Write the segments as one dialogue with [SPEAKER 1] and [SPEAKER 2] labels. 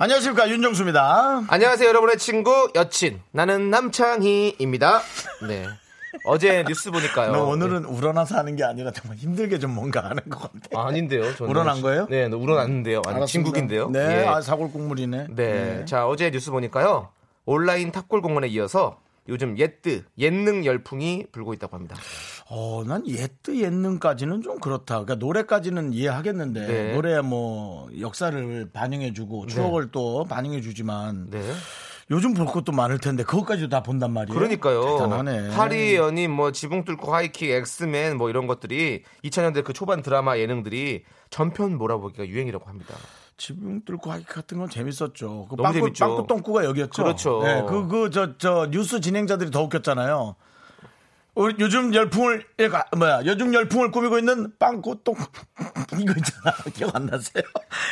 [SPEAKER 1] 안녕하십니까 윤정수입니다.
[SPEAKER 2] 안녕하세요, 여러분의 친구 여친 나는 남창희입니다. 네. 어제 뉴스 보니까요.
[SPEAKER 1] 너뭐 오늘은 우러나서 하는 게 아니라 정말 힘들게 좀 뭔가 하는 것 같아.
[SPEAKER 2] 아, 닌데요 저는
[SPEAKER 1] 우러난 거예요?
[SPEAKER 2] 네, 너 우러났는데요. 아니, 진국인데요.
[SPEAKER 1] 네,
[SPEAKER 2] 예.
[SPEAKER 1] 아, 사골 국물이네.
[SPEAKER 2] 네. 자, 어제 뉴스 보니까요. 온라인 탑골 공원에 이어서 요즘 예뜨 예능 열풍이 불고 있다고 합니다.
[SPEAKER 1] 어, 난 예뜨 예능까지는 좀 그렇다. 그러니까 노래까지는 이해하겠는데
[SPEAKER 2] 네.
[SPEAKER 1] 노래 뭐 역사를 반영해주고 추억을 또 반영해주지만
[SPEAKER 2] 네.
[SPEAKER 1] 요즘 볼 것도 많을 텐데 그것까지도 다 본단 말이에요.
[SPEAKER 2] 그러니까요.
[SPEAKER 1] 대단하네.
[SPEAKER 2] 파리 연인 뭐 지붕 뚫고 하이킥 엑스맨 뭐 이런 것들이 2000년대 그 초반 드라마 예능들이 전편 몰아보기가 유행이라고 합니다.
[SPEAKER 1] 지붕 뚫고 하이킥 같은 건 재밌었죠. 그
[SPEAKER 2] 너무
[SPEAKER 1] 빵꾸,
[SPEAKER 2] 재밌죠.
[SPEAKER 1] 빵꾸 똥꾸가 여기였죠.
[SPEAKER 2] 그렇죠.
[SPEAKER 1] 네, 그, 그, 저, 저, 뉴스 진행자들이 더 웃겼잖아요. 우리 요즘 열풍을, 예, 가- 뭐야, 요즘 열풍을 꾸미고 있는 빵꾸 똥꾸. 이거 있잖아. 기억 안 나세요?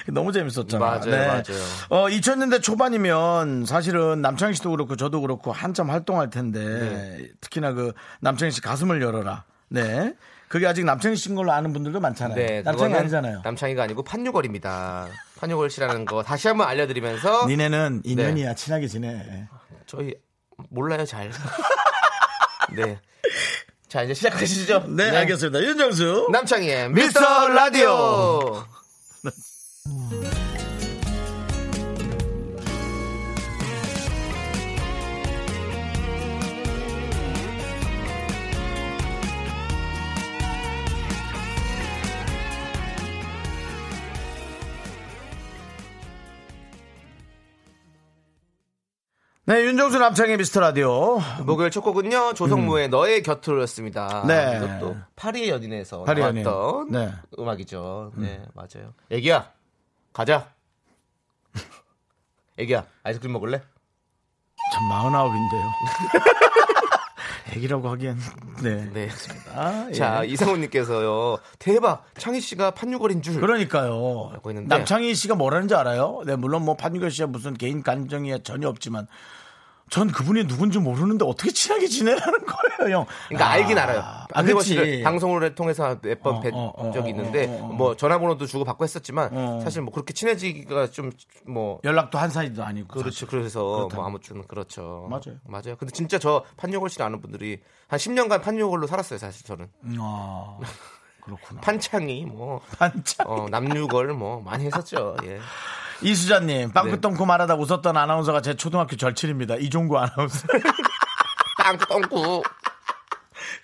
[SPEAKER 1] 너무 재밌었잖아.
[SPEAKER 2] 맞아요, 맞아요.
[SPEAKER 1] 어, 2000년대 초반이면 사실은 남창희 씨도 그렇고 저도 그렇고 한참 활동할 텐데
[SPEAKER 2] 네.
[SPEAKER 1] 특히나 그 남창희 씨 가슴을 열어라. 네. 그게 아직 남창희 씨인 걸로 아는 분들도 많잖아요. 네, 남창희
[SPEAKER 2] 네, 그거는
[SPEAKER 1] 아니잖아요.
[SPEAKER 2] 남창이가 아니고 판유걸입니다. 판유걸 씨라는 거 다시 한번 알려드리면서
[SPEAKER 1] 니네는 인연이야 친하게 지내.
[SPEAKER 2] 저희 몰라요 잘. 네. 자 이제 시작하시죠.
[SPEAKER 1] 네, 알겠습니다. 윤정수.
[SPEAKER 2] 남창희의 미스터 라디오.
[SPEAKER 1] 네, 윤정수 남창의 미스터 라디오.
[SPEAKER 2] 목요일 첫 곡은요 조성모의 너의 곁으로였습니다.
[SPEAKER 1] 음. 네.
[SPEAKER 2] 이것도 파리의 연인에서
[SPEAKER 1] 파리의 연인.
[SPEAKER 2] 나왔던
[SPEAKER 1] 네.
[SPEAKER 2] 음악이죠. 네 맞아요. 애기야 가자. 애기야 아이스크림 먹을래?
[SPEAKER 1] 참 마흔아홉인데요. 애기라고 하기엔 네.
[SPEAKER 2] 네.
[SPEAKER 1] 아, 예.
[SPEAKER 2] 자 이상훈님께서요 대박 창희 씨가 판유걸인 줄.
[SPEAKER 1] 그러니까요.
[SPEAKER 2] 알고 있는데.
[SPEAKER 1] 남창희 씨가 뭐라는지 알아요? 네, 물론 뭐 판유결 씨와 무슨 개인 감정이 전혀 없지만 전 그분이 누군지 모르는데 어떻게 친하게 지내라는 거예요, 형.
[SPEAKER 2] 그러니까
[SPEAKER 1] 아,
[SPEAKER 2] 알긴 알아요.
[SPEAKER 1] 아,
[SPEAKER 2] 안재권
[SPEAKER 1] 그치.
[SPEAKER 2] 씨를 방송을 통해서 몇 번
[SPEAKER 1] 어,
[SPEAKER 2] 뵌
[SPEAKER 1] 어, 어,
[SPEAKER 2] 적이
[SPEAKER 1] 어,
[SPEAKER 2] 있는데
[SPEAKER 1] 어, 어, 어.
[SPEAKER 2] 뭐 전화번호도 주고 받고 했었지만
[SPEAKER 1] 어.
[SPEAKER 2] 사실 뭐 그렇게 친해지기가 좀 뭐
[SPEAKER 1] 연락도 한 사이도 아니고.
[SPEAKER 2] 그렇죠. 그래서 뭐 아무튼 그렇죠.
[SPEAKER 1] 맞아요.
[SPEAKER 2] 맞아요. 근데 진짜 저 판유걸 씨를 아는 분들이 한 10년간 판유걸로 살았어요. 사실 저는
[SPEAKER 1] 사실. 아, 그렇구나.
[SPEAKER 2] 판창이 뭐
[SPEAKER 1] 반짝.
[SPEAKER 2] 어, 남유걸 뭐 많이 했었죠. 예.
[SPEAKER 1] 이수자님,
[SPEAKER 2] 네.
[SPEAKER 1] 빵꾸똥꾸 말하다 웃었던 아나운서가 제 초등학교 절친입니다. 이종구 아나운서.
[SPEAKER 2] 땅덩구.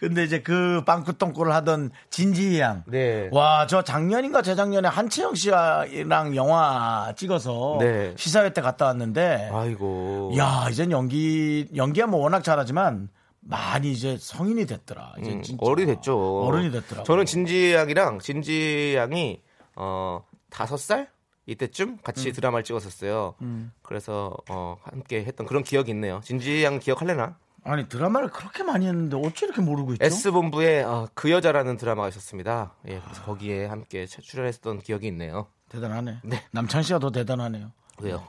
[SPEAKER 1] 근데 이제 그 빵꾸똥꾸를 하던 진지희 양.
[SPEAKER 2] 네.
[SPEAKER 1] 와, 저 작년인가 재작년에 한채영 씨랑 영화 찍어서
[SPEAKER 2] 네.
[SPEAKER 1] 시사회 때 갔다 왔는데,
[SPEAKER 2] 아이고.
[SPEAKER 1] 야, 이젠 연기, 연기야 뭐 워낙 잘하지만, 많이 이제 성인이 됐더라. 이제
[SPEAKER 2] 음,
[SPEAKER 1] 진짜.
[SPEAKER 2] 어른이 됐죠.
[SPEAKER 1] 어른이 됐더라고.
[SPEAKER 2] 저는 진지 양이랑 진지 양이 어 다섯 살 이때쯤 같이
[SPEAKER 1] 음.
[SPEAKER 2] 드라마를 찍었었어요. 그래서 어 함께 했던 그런 기억이 있네요. 진지 양 기억할래나?
[SPEAKER 1] 아니, 드라마를 그렇게 많이 했는데 어째 이렇게 모르고 있죠?
[SPEAKER 2] S 본부의 어, 그 여자라는 드라마가 있었습니다. 예,
[SPEAKER 1] 아.
[SPEAKER 2] 그래서 거기에 함께 차- 출연했던 기억이 있네요.
[SPEAKER 1] 대단하네.
[SPEAKER 2] 네.
[SPEAKER 1] 남창 씨가 더 대단하네요.
[SPEAKER 2] 왜요?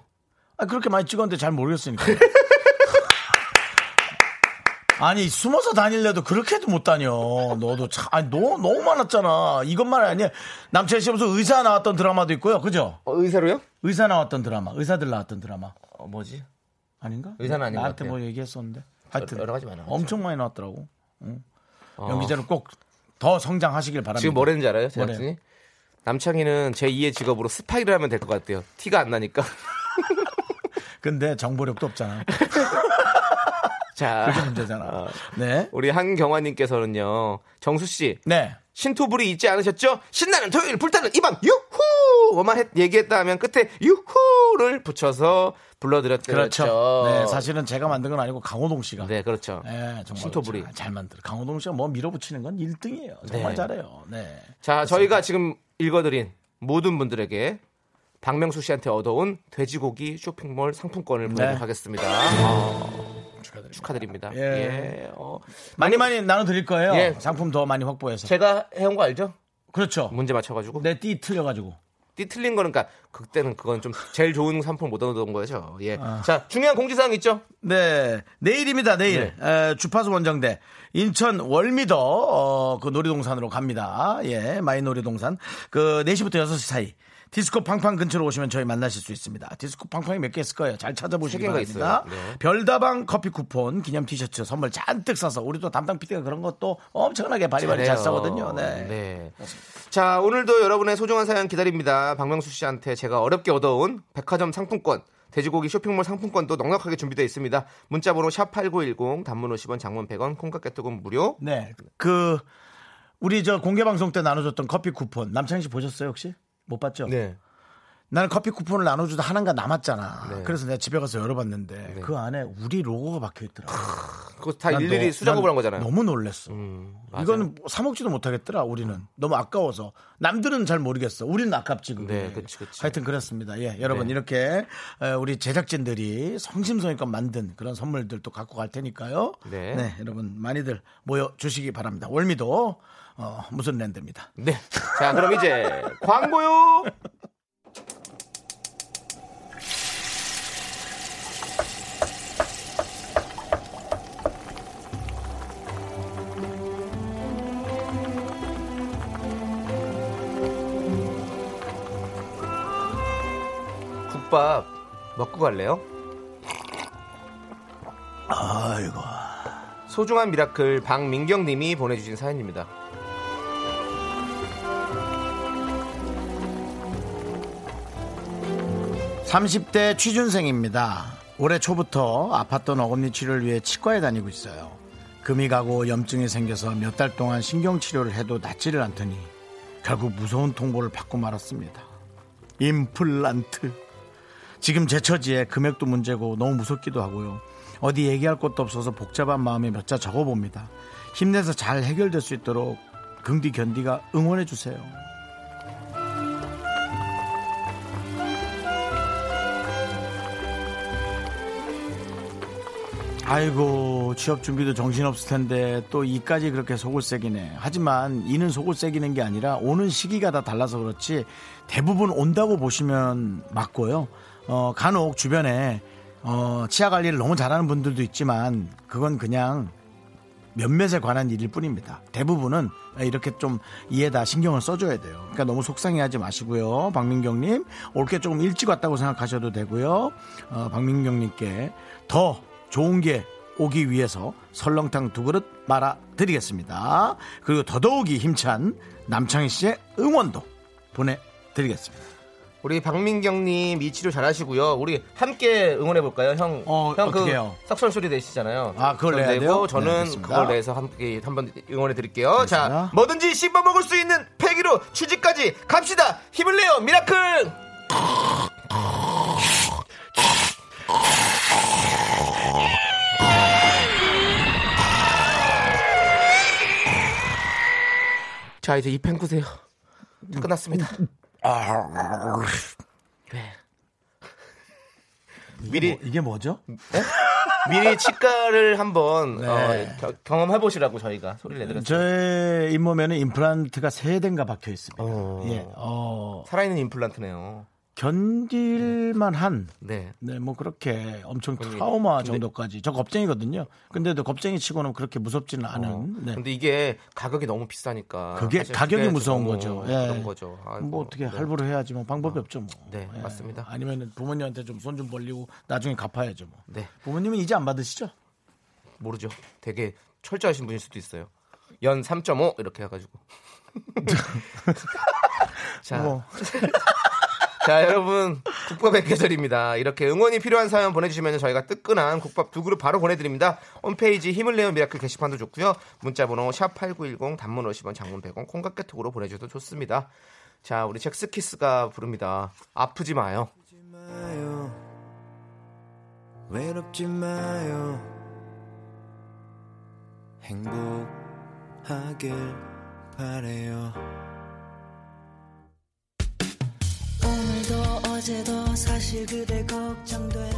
[SPEAKER 1] 아, 그렇게 많이 찍었는데 잘 모르겠으니까. 아니 숨어서 다닐래도 그렇게도 못 다녀. 너도 참 아니 너 너무 많았잖아. 이것만 아니야. 남철 씨 무슨 의사 나왔던 드라마도 있고요. 그죠?
[SPEAKER 2] 어, 의사로요?
[SPEAKER 1] 의사 나왔던 드라마, 의사들 나왔던 드라마
[SPEAKER 2] 어, 뭐지?
[SPEAKER 1] 아닌가?
[SPEAKER 2] 의사는 아닌 것
[SPEAKER 1] 나한테
[SPEAKER 2] 같아요.
[SPEAKER 1] 뭐 얘기했었는데. 하여튼
[SPEAKER 2] 여러 가지 많아.
[SPEAKER 1] 엄청 많이 나왔더라고. 응.
[SPEAKER 2] 어.
[SPEAKER 1] 연기자로 꼭 더 성장하시길 바랍니다.
[SPEAKER 2] 지금 뭐랬는지 알아요,
[SPEAKER 1] 뭐래요?
[SPEAKER 2] 제작진이? 남창희는 제 2의 직업으로 스파이를 하면 될 것 같아요. 티가 안 나니까.
[SPEAKER 1] 근데 정보력도 없잖아.
[SPEAKER 2] 자,
[SPEAKER 1] 그게 문제잖아. 네.
[SPEAKER 2] 우리 한경화님께서는요, 정수 씨
[SPEAKER 1] 네.
[SPEAKER 2] 신토불이 잊지 않으셨죠? 신나는 토요일 불타는 이밤 유후! 어만 했- 얘기했다 하면 끝에 유후를 붙여서 불러드렸죠.
[SPEAKER 1] 그렇죠. 네, 사실은 제가 만든 건 아니고 강호동 씨가.
[SPEAKER 2] 네, 그렇죠.
[SPEAKER 1] 예, 정말
[SPEAKER 2] 신토부리.
[SPEAKER 1] 잘, 잘 만들어. 강호동 씨가 뭐 밀어붙이는 건 1등이에요. 정말
[SPEAKER 2] 네.
[SPEAKER 1] 잘해요. 네.
[SPEAKER 2] 자, 저희가 지금 읽어드린 모든 분들에게 박명수 씨한테 얻어온 돼지고기 쇼핑몰 상품권을 보내드리겠습니다. 축하드립니다.
[SPEAKER 1] 예.
[SPEAKER 2] 예, 어,
[SPEAKER 1] 많이 많이 나눠 드릴 거예요.
[SPEAKER 2] 예.
[SPEAKER 1] 상품 더 많이 확보해서.
[SPEAKER 2] 제가 뭐 해온 거 알죠?
[SPEAKER 1] 그렇죠.
[SPEAKER 2] 문제 맞춰가지고
[SPEAKER 1] 내 띠 틀려가지고.
[SPEAKER 2] 띠 틀린 거는 그러니까 그때는 그건 좀 제일 좋은 상품 못 얻어온 거죠. 예. 자 중요한 공지사항 있죠?
[SPEAKER 1] 네, 내일입니다. 내일
[SPEAKER 2] 네.
[SPEAKER 1] 에, 주파수 원정대 인천 월미더 어, 그 놀이동산으로 갑니다. 예, 마이 놀이동산 그 4시부터 6시 사이 디스코 팡팡 근처로 오시면 저희 만나실 수 있습니다. 디스코 팡팡이 몇 개 있을 거예요. 잘 찾아보시기
[SPEAKER 2] 세 개가
[SPEAKER 1] 바랍니다.
[SPEAKER 2] 있어요. 네.
[SPEAKER 1] 별다방 커피 쿠폰 기념 티셔츠 선물 잔뜩 싸서 우리 또 담당 PD가 그런 것도 엄청나게 바리바리 잘
[SPEAKER 2] 잘해요.
[SPEAKER 1] 싸거든요. 네.
[SPEAKER 2] 네. 자, 오늘도 여러분의 소중한 사연 기다립니다. 박명수 씨한테 제가 어렵게 얻어온 백화점 상품권, 돼지고기 쇼핑몰 상품권도 넉넉하게 준비되어 있습니다. 문자번호 샵8910, 단문 50원, 장문 100원, 콩깍개톡은 무료.
[SPEAKER 1] 네. 그 우리 저 공개 방송 때 나눠줬던 커피 쿠폰 남창희 씨 보셨어요 혹시? 못 봤죠?
[SPEAKER 2] 네.
[SPEAKER 1] 나는 커피 쿠폰을 나눠주다 하나가 남았잖아.
[SPEAKER 2] 네.
[SPEAKER 1] 그래서 내가 집에 가서 열어봤는데 그 안에 우리 로고가 박혀 있더라.
[SPEAKER 2] 그거 다 네. 일일이 수작업을 한 거잖아요. 음,
[SPEAKER 1] 너무 놀랬어.
[SPEAKER 2] 맞아요.
[SPEAKER 1] 이거는 뭐 사먹지도 못하겠더라. 우리는 너무 아까워서 남들은 잘 모르겠어. 우리는 아깝지. 그게.
[SPEAKER 2] 네, 그치, 그치.
[SPEAKER 1] 하여튼 그렇습니다. 예, 여러분
[SPEAKER 2] 네.
[SPEAKER 1] 이렇게 에, 우리 제작진들이 성심성의껏 만든 그런 선물들 또 갖고 갈 테니까요.
[SPEAKER 2] 네.
[SPEAKER 1] 여러분 많이들 모여 주시기 바랍니다. 월미도 어, 무슨 랜드입니다.
[SPEAKER 2] 네. 자, 그럼 이제 광고요. 국밥 먹고 갈래요?
[SPEAKER 1] 아이고.
[SPEAKER 2] 소중한 미라클 박민경 님이 보내주신 사연입니다.
[SPEAKER 1] 삼십 대 취준생입니다. 올해 초부터 아팠던 어금니 치료를 위해 치과에 다니고 있어요. 금이 가고 염증이 생겨서 몇 달 동안 신경 치료를 해도 낫지를 않더니 결국 무서운 통보를 받고 말았습니다. 임플란트. 지금 제 처지에 금액도 문제고 너무 무섭기도 하고요. 어디 얘기할 것도 없어서 복잡한 마음에 몇 자 적어봅니다. 힘내서 잘 해결될 수 있도록 긍디 견디가 응원해 주세요. 아이고 취업 준비도 정신없을 텐데 또 이까지 그렇게 속을 새기네 하지만 이는 속을 새기는 게 아니라 오는 시기가 다 달라서 그렇지 대부분 온다고 보시면 맞고요 어, 간혹 주변에 어, 치아 관리를 너무 잘하는 분들도 있지만 그건 그냥 몇몇에 관한 일일 뿐입니다. 대부분은 이렇게 좀 이에다 신경을 써줘야 돼요. 그러니까 너무 속상해하지 마시고요. 박민경님 올게 조금 일찍 왔다고 생각하셔도 되고요. 어, 박민경님께 더 좋은 게 오기 위해서 설렁탕 두 그릇 말아드리겠습니다. 그리고 더더욱이 힘찬 남창희 씨의 응원도 보내드리겠습니다.
[SPEAKER 2] 우리 박민경님 이 치료 잘하시고요. 우리 함께 응원해 볼까요, 형?
[SPEAKER 1] 어,
[SPEAKER 2] 형 그
[SPEAKER 1] 어떡해요?
[SPEAKER 2] 삭설 소리 내시잖아요.
[SPEAKER 1] 아, 그걸
[SPEAKER 2] 그거
[SPEAKER 1] 내야
[SPEAKER 2] 내고
[SPEAKER 1] 돼요? 네,
[SPEAKER 2] 저는
[SPEAKER 1] 알겠습니다.
[SPEAKER 2] 그걸 내서 함께 한번 응원해 드릴게요. 자,
[SPEAKER 1] 알겠습니다.
[SPEAKER 2] 뭐든지 씹어 먹을 수 있는 패기로 취직까지 갑시다. 힘을 내요, 미라클. 자, 이제 입 헹구세요. 끝났습니다. 미리
[SPEAKER 1] 이게 뭐죠?
[SPEAKER 2] 미리 치과를 한번 어,
[SPEAKER 1] 네.
[SPEAKER 2] 경험해 보시라고 저희가 소리를 내드렸어요.
[SPEAKER 1] 저의 네, 잇몸에는 임플란트가 세 대인가 박혀 있습니다.
[SPEAKER 2] 어.
[SPEAKER 1] 예, 어,
[SPEAKER 2] 살아있는 임플란트네요.
[SPEAKER 1] 견딜만한
[SPEAKER 2] 네.
[SPEAKER 1] 네, 뭐 그렇게 엄청 트라우마 정도까지. 저 겁쟁이거든요. 근데도 겁쟁이 치고는 그렇게 무섭지는 않은.
[SPEAKER 2] 어.
[SPEAKER 1] 네.
[SPEAKER 2] 근데 이게 가격이 너무 비싸니까.
[SPEAKER 1] 그게
[SPEAKER 2] 사실
[SPEAKER 1] 가격이
[SPEAKER 2] 그게
[SPEAKER 1] 무서운
[SPEAKER 2] 너무
[SPEAKER 1] 거죠. 예.
[SPEAKER 2] 그런 거죠. 아이고,
[SPEAKER 1] 뭐 어떻게
[SPEAKER 2] 네.
[SPEAKER 1] 할부를 해야지 뭐 방법이 없죠 뭐.
[SPEAKER 2] 네, 맞습니다.
[SPEAKER 1] 아니면 부모님한테 좀 손 좀 벌리고 나중에 갚아야죠 뭐.
[SPEAKER 2] 네.
[SPEAKER 1] 부모님은 이제 안 받으시죠?
[SPEAKER 2] 모르죠. 되게 철저하신 분일 수도 있어요. 연 3.5 이렇게 해가지고. 자,
[SPEAKER 1] 뭐.
[SPEAKER 2] 자 여러분 국밥의 계절입니다. 이렇게 응원이 필요한 사연 보내주시면 저희가 뜨끈한 국밥 두 그릇 바로 보내드립니다. 홈페이지 힘을 내어 미라클 게시판도 좋고요. 문자번호 샵 #8910 단문 50원, 장문 100원, 콩깍개톡으로 보내주셔도 좋습니다. 자 우리 잭스키스가 부릅니다. 아프지 마요.
[SPEAKER 3] 마요. 외롭지 마요. 행복하길 바래요.
[SPEAKER 4] 오늘도 어제와 어제도 사실 그대 걱정돼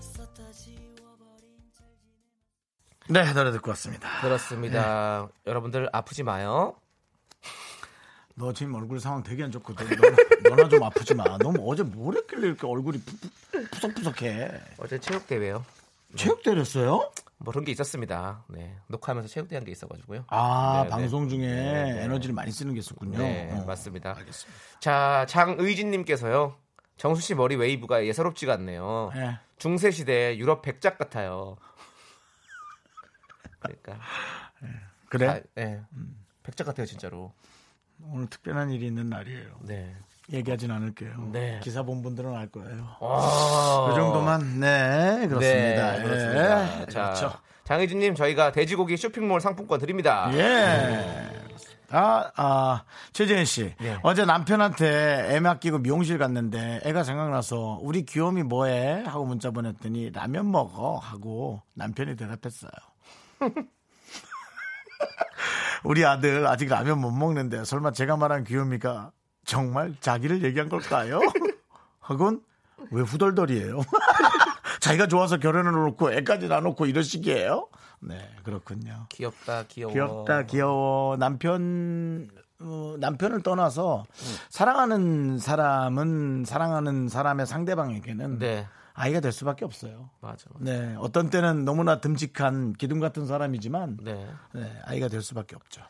[SPEAKER 4] 썼다 지워버린 찰진
[SPEAKER 1] 네, 노래 듣고 왔습니다.
[SPEAKER 2] 그렇습니다. 네. 여러분들 아프지 마요.
[SPEAKER 1] 너 지금 얼굴 상황 되게 안 좋거든. 너나, 너나 좀 아프지 마. 너무 어제 뭘 했길래 이렇게 얼굴이 푸- 푸- 푸석푸석해.
[SPEAKER 2] 어제 체육대회요.
[SPEAKER 1] 체육 때렸어요?
[SPEAKER 2] 뭐 그런 게 있었습니다. 네. 녹화하면서 체육대회 한 게 있어가지고요.
[SPEAKER 1] 아,
[SPEAKER 2] 네,
[SPEAKER 1] 방송 중에
[SPEAKER 2] 네.
[SPEAKER 1] 에너지를 많이 쓰는 게 있었군요.
[SPEAKER 2] 네,
[SPEAKER 1] 어.
[SPEAKER 2] 맞습니다.
[SPEAKER 1] 알겠습니다.
[SPEAKER 2] 자, 장의진님께서요. 정수 씨 머리 웨이브가 예사롭지가 않네요.
[SPEAKER 1] 예.
[SPEAKER 2] 중세 시대 유럽 백작 같아요. 그러니까,
[SPEAKER 1] 그래?
[SPEAKER 2] 아, 네.
[SPEAKER 1] 음,
[SPEAKER 2] 백작 같아요 진짜로.
[SPEAKER 1] 오늘 특별한 일이 있는 날이에요.
[SPEAKER 2] 네.
[SPEAKER 1] 얘기하진 않을게요.
[SPEAKER 2] 네.
[SPEAKER 1] 기사 본 분들은 알 거예요.
[SPEAKER 2] 아,
[SPEAKER 1] 그 정도만 네 그렇습니다.
[SPEAKER 2] 네, 그렇습니다.
[SPEAKER 1] 예.
[SPEAKER 2] 자,
[SPEAKER 1] 그렇죠.
[SPEAKER 2] 장희진님 저희가 돼지고기 쇼핑몰 상품권 드립니다.
[SPEAKER 1] 예. 아, 아, 최재현 씨.
[SPEAKER 2] 예.
[SPEAKER 1] 어제 남편한테 애 맡기고 미용실 갔는데 애가 생각나서 우리 귀염이 뭐해? 하고 문자 보냈더니 라면 먹어. 하고 남편이 대답했어요. 우리 아들 아직 라면 못 먹는데 설마 제가 말한 귀요미가 정말 자기를 얘기한 걸까요? 하곤 왜 후덜덜이에요? 자기가 좋아서 결혼을 놓고 애까지 놔놓고 이런 식이에요? 네 그렇군요.
[SPEAKER 2] 귀엽다, 귀여워.
[SPEAKER 1] 귀엽다 귀여워 남편 어, 남편을 떠나서 사랑하는 사람은 사랑하는 사람의 상대방에게는
[SPEAKER 2] 네,
[SPEAKER 1] 아이가 될 수밖에 없어요.
[SPEAKER 2] 맞아. 맞아.
[SPEAKER 1] 네 어떤 때는 너무나 듬직한 기둥 같은 사람이지만
[SPEAKER 2] 네.
[SPEAKER 1] 네, 아이가 될 수밖에 없죠.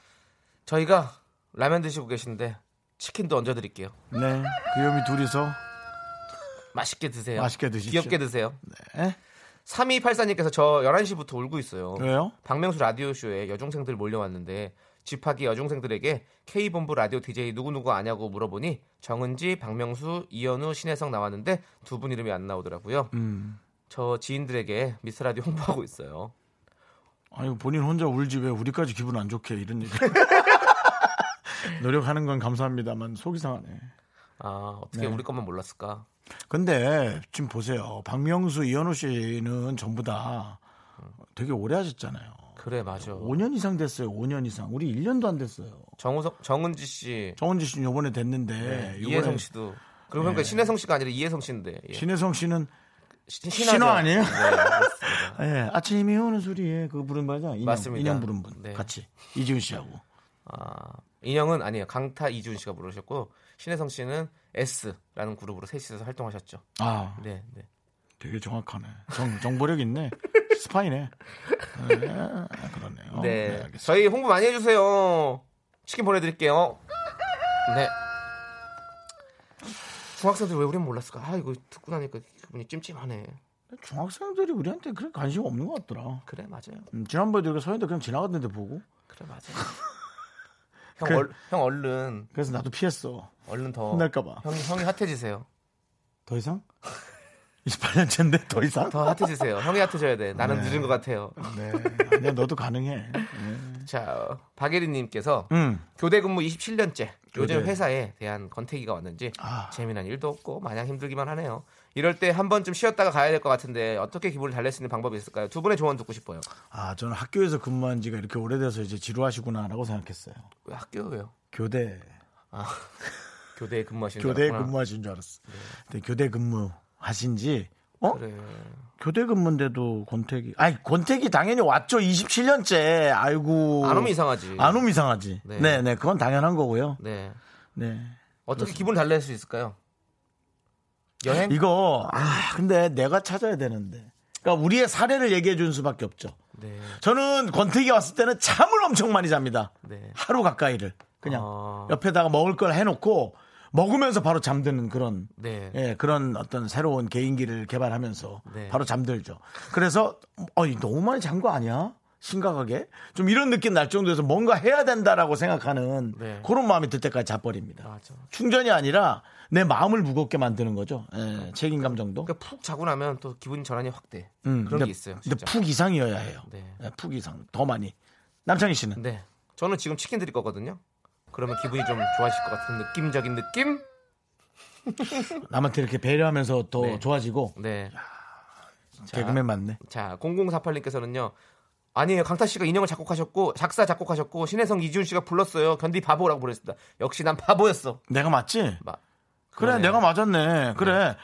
[SPEAKER 2] 저희가 라면 드시고 계신데 치킨도 얹어드릴게요.
[SPEAKER 1] 네, 귀요미 둘이서
[SPEAKER 2] 맛있게 드세요.
[SPEAKER 1] 맛있게 드십시오.
[SPEAKER 2] 귀엽게 드세요.
[SPEAKER 1] 네.
[SPEAKER 2] 3284님께서 저 11시부터 울고 있어요.
[SPEAKER 1] 왜요?
[SPEAKER 2] 박명수 라디오쇼에 여중생들 몰려왔는데 집하기 여중생들에게 K본부 라디오 DJ 누구누구 아냐고 물어보니 정은지, 박명수, 이현우, 신혜성 나왔는데 두 분 이름이 안 나오더라고요.
[SPEAKER 1] 음.
[SPEAKER 2] 저 지인들에게 미스라디오 홍보하고 있어요.
[SPEAKER 1] 아니 본인 혼자 울지 왜 우리까지 기분 안 좋게 이런 얘기. 노력하는 건 감사합니다만 속이 상하네.
[SPEAKER 2] 아 어떻게
[SPEAKER 1] 네.
[SPEAKER 2] 우리 것만 몰랐을까?
[SPEAKER 1] 근데 지금 보세요. 박명수, 이현우 씨는 전부 다 되게 오래 하셨잖아요.
[SPEAKER 2] 그래 맞아.
[SPEAKER 1] 5년 이상 됐어요. 5년 이상. 우리 1년도 안 됐어요.
[SPEAKER 2] 정우성, 정은지 씨,
[SPEAKER 1] 정은지 씨는 요번에 됐는데 네, 이번에
[SPEAKER 2] 이혜성 씨도 그리고 그러니까 신혜성 씨가 아니라 이혜성 씨인데 예.
[SPEAKER 1] 신혜성 씨는
[SPEAKER 2] 신-
[SPEAKER 1] 신화 아니에요?
[SPEAKER 2] 네, 맞습니다.
[SPEAKER 1] 예, 아침이 오는 소리에 그거 부른 거 아니야? 인형,
[SPEAKER 2] 맞습니다.
[SPEAKER 1] 인형 부른 분
[SPEAKER 2] 네.
[SPEAKER 1] 같이 이지훈 씨하고
[SPEAKER 2] 아, 인형은 아니에요. 강타 이준 씨가 부르셨고 신혜성 씨는 S라는 그룹으로 셋이서 활동하셨죠.
[SPEAKER 1] 아
[SPEAKER 2] 네, 네.
[SPEAKER 1] 되게 정확하네. 정, 정보력 있네. 스파이네. 네, 어, 그러네요.
[SPEAKER 2] 네.
[SPEAKER 1] 알겠습니다.
[SPEAKER 2] 저희 홍보 많이 해주세요. 치킨 보내드릴게요. 네. 중학생들 왜 우린 몰랐을까? 아 이거 듣고 나니까 기분이 찜찜하네.
[SPEAKER 1] 중학생들이 우리한테 그렇게 관심 없는 것 같더라.
[SPEAKER 2] 그래 맞아요.
[SPEAKER 1] 음, 지난번에도 이렇게 서현도 그냥 지나갔는데 보고.
[SPEAKER 2] 그래 맞아요. 형,
[SPEAKER 1] 그-
[SPEAKER 2] 얼, 형 얼른
[SPEAKER 1] 그래서 나도 피했어.
[SPEAKER 2] 얼른 더
[SPEAKER 1] 혼날까봐.
[SPEAKER 2] 형이 형이 핫해지세요.
[SPEAKER 1] 더 이상? 28년째인데 더 이상?
[SPEAKER 2] 더 핫해지세요. 형이 핫해져야 돼. 나는 늦은 것 같아요.
[SPEAKER 1] 네. 아니야, 너도 가능해.
[SPEAKER 2] 자 박예린님께서
[SPEAKER 1] 음.
[SPEAKER 2] 교대 근무 27년째 요즘
[SPEAKER 1] 교대.
[SPEAKER 2] 회사에 대한 권태기가 왔는지
[SPEAKER 1] 아.
[SPEAKER 2] 재미난 일도 없고 마냥 힘들기만 하네요. 이럴 때 한 번쯤 쉬었다가 가야 될 것 같은데 어떻게 기분을 달랠 수 있는 방법이 있을까요? 두 분의 조언 듣고 싶어요.
[SPEAKER 1] 아, 저는 학교에서 근무한 지가 이렇게 오래돼서 이제 지루하시구나라고 생각했어요.
[SPEAKER 2] 왜 학교예요?
[SPEAKER 1] 교대,
[SPEAKER 2] 아 교대에 근무하시는
[SPEAKER 1] 교대
[SPEAKER 2] 거구나.
[SPEAKER 1] 근무하신 줄 알았어. 근데 교대 근무 하신 지, 어?
[SPEAKER 2] 네. 그래.
[SPEAKER 1] 교대 근무인데도 권태기. 아니, 권태기 당연히 왔죠. 27년째. 아이고.
[SPEAKER 2] 안 오면 이상하지.
[SPEAKER 1] 뭐 안 오면 이상하지.
[SPEAKER 2] 네.
[SPEAKER 1] 네, 네. 그건 당연한 거고요.
[SPEAKER 2] 네.
[SPEAKER 1] 네.
[SPEAKER 2] 어떻게 기분 을 달랠 수 있을까요? 여행?
[SPEAKER 1] 이거, 아, 근데 내가 찾아야 되는데. 그러니까 우리의 사례를 얘기해 준 수밖에 없죠.
[SPEAKER 2] 네.
[SPEAKER 1] 저는 권태기 왔을 때는 잠을 엄청 많이 잡니다.
[SPEAKER 2] 네.
[SPEAKER 1] 하루 가까이를. 그냥
[SPEAKER 2] 아.
[SPEAKER 1] 옆에다가 먹을 걸 해놓고 먹으면서 바로 잠드는 그런
[SPEAKER 2] 네.
[SPEAKER 1] 예, 그런 어떤 새로운 개인기를 개발하면서
[SPEAKER 2] 네.
[SPEAKER 1] 바로 잠들죠. 그래서 어이 너무 많이 잔 거 아니야? 심각하게 좀 이런 느낌 날 정도에서 뭔가 해야 된다라고 생각하는
[SPEAKER 2] 네.
[SPEAKER 1] 그런 마음이 들 때까지 자버립니다.
[SPEAKER 2] 맞아.
[SPEAKER 1] 충전이 아니라 내 마음을 무겁게 만드는 거죠. 예, 책임감 정도.
[SPEAKER 2] 그러니까 푹 자고 나면 또 기분 전환이 확 돼.
[SPEAKER 1] 음,
[SPEAKER 2] 그런
[SPEAKER 1] 근데-
[SPEAKER 2] 게 있어요.
[SPEAKER 1] 근데
[SPEAKER 2] 진짜.
[SPEAKER 1] 푹 이상이어야 해요.
[SPEAKER 2] 네.
[SPEAKER 1] 예, 푹 이상 더 많이. 남창희 씨는
[SPEAKER 2] 네. 저는 지금 치킨 드릴 거거든요. 그러면 기분이 좀 좋아질 것 같은 느낌적인 느낌?
[SPEAKER 1] 남한테 이렇게 배려하면서 더
[SPEAKER 2] 네.
[SPEAKER 1] 좋아지고
[SPEAKER 2] 네.
[SPEAKER 1] 개그맨 맞네.
[SPEAKER 2] 자, 0048님께서는요. 아니에요. 강타 씨가 인형을 작곡하셨고 작사 작곡하셨고 신혜성 이지훈 씨가 불렀어요. 견디 바보라고 부르셨다. 역시 난 바보였어.
[SPEAKER 1] 내가 맞지?
[SPEAKER 2] 막
[SPEAKER 1] 그래,
[SPEAKER 2] 그러네요.
[SPEAKER 1] 내가 맞았네. 어. 그래.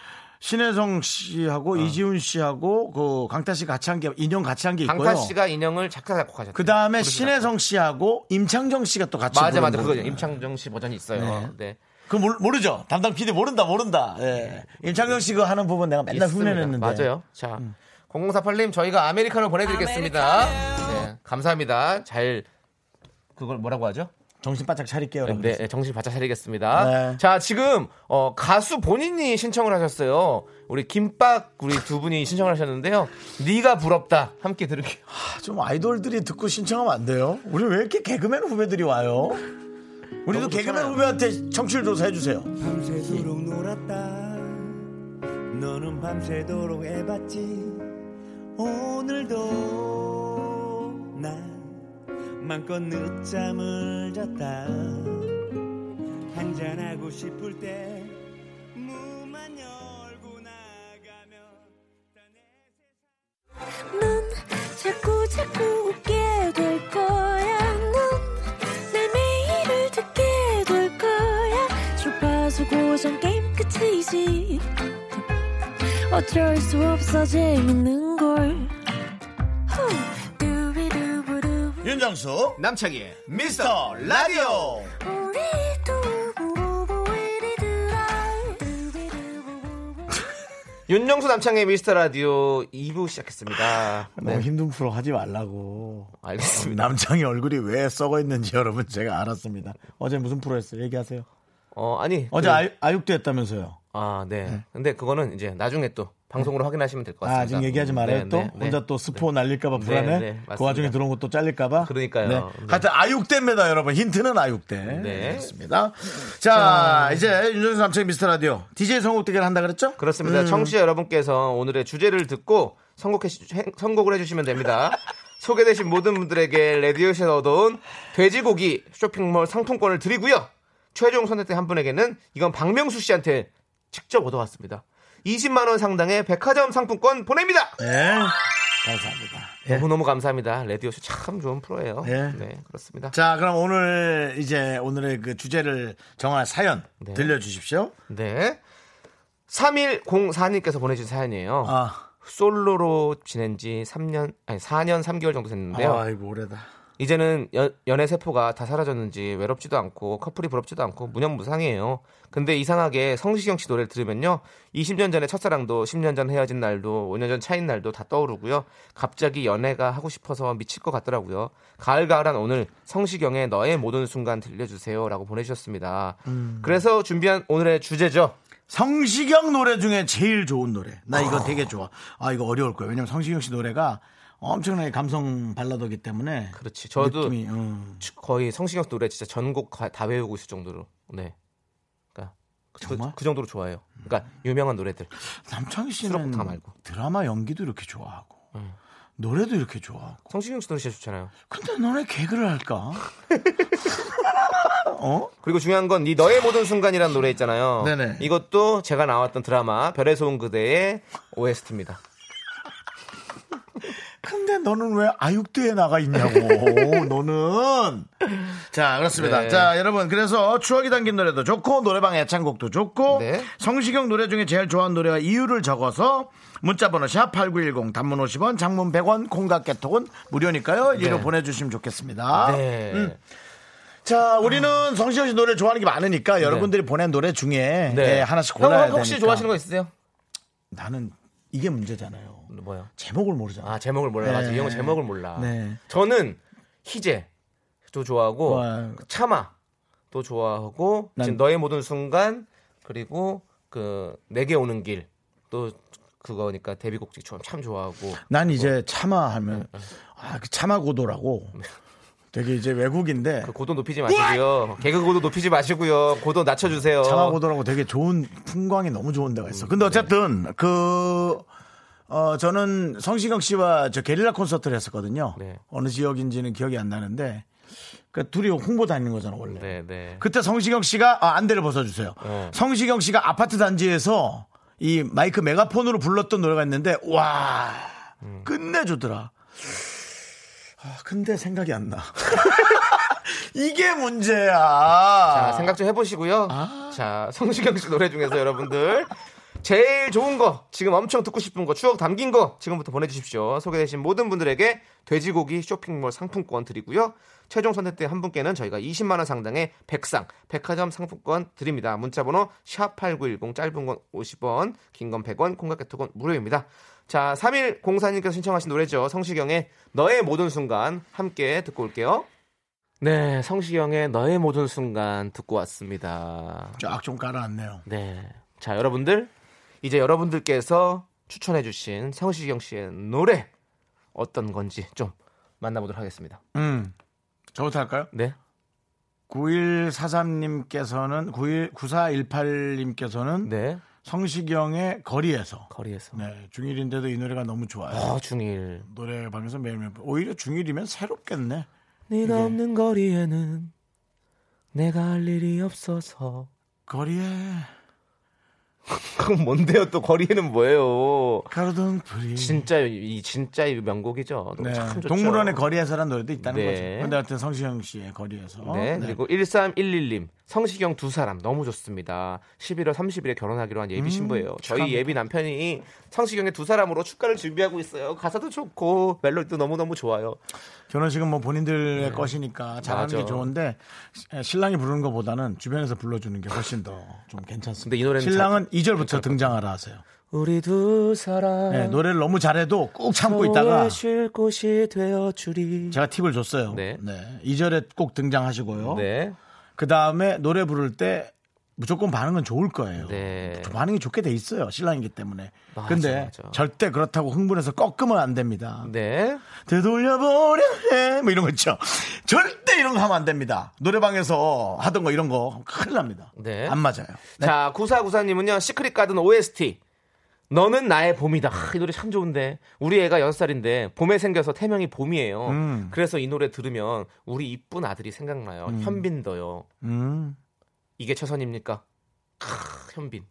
[SPEAKER 1] 신혜성 씨하고 이지훈 씨하고 그 강타 씨 같이 한 게 인형 같이 한 게 있고요.
[SPEAKER 2] 강타 씨가 인형을 작사 작곡하셨다.
[SPEAKER 1] 그 다음에 신혜성 씨하고 임창정 씨가 또 같이
[SPEAKER 2] 맞아
[SPEAKER 1] 부른
[SPEAKER 2] 맞아 그거
[SPEAKER 1] 거거든요.
[SPEAKER 2] 임창정 씨 버전이 있어요. 네.
[SPEAKER 1] 그 모르, 모르죠. 담당 PD 모른다 모른다. 예. 임창정 씨그 하는 부분 내가 맨날
[SPEAKER 2] 있습니다.
[SPEAKER 1] 흉내냈는데. 음.
[SPEAKER 2] 맞아요. 자, 0048님 저희가 아메리카노 보내드리겠습니다. 네, 감사합니다. 잘 그걸 뭐라고 하죠?
[SPEAKER 1] 정신 바짝 차릴게요. 라고
[SPEAKER 2] 네,
[SPEAKER 1] 그랬어요.
[SPEAKER 2] 네, 정신 바짝 차리겠습니다.
[SPEAKER 1] 네.
[SPEAKER 2] 자, 지금 어, 가수 본인이 신청을 하셨어요. 우리 김밥 우리 두 분이 신청을 하셨는데요. 네가 부럽다 함께 들을게요.
[SPEAKER 1] 아, 좀 아이돌들이 듣고 신청하면 안 돼요? 우리 왜 이렇게 개그맨 후배들이 와요? 우리도 개그맨 후배한테 청취율 조사해 주세요.
[SPEAKER 3] 밤새도록 놀았다 너는 밤새도록 애봤지 오늘도 난 맘껏 늦잠을 잤다 한잔하고 싶을 때 문만 열고 나가면
[SPEAKER 5] 넌 자꾸 자꾸 웃게 될 거야. 넌내 매일을 듣게 될 거야. 주파수 고정 게임 끝이지. 어쩔 수 없어 재밌는 걸. 후. 두비두부두부.
[SPEAKER 1] 윤정수
[SPEAKER 2] 남창희
[SPEAKER 1] 미스터 라디오.
[SPEAKER 5] 우리 두부부부 우리 두라. 두비두부부부.
[SPEAKER 2] 윤정수 남창희 미스터 라디오 2부 시작했습니다. 네,
[SPEAKER 1] 뭐 힘든 프로 하지 말라고.
[SPEAKER 2] 알겠습니다.
[SPEAKER 1] 남창이 얼굴이 왜 썩어 있는지 여러분 제가 알았습니다. 어제 무슨 프로 했어요? 얘기하세요.
[SPEAKER 2] 어 아니
[SPEAKER 1] 어제
[SPEAKER 2] 그-
[SPEAKER 1] 아, 육도 했다면서요.
[SPEAKER 2] 아, 네. 근데 그거는 이제 나중에 또 방송으로 확인하시면 될 것 같습니다.
[SPEAKER 1] 아, 지금 얘기하지
[SPEAKER 2] 음,
[SPEAKER 1] 말아요.
[SPEAKER 2] 네,
[SPEAKER 1] 또
[SPEAKER 2] 네, 네.
[SPEAKER 1] 혼자 또 스포 날릴까봐
[SPEAKER 2] 네,
[SPEAKER 1] 불안해.
[SPEAKER 2] 네, 맞습니다.
[SPEAKER 1] 그 와중에 들어온 것도 잘릴까봐.
[SPEAKER 2] 그러니까요.
[SPEAKER 1] 네.
[SPEAKER 2] 네.
[SPEAKER 1] 하여튼 아육대입니다, 여러분. 힌트는 아육대.
[SPEAKER 2] 네. 음.
[SPEAKER 1] 그렇습니다. 자, 이제 윤정수 남창 미스터 라디오 DJ 성곡 대결 한다 그랬죠?
[SPEAKER 2] 그렇습니다. 청취자 여러분께서 오늘의 주제를 듣고 선곡해, 주- 행- 선곡을 해주시면 됩니다. 소개되신 모든 분들에게 레디오에서 얻어온 돼지고기 쇼핑몰 상품권을 드리고요. 최종 선택된 한 분에게는 이건 박명수 씨한테 직접 얻어왔습니다. 20만 원 상당의 백화점 상품권 보냅니다.
[SPEAKER 1] 네. 감사합니다. 예.
[SPEAKER 2] 너무 너무 감사합니다. 레디오쇼 참 좋은 프로예요.
[SPEAKER 1] 네.
[SPEAKER 2] 네 그렇습니다.
[SPEAKER 1] 자, 그럼 오늘 이제 오늘의 그 주제를 정할 사연
[SPEAKER 2] 네.
[SPEAKER 1] 들려주십시오.
[SPEAKER 2] 네. 3104님께서 보내준 사연이에요.
[SPEAKER 1] 아,
[SPEAKER 2] 솔로로 지낸 지 3년, 아니 4년 3개월 정도 됐는데요.
[SPEAKER 1] 아이고 오래다.
[SPEAKER 2] 이제는 연, 연애 세포가 다 사라졌는지 외롭지도 않고 커플이 부럽지도 않고 무념무상이에요. 근데 이상하게 성시경 씨 노래를 들으면요. 20년 전의 첫사랑도 10년 전 헤어진 날도 5년 전 차인 날도 다 떠오르고요. 갑자기 연애가 하고 싶어서 미칠 것 같더라고요. 가을가을한 오늘 성시경의 너의 모든 순간 들려주세요. 라고 보내주셨습니다.
[SPEAKER 1] 음.
[SPEAKER 2] 그래서 준비한 오늘의 주제죠.
[SPEAKER 1] 성시경 노래 중에 제일 좋은 노래. 나 이거 되게 좋아. 아, 이거 어려울 거예요. 왜냐면 성시경 씨 노래가 엄청나게 감성 발라드기 때문에.
[SPEAKER 2] 그렇지. 저도
[SPEAKER 1] 느낌이, 음.
[SPEAKER 2] 추- 거의 성시경 노래 진짜 전곡 가- 다 외우고 있을 정도로. 네. 그러니까 그,
[SPEAKER 1] 정말? 음.
[SPEAKER 2] 그 정도로 좋아해요. 그러니까 유명한 노래들.
[SPEAKER 1] 남창희 씨는
[SPEAKER 2] 수록곡 다 말고. 네.
[SPEAKER 1] 드라마 연기도 이렇게 좋아하고 노래도 이렇게 좋아하고
[SPEAKER 2] 성시경 씨 노래 진짜 좋잖아요.
[SPEAKER 1] 근데 너네 개그를 할까? 어?
[SPEAKER 2] 그리고 중요한 건 이 너의 모든 순간이라는 노래 있잖아요.
[SPEAKER 1] 네네.
[SPEAKER 2] 이것도 제가 나왔던 드라마 별의 소음 그대의 OST입니다.
[SPEAKER 1] 근데 너는 왜 아육대에 나가 있냐고 너는 자 그렇습니다
[SPEAKER 2] 네.
[SPEAKER 1] 자 여러분 그래서 추억이 담긴 노래도 좋고 노래방 애창곡도 좋고
[SPEAKER 2] 네.
[SPEAKER 1] 성시경 노래 중에 제일 좋아하는 노래와 이유를 적어서 문자번호 샵8910 단문 50원 장문 100원 콩각 개톡은 무료니까요 이로
[SPEAKER 2] 네.
[SPEAKER 1] 보내주시면 좋겠습니다
[SPEAKER 2] 네.
[SPEAKER 1] 음. 자, 우리는
[SPEAKER 2] 음.
[SPEAKER 1] 성시경 씨 노래를 좋아하는 게 많으니까 여러분들이 보낸 노래 중에 예, 하나씩 골라야
[SPEAKER 2] 네. 형,
[SPEAKER 1] 되니까.
[SPEAKER 2] 형 혹시 좋아하시는 거 있으세요?
[SPEAKER 1] 나는 이게 문제잖아요.
[SPEAKER 2] 뭐요?
[SPEAKER 1] 제목을 모르잖아.
[SPEAKER 2] 아 제목을 몰라. 맞아.
[SPEAKER 1] 네.
[SPEAKER 2] 이 형은 제목을 몰라.
[SPEAKER 1] 네.
[SPEAKER 2] 저는 희재도 좋아하고
[SPEAKER 1] 와.
[SPEAKER 2] 그 차마도 좋아하고
[SPEAKER 1] 뭐, 난-
[SPEAKER 2] 지금 너의 모든 순간 그리고 그 내게 오는 길 또 그거니까 데뷔곡 참, 참 좋아하고
[SPEAKER 1] 난 이제 차마 하면
[SPEAKER 2] 네.
[SPEAKER 1] 아, 그 차마 고도라고. 되게 이제 외국인데
[SPEAKER 2] 그 고도 높이지
[SPEAKER 1] 뭐?
[SPEAKER 2] 마시고요. 개그 고도 높이지 마시고요. 고도 낮춰주세요.
[SPEAKER 1] 차마 고도라고 되게 좋은 풍광이 너무 좋은 데가 있어.
[SPEAKER 2] 음, 네.
[SPEAKER 1] 근데 어쨌든 그 어, 저는 성시경 씨와 저 게릴라 콘서트를 했었거든요.
[SPEAKER 2] 네.
[SPEAKER 1] 어느 지역인지는 기억이 안 나는데 그러니까 둘이 홍보 다니는 거잖아, 원래.
[SPEAKER 2] 네, 네.
[SPEAKER 1] 그때 성시경 씨가 아, 안대를 벗어주세요.
[SPEAKER 2] 네.
[SPEAKER 1] 성시경 씨가 아파트 단지에서 이 마이크
[SPEAKER 2] 음.
[SPEAKER 1] 메가폰으로 불렀던 노래가 있는데 와 끝내주더라. 아, 근데 생각이 안 나. 이게 문제야.
[SPEAKER 2] 자, 생각 좀 해보시고요. 자, 성시경 씨 노래 중에서 여러분들 제일 좋은 거, 지금 엄청 듣고 싶은 거, 추억 담긴 거 지금부터 보내주십시오. 소개되신 모든 분들에게 돼지고기 쇼핑몰 상품권 드리고요. 최종 선택된 한 분께는 저희가 20만 원 상당의 백상, 백화점 상품권 드립니다. 문자번호 샵8910 짧은 건 50원, 긴 건 100원, 콩깍개톡은 무료입니다. 자, 3일 공사님께서 신청하신 노래죠. 성시경의 너의 모든 순간 함께 듣고 올게요. 네, 성시경의 너의 모든 순간 듣고 왔습니다.
[SPEAKER 1] 쫙 좀 깔아놨네요.
[SPEAKER 2] 네. 자, 여러분들. 이제 여러분들께서 추천해주신 성시경 씨의 노래 어떤 건지 좀 만나보도록 하겠습니다.
[SPEAKER 1] 음. 저부터 할까요?
[SPEAKER 2] 네.
[SPEAKER 1] 9143님께서는 91, 9418님께서는
[SPEAKER 2] 네.
[SPEAKER 1] 성시경의 거리에서
[SPEAKER 2] 거리에서.
[SPEAKER 1] 네, 중1인데도 이 노래가 너무 좋아요.
[SPEAKER 2] 아, 중일.
[SPEAKER 1] 노래방에서 매일매일 오히려 중1이면 새롭겠네.
[SPEAKER 2] 네가 없는 거리에는 내가 할 일이 없어서.
[SPEAKER 1] 거리에
[SPEAKER 2] 그건 뭔데요? 또 거리에는 뭐예요?
[SPEAKER 1] 가로등 불이
[SPEAKER 2] 진짜 이 진짜 이 명곡이죠. 너무
[SPEAKER 1] 네,
[SPEAKER 2] 참 좋죠.
[SPEAKER 1] 동물원의 거리에서라는 노래도 있다는
[SPEAKER 2] 네.
[SPEAKER 1] 거죠. 근데 하여튼 성시경 씨의 거리에서
[SPEAKER 2] 네,
[SPEAKER 1] 네.
[SPEAKER 2] 그리고 1311님 성시경 두 사람 너무 좋습니다. 11월 30일에 결혼하기로 한 예비 신부예요. 저희 예비 남편이 성시경의 두 사람으로 축가를 준비하고 있어요. 가사도 좋고 멜로디도 너무 너무 좋아요.
[SPEAKER 1] 결혼식은 뭐 본인들의 것이니까 잘하는
[SPEAKER 2] 네. 맞아.
[SPEAKER 1] 게 좋은데 시- 에, 신랑이 부르는 것보다는 주변에서 불러주는 게 훨씬 더 좀 괜찮습니다.
[SPEAKER 2] 근데 이 노래는
[SPEAKER 1] 신랑은 2절부터 등장하라 하세요.
[SPEAKER 2] 우리 두 사람
[SPEAKER 1] 네, 노래를 너무 잘해도 꾹 참고 있다가
[SPEAKER 2] 쉴 곳이 되어 주리.
[SPEAKER 1] 제가 팁을 줬어요.
[SPEAKER 2] 네.
[SPEAKER 1] 네. 2절에 꼭 등장하시고요.
[SPEAKER 2] 네,
[SPEAKER 1] 그 다음에 노래 부를 때 무조건 반응은 좋을 거예요.
[SPEAKER 2] 네. 뭐
[SPEAKER 1] 반응이 좋게 돼 있어요. 신랑이기 때문에.
[SPEAKER 2] 맞아,
[SPEAKER 1] 근데
[SPEAKER 2] 맞아.
[SPEAKER 1] 절대 그렇다고 흥분해서 꺾으면 안 됩니다.
[SPEAKER 2] 네.
[SPEAKER 1] 되돌려보려 해. 뭐 이런 거 있죠. 절대 이런 거 하면 안 됩니다. 노래방에서 하던 거 이런 거 큰일 납니다.
[SPEAKER 2] 네.
[SPEAKER 1] 안 맞아요. 네.
[SPEAKER 2] 자, 구사구사님은요, 시크릿 가든 OST. 너는 나의 봄이다. 하, 이 노래 참 좋은데. 우리 애가 6살인데, 봄에 생겨서 태명이 봄이에요.
[SPEAKER 1] 음,
[SPEAKER 2] 그래서 이 노래 들으면, 우리 이쁜 아들이 생각나요. 현빈더요.
[SPEAKER 1] 음.
[SPEAKER 2] 이게 최선입니까? 크, 현빈.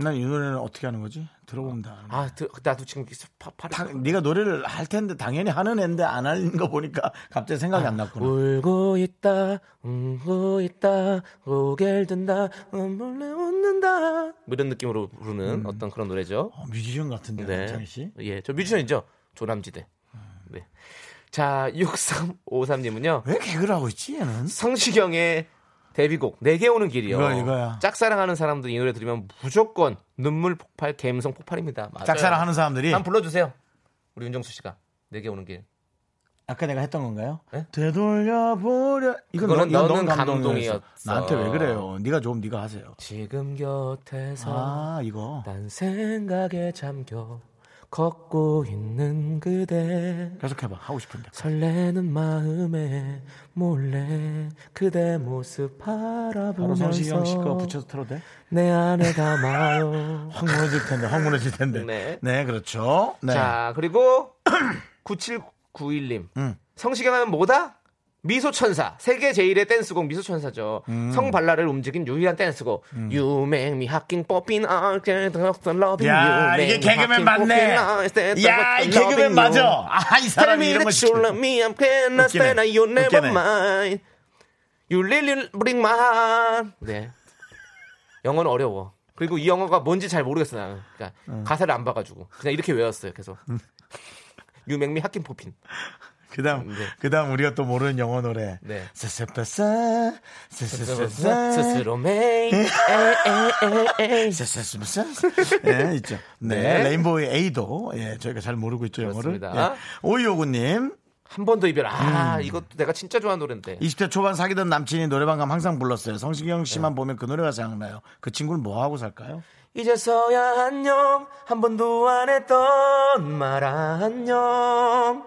[SPEAKER 1] 난 이 노래는 어떻게 하는 거지? 들어보면 다. 아는 거야.
[SPEAKER 2] 아, 드- 나도 지금 파, 파,
[SPEAKER 1] 다- 네가 노래를 할 텐데 당연히 하는 애인데 안 하는 거 보니까 갑자기 생각이
[SPEAKER 2] 아,
[SPEAKER 1] 안 났구나.
[SPEAKER 2] 울고 있다, 울고 있다, 고개를 든다, 몰래 웃는다. 뭐 이런 느낌으로 부르는 어떤 그런 노래죠.
[SPEAKER 1] 어, 뮤지션 같은데 요 남창희 음. 씨. 음.
[SPEAKER 2] 예, 저 뮤지션이죠. 조남지대. 네. 자, 6353님은요.
[SPEAKER 1] 왜 개그를 하고 있지 얘는?
[SPEAKER 2] 성시경의 데뷔곡 내게 오는 길이요.
[SPEAKER 1] 이거, 이거야.
[SPEAKER 2] 짝사랑하는 사람들 이 노래 들으면 무조건 눈물 폭발, 감성 폭발입니다. 맞아요.
[SPEAKER 1] 짝사랑하는 사람들이
[SPEAKER 2] 한번 불러주세요. 우리 윤정수 씨가 내게 오는 길.
[SPEAKER 1] 아까 내가 했던 건가요?
[SPEAKER 2] 네?
[SPEAKER 1] 되돌려보려 이건
[SPEAKER 2] 그거는
[SPEAKER 1] 너- 이건
[SPEAKER 2] 너는
[SPEAKER 1] 너무 감동이었어.
[SPEAKER 2] 감동이었어.
[SPEAKER 1] 나한테 왜 그래요? 네가 좀 네가 하세요.
[SPEAKER 2] 지금 곁에서
[SPEAKER 1] 아 이거
[SPEAKER 2] 난 생각에 잠겨 걷고 있는 그대
[SPEAKER 1] 계속해봐 하고 싶은데.
[SPEAKER 2] 설레는 마음에 몰래 그대 모습 바라보면서
[SPEAKER 1] 바로 성시경 씨거 붙여서 틀어도 돼?
[SPEAKER 2] 내 안에 담아요.
[SPEAKER 1] 확 무너질 텐데, 확 무너질 텐데.
[SPEAKER 2] 네.
[SPEAKER 1] 네, 그렇죠. 네.
[SPEAKER 2] 자, 그리고 9791님.
[SPEAKER 1] 음.
[SPEAKER 2] 성시경 하면 뭐다? 미소천사. 세계 제일의 댄스곡 미소천사죠.
[SPEAKER 1] 음.
[SPEAKER 2] 성발랄을 움직인 유일한 댄스곡. You make me hacking popping I can't stop loving
[SPEAKER 1] 야,
[SPEAKER 2] you.
[SPEAKER 1] 이게 개그맨 맞네. 야, 이 개그맨 맞아. 아, 이
[SPEAKER 2] Tell
[SPEAKER 1] 사람이
[SPEAKER 2] me
[SPEAKER 1] 이런 거
[SPEAKER 2] that you
[SPEAKER 1] 시키네.
[SPEAKER 2] love me, I'm cannot stand it, you never
[SPEAKER 1] 웃기네.
[SPEAKER 2] mind. You really bring my heart. 네. 영어는 어려워. 그리고 이 영어가 뭔지 잘 모르겠어 나는. 그러니까 가사를 안 봐가지고 그냥 이렇게 외웠어요. 계속. 유맹미 하킨 포핀.
[SPEAKER 1] 그 다음,
[SPEAKER 2] 네.
[SPEAKER 1] 그 다음 우리가 또 모르는 영어 노래.
[SPEAKER 2] 네.
[SPEAKER 1] 스스빠싸, 스스빠싸,
[SPEAKER 2] 스스로 메이.
[SPEAKER 1] 스스빠싸. 예, 있죠. 네.
[SPEAKER 2] 네.
[SPEAKER 1] 레인보우의 A도, 예, 저희가 잘 모르고 있죠, 영어를.
[SPEAKER 2] 그렇습니다.
[SPEAKER 1] 오이오구님,
[SPEAKER 2] 한 번 더 이별. 아
[SPEAKER 1] 음.
[SPEAKER 2] 이것도 내가 진짜 좋아하는 노래인데.
[SPEAKER 1] 20대 초반 사귀던 남친이 노래방 가면 항상 불렀어요. 성시경 씨만 보면 그 노래가 생각나요. 그 친구는 뭐 하고 살까요?
[SPEAKER 2] 이제서야 안녕 한 번도 안 했던 말 안녕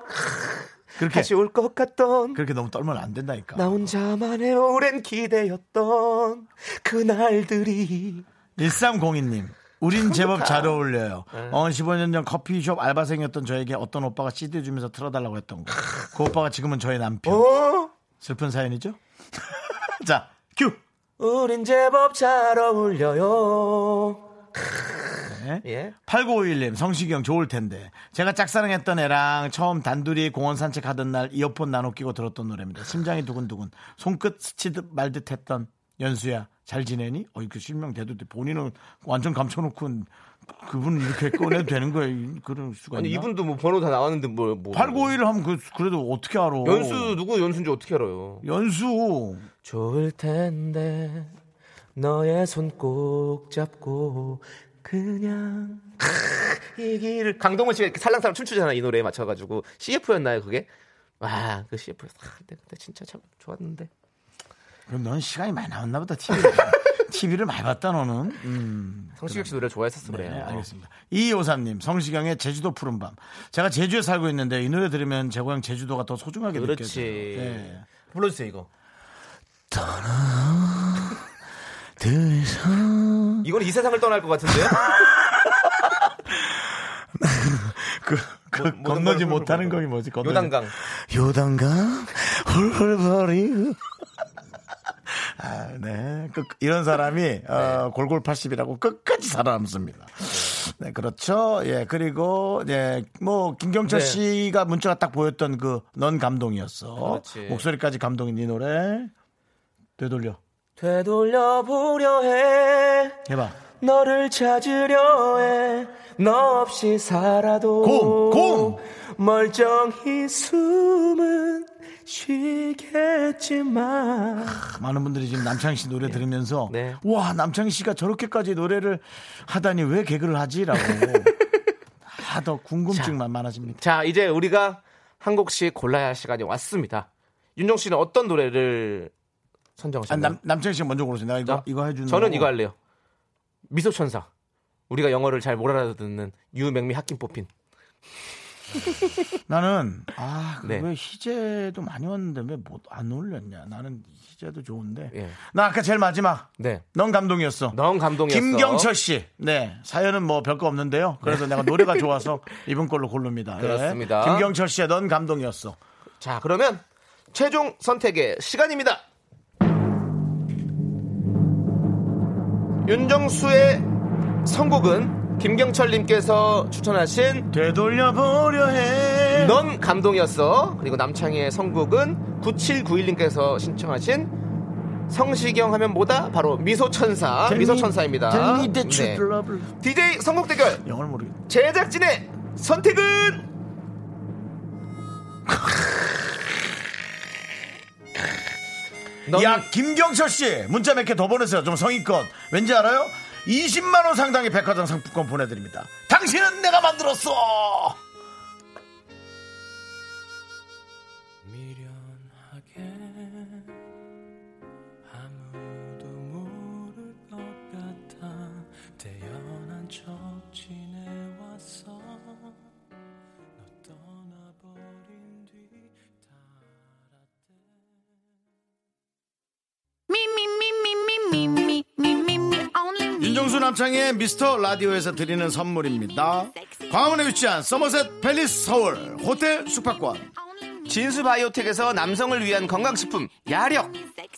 [SPEAKER 1] 그렇게,
[SPEAKER 2] 다시 올 것 같던
[SPEAKER 1] 그렇게 너무 떨면 안 된다니까.
[SPEAKER 2] 나 혼자만의 오랜 기대였던 그 그날들이 그러니까.
[SPEAKER 1] 1302님. 우린 제법 잘 어울려요.
[SPEAKER 2] 네.
[SPEAKER 1] 어, 15년 전 커피숍 알바생이었던 저에게 어떤 오빠가 CD 주면서 틀어달라고 했던 거. 그 오빠가 지금은 저의 남편.
[SPEAKER 2] 어?
[SPEAKER 1] 슬픈 사연이죠? 자, 큐!
[SPEAKER 3] 어-
[SPEAKER 2] 우린 제법 잘 어울려요
[SPEAKER 1] 텐데.
[SPEAKER 2] 예.
[SPEAKER 1] 8951님, 성시경 좋을 텐데. 제가 짝사랑했던 애랑 처음 단둘이 공원 산책하던 날 이어폰 나눠 끼고 들었던 노래입니다. 심장이 두근두근, 손끝 스치듯 말듯 했던 연수야, 잘 지내니? 어, 이렇게 실명 대도 돼. 본인은 완전 감춰놓고 그분 이렇게 꺼내도 되는 거야. 이- 그럴 수가
[SPEAKER 2] 아니
[SPEAKER 1] 있나?
[SPEAKER 2] 이분도 뭐 번호 다 나왔는데 뭐, 뭐
[SPEAKER 1] 8951을 하면 그, 그래도 어떻게 알아?
[SPEAKER 2] 연수 누구 연수인지 어떻게 알아요?
[SPEAKER 1] 연수.
[SPEAKER 2] 좋을 텐데 너의 손 꼭 잡고 그냥 이 길을 강동원 씨가 이렇게 살랑살랑 춤추잖아 이 노래에 맞춰가지고 CF였나요 그게? 와그 CF 아, 근데, 근데 진짜 참 좋았는데
[SPEAKER 1] 그럼 넌 시간이 많이 나왔나 보다, TV. TV를 많이 봤다, 너는. 음.
[SPEAKER 2] 성시경 씨 노래 좋아했었어 그래요.
[SPEAKER 1] 네, 알겠습니다. 이오삼님 성시경의 제주도 푸른밤. 제가 제주에 살고 있는데 이 노래 들으면 제 고향 제주도가 더 소중하게
[SPEAKER 2] 그렇지.
[SPEAKER 1] 느껴져요. 예.
[SPEAKER 2] 불러주세요 이거.
[SPEAKER 1] 들서
[SPEAKER 2] 이건 이 세상을 떠날 것 같은데요?
[SPEAKER 1] 그, 그
[SPEAKER 2] 모든 걸
[SPEAKER 1] 건너지
[SPEAKER 2] 훌훌
[SPEAKER 1] 못하는
[SPEAKER 2] 거리고.
[SPEAKER 1] 거이 뭐지? 건너지-
[SPEAKER 2] 요단강.
[SPEAKER 1] 요단강 훌훌거리고. 아, 네. 끝- 이런
[SPEAKER 2] 네.
[SPEAKER 1] 사람이 어, 골골 80이라고 끝까지 살아남습니다. 네, 그렇죠. 예, 그리고 예, 뭐 김경철
[SPEAKER 2] 네.
[SPEAKER 1] 씨가 문자가 딱 보였던 그 넌 감동이었어.
[SPEAKER 2] 그렇지.
[SPEAKER 1] 목소리까지 감동인 이네 노래 되돌려
[SPEAKER 2] 되돌려 보려 해.
[SPEAKER 1] 해봐.
[SPEAKER 2] 너를 찾으려 해. 너 없이 살아도
[SPEAKER 1] 곰, 곰!
[SPEAKER 2] 멀쩡히 숨은 쉬겠지만
[SPEAKER 1] 많은 분들이 지금 남창희 씨 노래 들으면서
[SPEAKER 2] 네.
[SPEAKER 1] 와 남창희 씨가 저렇게까지 노래를 하다니 왜 개그를 하지라고 아, 하더 궁금증만 많아집니다.
[SPEAKER 2] 자 이제 우리가 한 곡씩 골라야 할 시간이 왔습니다. 윤정 씨는 어떤 노래를
[SPEAKER 1] 아,
[SPEAKER 2] 선정하셨나요?
[SPEAKER 1] 남 남창희 씨가 먼저 고르세요. 내가 이거 이거 해주는
[SPEAKER 2] 저는
[SPEAKER 1] 거고.
[SPEAKER 2] 이거 할래요. 미소천사. 우리가 영어를 잘 못 알아듣는 유명미 학김 뽑힌.
[SPEAKER 1] 나는 아왜
[SPEAKER 2] 네.
[SPEAKER 1] 희재도 많이 왔는데 왜 못 안 올렸냐. 나는 희재도 좋은데
[SPEAKER 2] 예.
[SPEAKER 1] 나 아까 제일 마지막
[SPEAKER 2] 네.
[SPEAKER 1] 넌 감동이었어.
[SPEAKER 2] 넌 감동이었어.
[SPEAKER 1] 김경철 씨, 네 사연은 뭐 별거 없는데요. 그래서 내가 노래가 좋아서 이번 걸로 고릅니다. 예.
[SPEAKER 2] 네. 그렇습니다.
[SPEAKER 1] 김경철 씨의 넌 감동이었어.
[SPEAKER 2] 자, 그러면 최종 선택의 시간입니다. 윤정수의 선곡은 김경철님께서 추천하신
[SPEAKER 1] 되돌려보려 해.
[SPEAKER 2] 넌 감동이었어. 그리고 남창희의 선곡은 9791님께서 신청하신 성시경 하면 뭐다? 바로 미소천사. 미소천사입니다.
[SPEAKER 1] Tell me that you
[SPEAKER 2] 네.
[SPEAKER 1] love me.
[SPEAKER 2] DJ 선곡 대결
[SPEAKER 1] 영어를 모르겠.
[SPEAKER 2] 제작진의 선택은 넌
[SPEAKER 1] 야 김경철 씨 문자 몇 개 더 보내세요. 좀 성의껏. 왠지 알아요? 20만 원 상당의 백화점 상품권 보내드립니다. 당신은 내가 만들었어.
[SPEAKER 3] 미련하게 아무도 모를 것 같아 태연한 척 지내왔어 너 떠나버린 뒤
[SPEAKER 1] 윤정수 남창의 미스터 라디오에서 드리는 선물입니다. 광화문에 위치한 서머셋 팰리스 서울 호텔 숙박권,
[SPEAKER 2] 진수 바이오텍에서 남성을 위한 건강식품 야력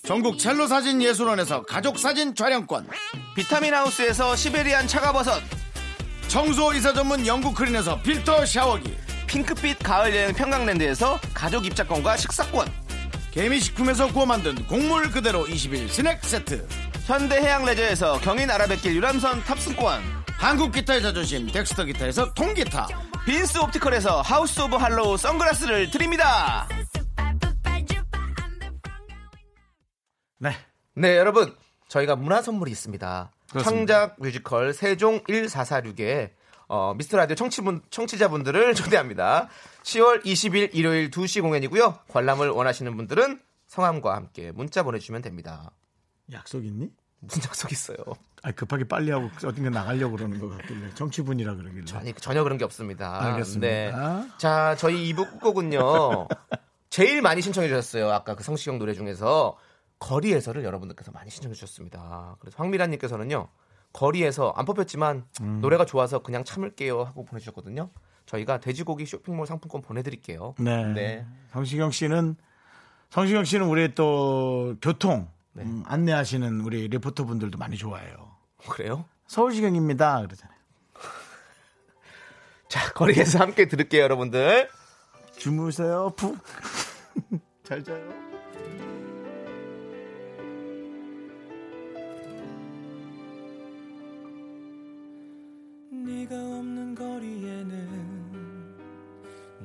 [SPEAKER 1] 전국 첼로 사진 예술원에서 가족 사진 촬영권,
[SPEAKER 2] 비타민 하우스에서 시베리안 차가버섯
[SPEAKER 1] 청소 이사 전문 영국 크린에서 필터 샤워기.
[SPEAKER 2] 핑크빛 가을여행 평강랜드에서 가족 입장권과 식사권
[SPEAKER 1] 개미식품에서 구워 만든 곡물 그대로 20일 스낵 세트
[SPEAKER 2] 현대해양 레저에서 경인 아라뱃길 유람선 탑승권
[SPEAKER 1] 한국 기타의 자존심 덱스터 기타에서 통기타
[SPEAKER 2] 빈스 옵티컬에서 하우스 오브 할로우 선글라스를 드립니다
[SPEAKER 1] 네
[SPEAKER 2] 네, 여러분. 저희가 문화 선물이 있습니다.
[SPEAKER 1] 그렇습니다.
[SPEAKER 2] 창작 뮤지컬 세종 1446에 미스터 라디오 청취분, 청취자분들을 초대합니다. 10월 20일 일요일 2시 공연이고요. 관람을 원하시는 분들은 성함과 함께 문자 보내주시면 됩니다.
[SPEAKER 1] 약속 있니?
[SPEAKER 2] 무슨 약속 있어요?
[SPEAKER 1] 아 급하게 빨리 하고 어딘가 나가려고 그러는 것 같길래 정치분이라 그러길래
[SPEAKER 2] 아니, 전혀 그런 게 없습니다. 네.
[SPEAKER 1] 알겠습니다.
[SPEAKER 2] 자, 저희 이부 곡은요. 제일 많이 신청해 주셨어요. 아까 그 성시경 노래 중에서 거리에서를 여러분들께서 많이 신청해 주셨습니다. 그래서 황미란 님께서는요. 거리에서 안 뽑혔지만
[SPEAKER 1] 음.
[SPEAKER 2] 노래가 좋아서 그냥 참을게요 하고 보내주셨거든요. 저희가 돼지고기 쇼핑몰 상품권 보내드릴게요.
[SPEAKER 1] 네.
[SPEAKER 2] 네.
[SPEAKER 1] 성시경 씨는 성시경 씨는 우리 또 교통
[SPEAKER 2] 네.
[SPEAKER 1] 음, 안내하시는 우리 리포터 분들도 많이 좋아해요
[SPEAKER 2] 그래요?
[SPEAKER 1] 서울시경입니다 그러잖아요
[SPEAKER 2] 자, 거리에서 함께 들을게요, 여러분들.
[SPEAKER 1] 주무세요. 푹.
[SPEAKER 2] 잘 자요.
[SPEAKER 3] 네가 없는 거리에는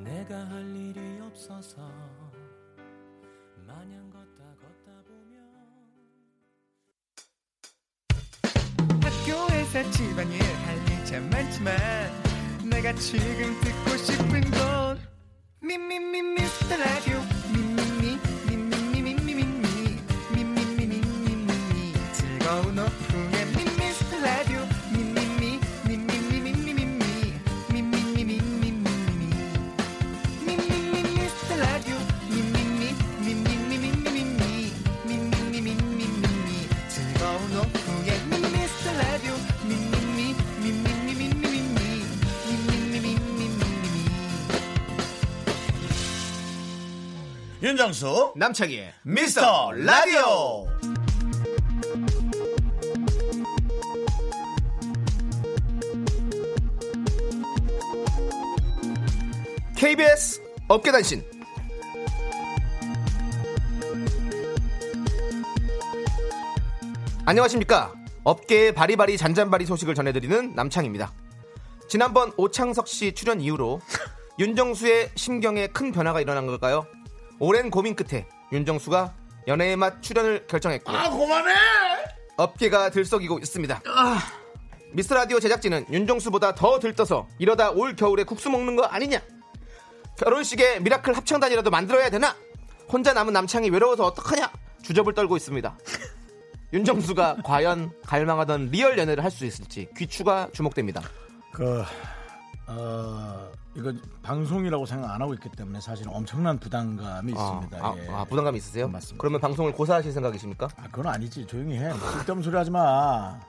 [SPEAKER 3] 내가 할 일이 없어서 마냥 걷다 걷다 보면
[SPEAKER 6] 학교에서 집안일 할 일 참 많지만 내가 지금 듣고 싶은 건 미미미 미스터 라디오 미미미 미미미 미미미 미미미 미미미 미미미 즐거운 오후에 미미스터 라디오 미미미 미미미 미미미 미미미 미미미 미미미
[SPEAKER 1] 윤정수
[SPEAKER 2] 남창희의
[SPEAKER 1] 미스터 라디오.
[SPEAKER 2] KBS 업계단신 안녕하십니까 업계의 바리바리 잔잔바리 소식을 전해드리는 남창입니다 지난번 오창석 씨 출연 이후로 윤정수의 심경에 큰 변화가 일어난 걸까요 오랜 고민 끝에 윤정수가 연애의 맛 출연을 결정했고
[SPEAKER 1] 아 그만해. 아.
[SPEAKER 2] 업계가 들썩이고 있습니다. 미스 라디오 제작진은 윤정수보다 더 들떠서 이러다 올 겨울에 국수 먹는 거 아니냐? 결혼식에 미라클 합창단이라도 만들어야 되나? 혼자 남은 남창이 외로워서 어떡하냐? 주접을 떨고 있습니다. 윤정수가 과연 갈망하던 리얼 연애를 할 수 있을지 귀추가 주목됩니다.
[SPEAKER 1] 그 어, 이거 방송이라고 생각 안 하고 있기 때문에 사실 엄청난 부담감이
[SPEAKER 2] 아,
[SPEAKER 1] 있습니다.
[SPEAKER 2] 아,
[SPEAKER 1] 예.
[SPEAKER 2] 아, 부담감 있으세요?
[SPEAKER 1] 맞습니다.
[SPEAKER 2] 그러면 방송을 고사하실 생각이십니까?
[SPEAKER 1] 아, 그건 아니지. 조용히 해. 뭐 쓸데없는 소리 하지 마.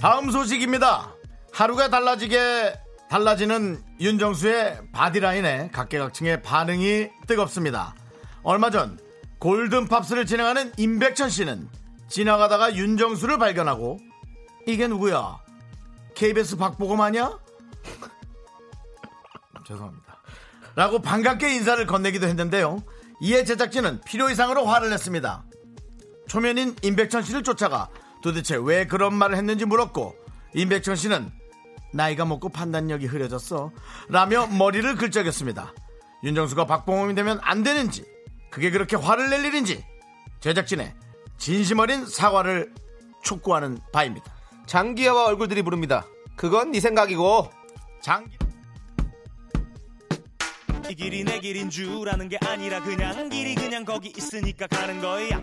[SPEAKER 1] 다음 소식입니다. 하루가 달라지게 달라지는 윤정수의 바디라인에 각계각층의 반응이 뜨겁습니다. 얼마 전 골든팝스를 진행하는 임백천 씨는 지나가다가 윤정수를 발견하고 이게 누구야? KBS 박보검 아니야? 죄송합니다. 라고 반갑게 인사를 건네기도 했는데요. 이에 제작진은 필요 이상으로 화를 냈습니다. 초면인 임백천 씨를 쫓아가 도대체 왜 그런 말을 했는지 물었고 임백천 씨는 나이가 먹고 판단력이 흐려졌어 라며 머리를 긁적였습니다. 윤정수가 박봉hom이 되면 안 되는지 그게 그렇게 화를 낼 일인지 제작진의 진심 어린 사과를 촉구하는 바입니다.
[SPEAKER 2] 장기하와 얼굴들이 부릅니다. 그건 네 생각이고
[SPEAKER 1] 장기
[SPEAKER 3] 이 길이 내 길인 줄 아는 게 아니라 그냥 한 길이 그냥 거기 있으니까 가는 거야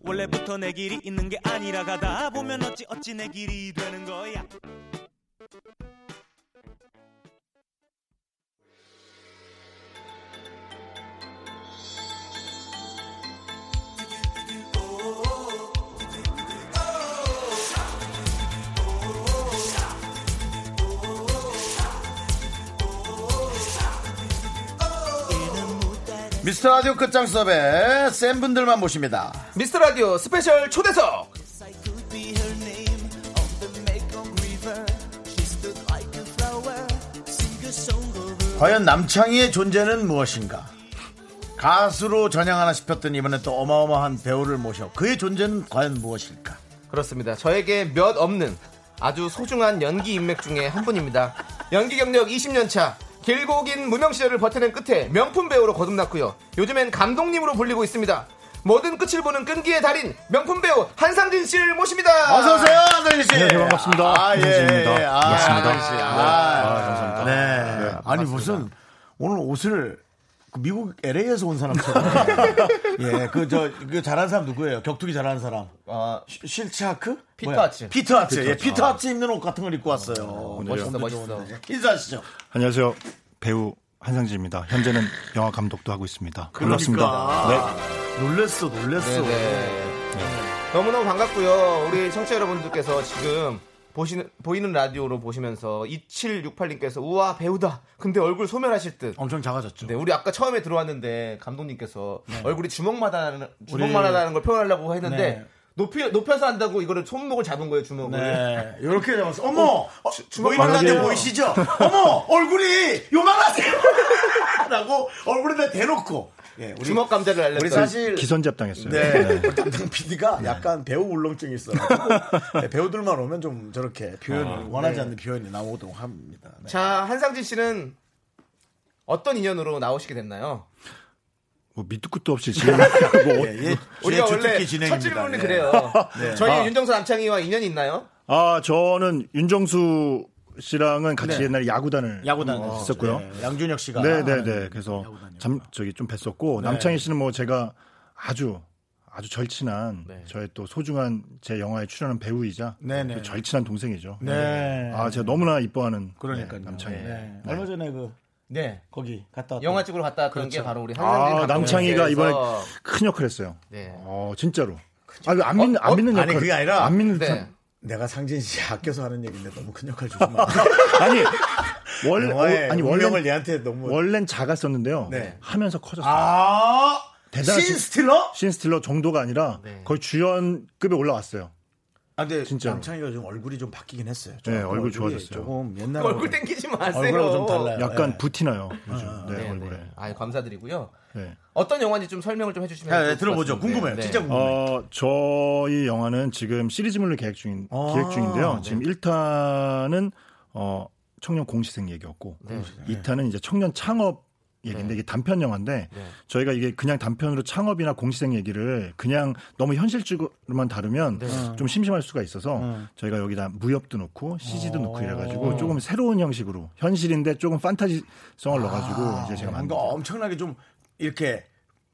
[SPEAKER 3] 원래부터 내 길이 있는 게 아니라 가다 보면 어찌 어찌 내 길이 되는 거야
[SPEAKER 1] 미스터 라디오 끝장 수업에 센 분들만 모십니다.
[SPEAKER 2] 미스터 라디오 스페셜 초대석
[SPEAKER 1] 과연 남창희의 존재는 무엇인가? 가수로 전향하나 싶었더니 이번에 또 어마어마한 배우를 모셔 그의 존재는 과연 무엇일까?
[SPEAKER 2] 그렇습니다. 저에게 몇 없는 아주 소중한 연기 인맥 중에 한 분입니다. 연기 경력 20년 차. 길고 긴 무명 시절을 버텨낸 끝에 명품 배우로 거듭났고요. 요즘엔 감독님으로 불리고 있습니다. 모든 끝을 보는 끈기의 달인 명품 배우 한상진 씨를 모십니다.
[SPEAKER 1] 어서 오세요, 안동희 씨.
[SPEAKER 7] 반갑습니다.
[SPEAKER 1] 아, 예,
[SPEAKER 7] 한상진입니다.
[SPEAKER 1] 예. 아,
[SPEAKER 7] 반갑습니다. 네.
[SPEAKER 1] 안동희 씨. 아,
[SPEAKER 7] 감사합니다.
[SPEAKER 1] 네.
[SPEAKER 7] 네,
[SPEAKER 1] 아니
[SPEAKER 7] 반갑습니다.
[SPEAKER 1] 무슨 오늘 옷을 그 미국 LA에서 온 사람처럼. 예, 그 저 그 잘하는 사람 누구예요? 격투기 잘하는 사람.
[SPEAKER 2] 아,
[SPEAKER 1] 시- 실츠 하크?
[SPEAKER 2] 피터
[SPEAKER 1] 뭐야?
[SPEAKER 2] 하츠. 아,
[SPEAKER 1] 피터 하츠. 예, 피터 하츠 입는 옷 같은 걸 입고 왔어요.
[SPEAKER 2] 멋있어,
[SPEAKER 1] 몸도
[SPEAKER 2] 멋있어.
[SPEAKER 1] 좋은데. 인사하시죠.
[SPEAKER 7] 안녕하세요. 배우 한상진입니다. 현재는 영화 감독도 하고 있습니다. 반갑습니다. 네.
[SPEAKER 1] 그러니까. 놀랬어,
[SPEAKER 2] 네,
[SPEAKER 1] 놀랬어. 네.
[SPEAKER 2] 네네. 너무너무 반갑고요. 우리 청취자 여러분들께서 지금 보시는, 보이는 라디오로 보시면서 2768님께서 우와 배우다. 근데 얼굴 소멸하실 듯.
[SPEAKER 1] 엄청 작아졌죠.
[SPEAKER 2] 네, 우리 아까 처음에 들어왔는데 감독님께서 얼굴이 주먹마다는
[SPEAKER 1] 네. 우리-
[SPEAKER 2] 주먹만하다는 걸 표현하려고 했는데
[SPEAKER 1] 네.
[SPEAKER 2] 높이 높여서 한다고 이거를 손목을 잡은 거예요 주먹을.
[SPEAKER 1] 네, 이렇게 잡았어. 어머, 뭐
[SPEAKER 2] 주먹
[SPEAKER 1] 보이는 라디오
[SPEAKER 2] 만하네요.
[SPEAKER 1] 보이시죠? 어머, 얼굴이 요만하세요. 라고 얼굴에다 대놓고. 예, 우리,
[SPEAKER 2] 주먹 감자를 알렸어요.
[SPEAKER 1] 우리 사실
[SPEAKER 7] 기선잡 당했어요. 네.
[SPEAKER 1] 네, 우리 담당 PD가 약간 배우 울렁증이 있어가지고 네, 배우들만 오면 좀 저렇게 표현
[SPEAKER 7] 아, 네.
[SPEAKER 1] 을 원하지 않는 표현이 나오도록 합니다. 네.
[SPEAKER 2] 자 한상진 씨는 어떤 인연으로 나오시게 됐나요?
[SPEAKER 7] 뭐 밑도 끝도 없이 지금 뭐
[SPEAKER 1] 예, 예,
[SPEAKER 2] 우리가
[SPEAKER 1] 예,
[SPEAKER 2] 원래
[SPEAKER 1] 주특기
[SPEAKER 2] 첫 질문이
[SPEAKER 1] 네.
[SPEAKER 2] 그래요.
[SPEAKER 1] 네.
[SPEAKER 2] 저희
[SPEAKER 1] 아.
[SPEAKER 2] 윤정수 남창희와 인연이 있나요?
[SPEAKER 7] 아, 저는 윤정수 씨랑은 같이
[SPEAKER 1] 네.
[SPEAKER 7] 옛날에 야구단을
[SPEAKER 1] 야구단
[SPEAKER 7] 어, 있었고요.
[SPEAKER 1] 네, 양준혁 씨가
[SPEAKER 7] 네, 네,
[SPEAKER 1] 하는
[SPEAKER 7] 네. 그래서
[SPEAKER 1] 야구단이요.
[SPEAKER 7] 잠 저기 좀 뵀었고
[SPEAKER 1] 네.
[SPEAKER 7] 남창희 씨는 뭐 제가 아주 아주 절친한 저의 또 소중한 제 영화에 출연한 배우이자
[SPEAKER 1] 네, 네.
[SPEAKER 7] 그 절친한 동생이죠.
[SPEAKER 1] 네.
[SPEAKER 7] 아, 제가 너무나 이뻐하는
[SPEAKER 1] 그러니까요.
[SPEAKER 7] 네, 남창희.
[SPEAKER 1] 네. 얼마 전에 그
[SPEAKER 2] 네.
[SPEAKER 1] 거기 갔다 왔던
[SPEAKER 2] 영화 찍으러 갔다 왔던 게 바로 우리 한상진
[SPEAKER 7] 아,
[SPEAKER 2] 감독님께서-
[SPEAKER 7] 남창희가 이번에 큰 역할 했어요.
[SPEAKER 2] 네.
[SPEAKER 7] 어, 진짜로. 아, 이거 안 믿는
[SPEAKER 2] 어?
[SPEAKER 7] 안 믿는
[SPEAKER 1] 아니,
[SPEAKER 7] 역할.
[SPEAKER 1] 그게 아니라-
[SPEAKER 7] 안 믿는
[SPEAKER 2] 네.
[SPEAKER 7] 듯한-
[SPEAKER 1] 내가 상진 씨 아껴서 하는 얘기인데 너무 큰 역할 주지 마.
[SPEAKER 7] 아니 원래
[SPEAKER 1] 영화의
[SPEAKER 7] 아니
[SPEAKER 1] 운명을
[SPEAKER 7] 원래
[SPEAKER 1] 얘한테 너무
[SPEAKER 7] 원래는 작았었는데요.
[SPEAKER 1] 네.
[SPEAKER 7] 하면서 커졌어요.
[SPEAKER 1] 아
[SPEAKER 7] 대단하신-
[SPEAKER 1] 신스틸러?
[SPEAKER 7] 신스틸러 정도가 아니라
[SPEAKER 2] 네.
[SPEAKER 7] 거의 주연급에 올라왔어요.
[SPEAKER 1] 아, 근데
[SPEAKER 7] 진짜로.
[SPEAKER 1] 남창이가 좀 얼굴이 좀 바뀌긴 했어요.
[SPEAKER 7] 네,
[SPEAKER 1] 조금
[SPEAKER 7] 얼굴
[SPEAKER 1] 얼굴이
[SPEAKER 7] 좋아졌어요.
[SPEAKER 1] 조금 옛날
[SPEAKER 2] 그 얼굴 땡기지 마세요.
[SPEAKER 1] 얼굴하고 좀 달라요.
[SPEAKER 7] 약간
[SPEAKER 1] 네.
[SPEAKER 7] 부티나요. 요즘 네,
[SPEAKER 2] 네,
[SPEAKER 7] 얼굴에.
[SPEAKER 2] 네. 아, 감사드리고요.
[SPEAKER 7] 네.
[SPEAKER 2] 어떤 영화인지 좀 설명을 좀 해주시면
[SPEAKER 1] 네,
[SPEAKER 2] 좋을
[SPEAKER 1] 네,
[SPEAKER 2] 것
[SPEAKER 1] 들어보죠.
[SPEAKER 2] 같습니다.
[SPEAKER 1] 궁금해요.
[SPEAKER 2] 네.
[SPEAKER 1] 진짜 궁금해요.
[SPEAKER 7] 어, 저희 영화는 지금 시리즈물로 계획 중인
[SPEAKER 1] 아,
[SPEAKER 7] 기획 중인데요.
[SPEAKER 1] 네.
[SPEAKER 7] 지금 1탄은 어, 청년 공시생 얘기였고
[SPEAKER 2] 네.
[SPEAKER 7] 2탄은 이제 청년 창업 얘기인데 이게 단편 영화인데
[SPEAKER 2] 네.
[SPEAKER 7] 저희가 이게 그냥 단편으로 창업이나 공시생 얘기를 그냥 너무 현실적으로만 다루면 좀 심심할 수가 있어서 저희가 여기다 무협도 넣고 CG도 넣고 이래가지고 조금 새로운 형식으로 현실인데 조금 판타지성을 넣어가지고 이제 제가
[SPEAKER 1] 네, 제가
[SPEAKER 7] 만
[SPEAKER 1] 뭔가 엄청나게 좀 이렇게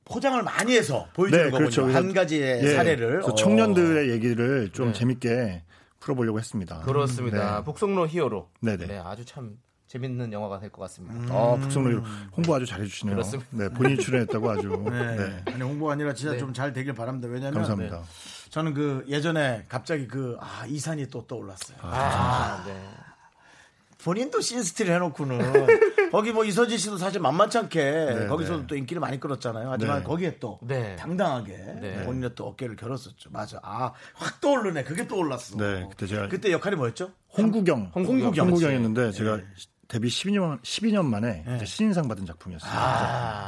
[SPEAKER 1] 포장을 많이 해서 보여주는 거군요.
[SPEAKER 7] 네, 그래서-
[SPEAKER 1] 한 가지의
[SPEAKER 7] 예,
[SPEAKER 1] 사례를.
[SPEAKER 7] 그래서
[SPEAKER 1] 어.
[SPEAKER 7] 청년들의 얘기를 좀 재밌게 풀어보려고 했습니다.
[SPEAKER 2] 그렇습니다. 북송로 히어로.
[SPEAKER 7] 네. 네네.
[SPEAKER 2] 네, 아주 참 재밌는 영화가 될 것 같습니다.
[SPEAKER 7] 아, 북성로 홍보 아주
[SPEAKER 2] 음.
[SPEAKER 7] 잘해주시네요.
[SPEAKER 2] 그렇습니다.
[SPEAKER 7] 네, 본인이 출연했다고 아주.
[SPEAKER 1] 네.
[SPEAKER 7] 네.
[SPEAKER 1] 아니 홍보가 아니라 진짜 좀 잘 되길 바랍니다. 왜냐면
[SPEAKER 7] 감사합니다.
[SPEAKER 1] 저는 그 예전에 갑자기 그 아, 이산이 또 떠올랐어요.
[SPEAKER 2] 아, 네.
[SPEAKER 1] 본인도 신스틸 해놓고는 거기 뭐 이서진 씨도 사실 만만치 않게 거기서도 또 인기를 많이 끌었잖아요. 하지만
[SPEAKER 7] 네.
[SPEAKER 1] 거기에 또
[SPEAKER 2] 네.
[SPEAKER 1] 당당하게
[SPEAKER 2] 네.
[SPEAKER 1] 본인의 또 어깨를 결었었죠. 맞아. 아 확 떠오르네. 그게 떠올랐어.
[SPEAKER 7] 네, 그때 제가-
[SPEAKER 1] 그때 역할이 뭐였죠?
[SPEAKER 7] 홍구경.
[SPEAKER 2] 홍구경. 예.
[SPEAKER 7] 이었는데 제가 데뷔 12년, 12년 만에 이제 신인상 받은 작품이었어요.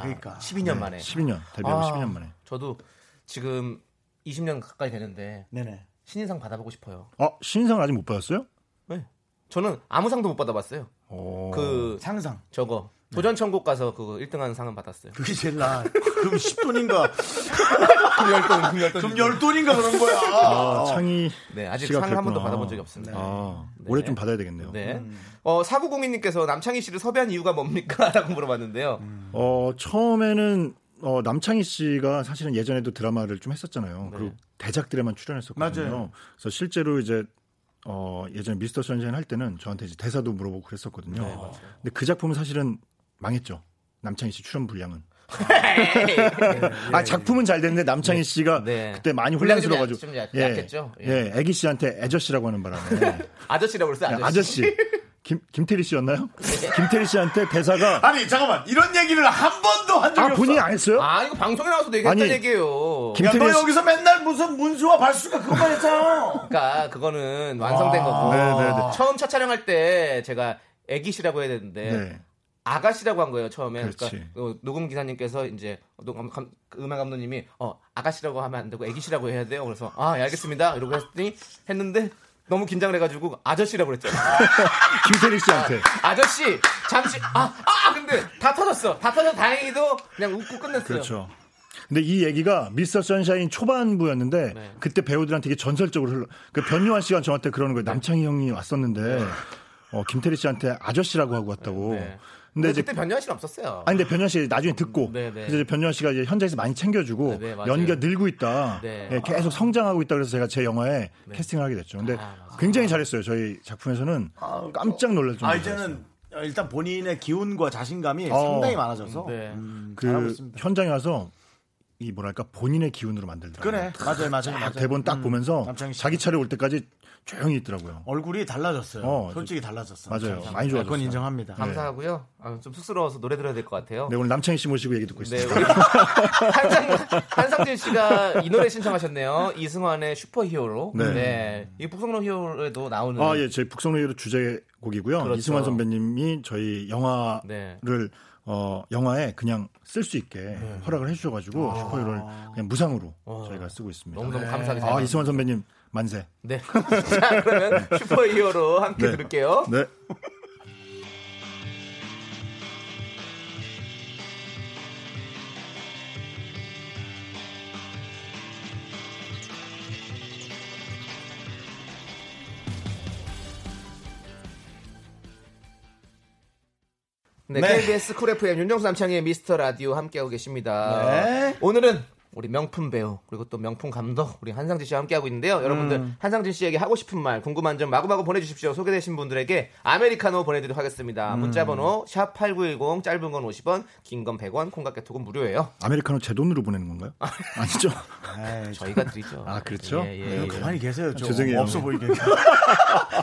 [SPEAKER 1] 그러니까
[SPEAKER 2] 12년 예. 아, 만에.
[SPEAKER 7] 아, 12년, 데뷔하고
[SPEAKER 2] 아,
[SPEAKER 7] 12년 만에.
[SPEAKER 2] 저도 지금 20년 가까이 되는데
[SPEAKER 1] 네네.
[SPEAKER 2] 신인상 받아보고 싶어요.
[SPEAKER 7] 어, 신인상을 아직 못 받았어요?
[SPEAKER 2] 왜? 저는 아무 상도 못 받아봤어요.
[SPEAKER 7] 오.
[SPEAKER 2] 그
[SPEAKER 1] 상상.
[SPEAKER 2] 저거 도전 천국 가서 그 1등한 상은 받았어요.
[SPEAKER 1] 그게 제일 나. 금 10돈인가
[SPEAKER 2] 금열돈, 그러니까 금열돈.
[SPEAKER 1] 금 10돈인가 그런 거야.
[SPEAKER 7] 아, 창희.
[SPEAKER 2] 네, 아직
[SPEAKER 7] 씨가
[SPEAKER 2] 상 한 번도
[SPEAKER 7] 그랬구나.
[SPEAKER 2] 받아본 적이 없습니다.
[SPEAKER 7] 아,
[SPEAKER 2] 네.
[SPEAKER 7] 올해 좀 받아야 되겠네요.
[SPEAKER 2] 네. 어, 사구공인님께서 남창희 씨를 섭외한 이유가 뭡니까? 라고 물어봤는데요.
[SPEAKER 7] 어, 처음에는 어, 남창희 씨가 사실은 예전에도 드라마를 좀 했었잖아요. 그리고 대작들에만 출연했었거든요.
[SPEAKER 1] 맞아요.
[SPEAKER 7] 그래서 실제로 이제 어, 예전에 미스터 선샤인 할 때는 저한테 이제 대사도 물어보고 그랬었거든요. 근데 그 작품은 사실은 망했죠. 남창희 씨 출연 분량은. 아 작품은 잘 됐는데 남창희 씨가
[SPEAKER 2] 네.
[SPEAKER 7] 그때 많이
[SPEAKER 2] 분량이 좀
[SPEAKER 7] 혼란스러워가지고
[SPEAKER 2] 약- 좀 약- 약했죠. 예.
[SPEAKER 7] 예. 애기 씨한테 애저씨라고 하는 바람에 예,
[SPEAKER 2] 아저씨라고 그랬어요, 아저씨.
[SPEAKER 7] 아저씨 김 김태리 씨였나요? 김태리 씨한테 대사가
[SPEAKER 1] 아니 잠깐만 이런 얘기를 한 번도 한 적이
[SPEAKER 7] 아 본인이
[SPEAKER 1] 없어.
[SPEAKER 7] 안 했어요?
[SPEAKER 2] 아, 이거 방송에 나와서도 얘기했던
[SPEAKER 7] 아니,
[SPEAKER 2] 얘기예요.
[SPEAKER 7] 김-
[SPEAKER 1] 야, 너
[SPEAKER 7] 인터넷-
[SPEAKER 1] 여기서 맨날 무슨 문수와 발수가 그것만 했잖아.
[SPEAKER 2] 그러니까 그거는 완성된 거고.
[SPEAKER 7] 아, 네네네.
[SPEAKER 2] 처음 차 촬영할 때 제가 애기씨라고 해야 되는데
[SPEAKER 7] 네.
[SPEAKER 2] 아가씨라고 한 거예요 처음에. 그러니까
[SPEAKER 7] 그렇지.
[SPEAKER 2] 어, 녹음 기사님께서 이제 녹음 감- 음악 감독님이 어 아가씨라고 하면 안 되고 애기씨라고 해야 돼요. 그래서 아 예, 알겠습니다. 이러고 했더니 했는데 너무 긴장을 해가지고 아저씨라고 그랬죠.
[SPEAKER 7] 김태리 씨한테
[SPEAKER 2] 아저씨 잠시 아아 근데 다 터졌어. 다 터져 다행히도 그냥 웃고 끝냈어요.
[SPEAKER 7] 그렇죠. 근데 이 얘기가 미스터 선샤인 초반부였는데
[SPEAKER 2] 네.
[SPEAKER 7] 그때 배우들한테 이게 전설적으로 흘러. 그 변요한 씨가 저한테 그러는
[SPEAKER 2] 네.
[SPEAKER 7] 거예요. 남창희 형이 왔었는데 어, 김태리 씨한테 아저씨라고 하고 왔다고.
[SPEAKER 2] 네.
[SPEAKER 7] 근데
[SPEAKER 2] 근데
[SPEAKER 7] 이제
[SPEAKER 2] 그때 변요한 씨는 없었어요.
[SPEAKER 7] 아니 근데 변요한 씨 나중에 듣고
[SPEAKER 2] 네, 네.
[SPEAKER 7] 그래서 이제 변요한 씨가 이제 현장에서 많이 챙겨주고
[SPEAKER 2] 네, 네, 맞아요.
[SPEAKER 7] 연기가 늘고 있다.
[SPEAKER 2] 네.
[SPEAKER 7] 예, 계속 성장하고 있다 그래서 제가 제 영화에 캐스팅을 하게 됐죠. 근데
[SPEAKER 2] 아,
[SPEAKER 7] 굉장히 잘했어요. 저희 작품에서는 깜짝 놀랄 정도로.
[SPEAKER 1] 아 이제는 일단 본인의 기운과 자신감이
[SPEAKER 7] 어.
[SPEAKER 1] 상당히 많아져서
[SPEAKER 2] 네.
[SPEAKER 1] 음,
[SPEAKER 7] 그
[SPEAKER 1] 잘하고 있습니다.
[SPEAKER 7] 현장에 와서 이 뭐랄까 본인의 기운으로 만들더라고요.
[SPEAKER 1] 그래 네. 맞아요 맞아요 맞아요 음.
[SPEAKER 7] 딱 대본 딱 보면서
[SPEAKER 1] 남창희 씨. 어.
[SPEAKER 7] 자기 차례 올 때까지 조용히 있더라고요.
[SPEAKER 1] 얼굴이 달라졌어요
[SPEAKER 7] 어,
[SPEAKER 1] 솔직히 달라졌어
[SPEAKER 7] 맞아요.
[SPEAKER 1] 남창희 씨.
[SPEAKER 7] 많이 좋아졌어요.
[SPEAKER 1] 그건 인정합니다
[SPEAKER 2] 감사하고요. 아, 좀 쑥스러워서 노래 들어야 될 것 같아요.
[SPEAKER 7] 네, 오늘 남창희 씨 모시고 얘기 듣고
[SPEAKER 2] 네,
[SPEAKER 7] 있습니다.
[SPEAKER 2] 우리 한상, 한상진 씨가 이 노래 신청하셨네요. 이승환의 슈퍼히어로. 네.
[SPEAKER 7] 네.
[SPEAKER 2] 이 북성로 히어로에도 나오는.
[SPEAKER 7] 아, 예, 저희 북성로이로 주제곡이고요.
[SPEAKER 2] 그렇죠.
[SPEAKER 7] 이승환 선배님이 저희 영화를
[SPEAKER 2] 네.
[SPEAKER 7] 어, 영화에 그냥 쓸 수 있게
[SPEAKER 1] 네.
[SPEAKER 7] 허락을
[SPEAKER 1] 아.
[SPEAKER 7] 해주셔가지고 슈퍼히어로를 그냥 무상으로
[SPEAKER 1] 어.
[SPEAKER 7] 저희가 쓰고 있습니다.
[SPEAKER 2] 너무너무 감사하게 잘
[SPEAKER 7] 아, 이승환 선배님 만세.
[SPEAKER 2] 네. 자, 그러면 슈퍼히어로 함께
[SPEAKER 7] 네.
[SPEAKER 2] 들을게요.
[SPEAKER 7] 네.
[SPEAKER 2] 네,
[SPEAKER 1] 네.
[SPEAKER 2] KBS 쿨 FM 윤정수 남창희의 미스터 라디오 함께하고 계십니다.
[SPEAKER 1] 네.
[SPEAKER 2] 오늘은 우리 명품 배우 그리고 또 명품 감독 우리 한상진 씨와 함께하고 있는데요. 여러분들 한상진 씨에게 하고 싶은 말 궁금한 점 마구마구 보내주십시오. 소개되신 분들에게 아메리카노 보내드리도록 하겠습니다. 문자번호 샵 #8910 짧은 건 50원, 긴 건 100원, 콩깍개톡은 무료예요.
[SPEAKER 7] 아메리카노 제 돈으로 보내는 건가요? 아니죠.
[SPEAKER 1] 에이,
[SPEAKER 2] 저희가 드리죠.
[SPEAKER 7] 아, 그렇죠?
[SPEAKER 2] 예, 예, 예.
[SPEAKER 1] 가만히 계세요 좀.
[SPEAKER 7] 죄송해요. 네.
[SPEAKER 1] 없어 보이게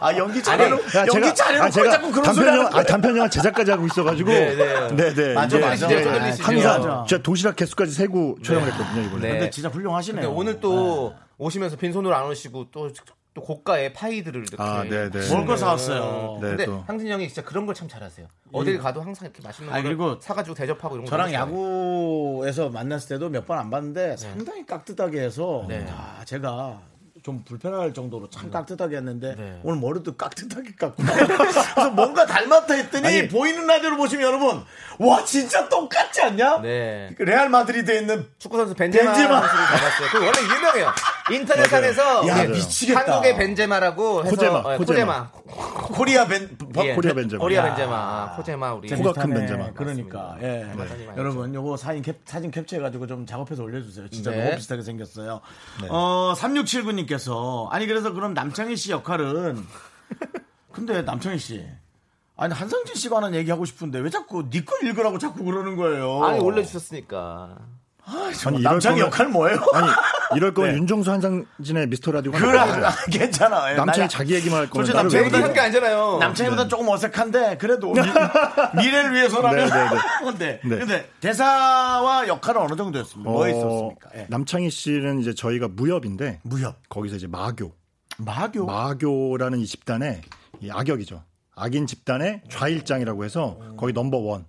[SPEAKER 1] 아 연기 잘해요
[SPEAKER 2] 아니,
[SPEAKER 7] 야,
[SPEAKER 1] 연기
[SPEAKER 7] 제가-
[SPEAKER 1] 잘해요
[SPEAKER 7] 아, 제가
[SPEAKER 1] 자꾸 그런
[SPEAKER 7] 단편
[SPEAKER 1] 소리 하는
[SPEAKER 7] 영화, 아, 단편 영화 제작까지 하고 있어가지고.
[SPEAKER 2] 네, 네.
[SPEAKER 7] 네.
[SPEAKER 1] 맞아,
[SPEAKER 7] 이제
[SPEAKER 1] 맞아.
[SPEAKER 7] 이제
[SPEAKER 1] 맞아.
[SPEAKER 7] 항상
[SPEAKER 1] 맞아.
[SPEAKER 7] 제가 도시락 개수까지 세고 촬영을 했거든요, 이번에.
[SPEAKER 2] 네.
[SPEAKER 1] 근데 진짜 훌륭하시네요
[SPEAKER 2] 근데 오늘 또 오시면서 빈손으로 안 오시고 또, 또 고가의 파이들을 이렇게
[SPEAKER 7] 아, 네, 네.
[SPEAKER 1] 먹을 거 사왔어요
[SPEAKER 7] 네,
[SPEAKER 2] 근데
[SPEAKER 7] 또.
[SPEAKER 2] 상진 형이 진짜 그런 걸 참 잘하세요. 어딜 가도 항상 이렇게 맛있는
[SPEAKER 1] 아니,
[SPEAKER 2] 걸
[SPEAKER 1] 그리고
[SPEAKER 2] 사가지고 대접하고 이런 거.
[SPEAKER 1] 저랑
[SPEAKER 2] 너무 좋아해요.
[SPEAKER 1] 야구에서 만났을 때도 몇 번 안 봤는데 상당히 깍듯하게 해서
[SPEAKER 2] 네.
[SPEAKER 1] 야, 제가 좀 불편할 정도로 참 깍듯하게 했는데
[SPEAKER 2] 네.
[SPEAKER 1] 오늘 머리도 깍듯하게 깎고 그래서 뭔가 닮았다 했더니
[SPEAKER 7] 아니.
[SPEAKER 1] 보이는 라디오를 보시면 여러분 와 진짜 똑같지 않냐?
[SPEAKER 2] 네.
[SPEAKER 1] 그 레알 마드리드에 있는
[SPEAKER 2] 축구 선수 벤제마
[SPEAKER 1] 벤제마.
[SPEAKER 2] 선수를 잡았어요. 그 원래 유명해요. 인터넷상에서
[SPEAKER 1] 야,
[SPEAKER 2] 이게
[SPEAKER 1] 미치겠다.
[SPEAKER 2] 한국의 벤제마라고 해서
[SPEAKER 7] 코제마,
[SPEAKER 2] 어,
[SPEAKER 7] 코제마.
[SPEAKER 1] 코리아 벤 버-
[SPEAKER 2] 예.
[SPEAKER 7] 코리아 벤제마.
[SPEAKER 2] 코리아
[SPEAKER 7] 야.
[SPEAKER 2] 벤제마. 코제마 우리
[SPEAKER 7] 코가 큰
[SPEAKER 1] 예. 비슷하네.
[SPEAKER 7] 네. 벤제마.
[SPEAKER 1] 그러니까 예.
[SPEAKER 2] 맞습니다.
[SPEAKER 1] 여러분 요거 사진 캡 사진 캡처해가지고 좀 작업해서 올려주세요. 진짜
[SPEAKER 2] 네.
[SPEAKER 1] 너무 비슷하게 생겼어요.
[SPEAKER 7] 네.
[SPEAKER 1] 어 3679님께서 아니 그래서 그럼 남창희 씨 역할은 근데 남창희 씨 아니 한상진 씨가 하는 얘기 하고 싶은데 왜 자꾸 니 거 읽으라고 자꾸 그러는 거예요.
[SPEAKER 2] 아니 올려주셨으니까.
[SPEAKER 1] 아, 정말
[SPEAKER 7] 아니, 이럴
[SPEAKER 1] 남창희
[SPEAKER 7] 거면-
[SPEAKER 1] 역할 뭐예요?
[SPEAKER 7] 아니, 이럴 거면 윤정수 한상진의 미스터 라디오.
[SPEAKER 1] 그- 네. 그래 아, 괜찮아요.
[SPEAKER 7] 남창이
[SPEAKER 1] 나야-
[SPEAKER 7] 자기 얘기만 할 거면
[SPEAKER 1] 솔직히
[SPEAKER 7] 나를 왜
[SPEAKER 1] 남창이
[SPEAKER 7] 네, 그래?
[SPEAKER 2] 얘기한 게 아니잖아요.
[SPEAKER 1] 남창희보다 조금 어색한데 그래도 미, 래를 위해서라면
[SPEAKER 7] 네, 네, 네.
[SPEAKER 1] 근데
[SPEAKER 7] 네.
[SPEAKER 1] 근데 대사와 역할은 어느 정도였습니까? 뭐
[SPEAKER 7] 어,
[SPEAKER 1] 있었습니까? 예.
[SPEAKER 7] 남창희 씨는 이제 저희가 무협인데
[SPEAKER 1] 무협
[SPEAKER 7] 거기서 이제 마교,
[SPEAKER 1] 마교
[SPEAKER 7] 마교라는 이 집단의 이 악역이죠. 악인 집단의 좌일장이라고 해서 거기 넘버 원.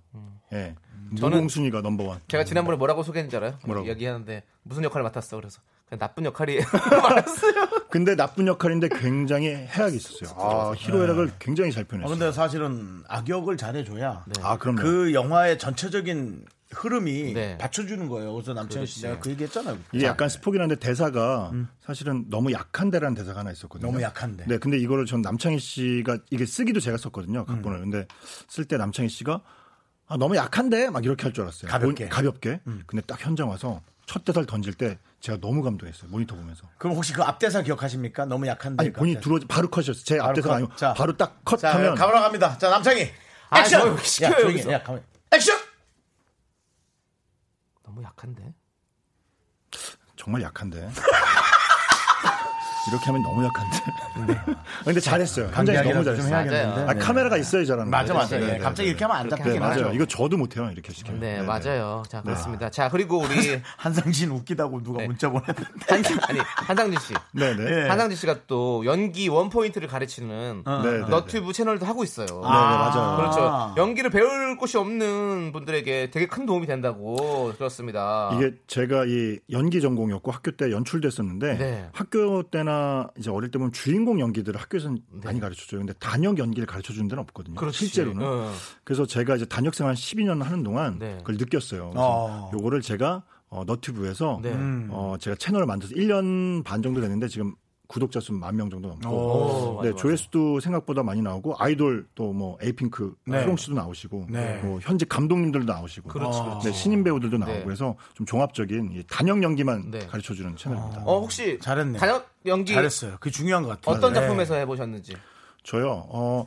[SPEAKER 7] 예.
[SPEAKER 1] 음.
[SPEAKER 7] 무공순위가 넘버 원.
[SPEAKER 2] 제가 지난번에 뭐라고 소개했는지 알아요?
[SPEAKER 7] 뭐라고?
[SPEAKER 2] 얘기하는데 무슨 역할을 맡았어? 그래서 그냥 나쁜 역할이 맡았어요.
[SPEAKER 7] 근데 나쁜 역할인데 굉장히 해악이 있었어요. 아, 히로애락을 굉장히 잘
[SPEAKER 1] 아,
[SPEAKER 7] 표현했어요.
[SPEAKER 1] 근데 사실은 악역을 잘해줘야
[SPEAKER 7] 아, 그럼요.
[SPEAKER 1] 그 영화의 전체적인 흐름이
[SPEAKER 2] 네.
[SPEAKER 1] 받쳐주는 거예요. 그래서 남창희 씨 내가 그 얘기했잖아요.
[SPEAKER 7] 이게 약간 스포긴 한데 대사가 사실은 너무 약한데라는 대사가 하나
[SPEAKER 1] 음.
[SPEAKER 7] 있었거든요.
[SPEAKER 1] 너무 약한데.
[SPEAKER 7] 네, 근데 이거를 전 남창희 씨가 이게 쓰기도 제가 썼거든요. 각본을.
[SPEAKER 1] 음.
[SPEAKER 7] 근데 쓸 때 남창희 씨가 아, 너무 약한데 막 이렇게 할 줄 알았어요.
[SPEAKER 1] 가볍게. 음.
[SPEAKER 7] 모- 가볍게. 근데 딱 현장 와서 첫 대사를 던질 때 제가 너무 감동했어요. 모니터 보면서.
[SPEAKER 1] 그럼 혹시 그 앞대사 기억하십니까? 너무 약한데.
[SPEAKER 7] 아니
[SPEAKER 1] 그
[SPEAKER 7] 본인
[SPEAKER 1] 앞대사.
[SPEAKER 7] 들어 바로 컷이었어요. 제 앞대사
[SPEAKER 1] 컷.
[SPEAKER 7] 아니고
[SPEAKER 1] 자.
[SPEAKER 7] 바로 딱
[SPEAKER 1] 자
[SPEAKER 7] 컷하면 뭐
[SPEAKER 1] 가보러 갑니다. 자 남창희
[SPEAKER 2] 아,
[SPEAKER 1] 액션.
[SPEAKER 2] 저왜 시켜요,
[SPEAKER 1] 조용히 해.
[SPEAKER 2] 여기서?
[SPEAKER 1] 야, 가만. 액션.
[SPEAKER 2] 너무 약한데.
[SPEAKER 7] 정말 약한데. 이렇게 하면 너무 약한데. 근데 잘했어요. 현장에서 너무
[SPEAKER 1] 네. 강제하기라도 좀
[SPEAKER 7] 잘했어요.
[SPEAKER 1] 해야겠는데.
[SPEAKER 7] 아,
[SPEAKER 1] 네.
[SPEAKER 7] 카메라가 있어야 잘하는
[SPEAKER 1] 맞아
[SPEAKER 7] 거예요.
[SPEAKER 1] 맞아.
[SPEAKER 7] 네,
[SPEAKER 1] 예,
[SPEAKER 7] 네,
[SPEAKER 1] 갑자기
[SPEAKER 7] 네.
[SPEAKER 1] 이렇게 하면 안
[SPEAKER 7] 네,
[SPEAKER 1] 잡히긴
[SPEAKER 7] 맞아요.
[SPEAKER 1] 하죠.
[SPEAKER 7] 이거 저도 못해요. 이렇게 시키면.
[SPEAKER 2] 네,
[SPEAKER 7] 네, 네.
[SPEAKER 2] 맞아요. 자 그렇습니다. 자 그리고 우리
[SPEAKER 1] 한상진 웃기다고 누가 문자 보냈는데.
[SPEAKER 2] 한, 아니 한상진 씨.
[SPEAKER 7] 네, 네.
[SPEAKER 1] 예.
[SPEAKER 7] 네,
[SPEAKER 2] 한상진 씨가 또 연기 원 포인트를 가르치는
[SPEAKER 7] 네, 네.
[SPEAKER 2] 아, 너튜브 채널도 하고 있어요.
[SPEAKER 7] 네, 맞아요.
[SPEAKER 2] 그렇죠. 연기를 배울 곳이 없는 분들에게 되게 큰 도움이 된다고 들었습니다.
[SPEAKER 7] 이게 제가 이 연기 전공이었고 학교 때 연출됐었는데
[SPEAKER 2] 네.
[SPEAKER 7] 학교 때나 이제 어릴 때 보면 주인공 연기들을 학교에서는 많이 가르쳐줘요. 근데 단역 연기를 가르쳐 주는 데는 없거든요.
[SPEAKER 2] 네. 그렇지.
[SPEAKER 7] 실제로는.
[SPEAKER 2] 어.
[SPEAKER 7] 그래서 제가 이제 단역 생활 12년 하는 동안
[SPEAKER 2] 네.
[SPEAKER 7] 그걸 느꼈어요. 그래서
[SPEAKER 1] 어.
[SPEAKER 7] 요거를 제가 어, 너튜브에서
[SPEAKER 2] 네.
[SPEAKER 1] 음.
[SPEAKER 7] 어, 제가 채널을 만들어서 1년 반 정도 됐는데 지금 구독자 수 만 명 정도 넘고
[SPEAKER 2] 오, 어, 맞아,
[SPEAKER 7] 네,
[SPEAKER 2] 맞아.
[SPEAKER 7] 조회수도 생각보다 많이 나오고 아이돌 또 뭐 에이핑크
[SPEAKER 1] 네.
[SPEAKER 7] 수롱 씨도 나오시고
[SPEAKER 1] 네.
[SPEAKER 7] 뭐 현직 감독님들도 나오시고
[SPEAKER 2] 그렇지, 그렇지.
[SPEAKER 7] 네, 신인 배우들도 나오고
[SPEAKER 2] 네.
[SPEAKER 7] 그래서 좀 종합적인 이 단역 연기만
[SPEAKER 2] 네.
[SPEAKER 7] 가르쳐 주는
[SPEAKER 1] 아.
[SPEAKER 7] 채널입니다.
[SPEAKER 2] 어 혹시
[SPEAKER 1] 잘했네.
[SPEAKER 2] 단역 연기
[SPEAKER 1] 잘했어요. 그게 중요한 것 같아요.
[SPEAKER 2] 어떤
[SPEAKER 1] 네.
[SPEAKER 2] 작품에서 해보셨는지.
[SPEAKER 7] 저요. 어,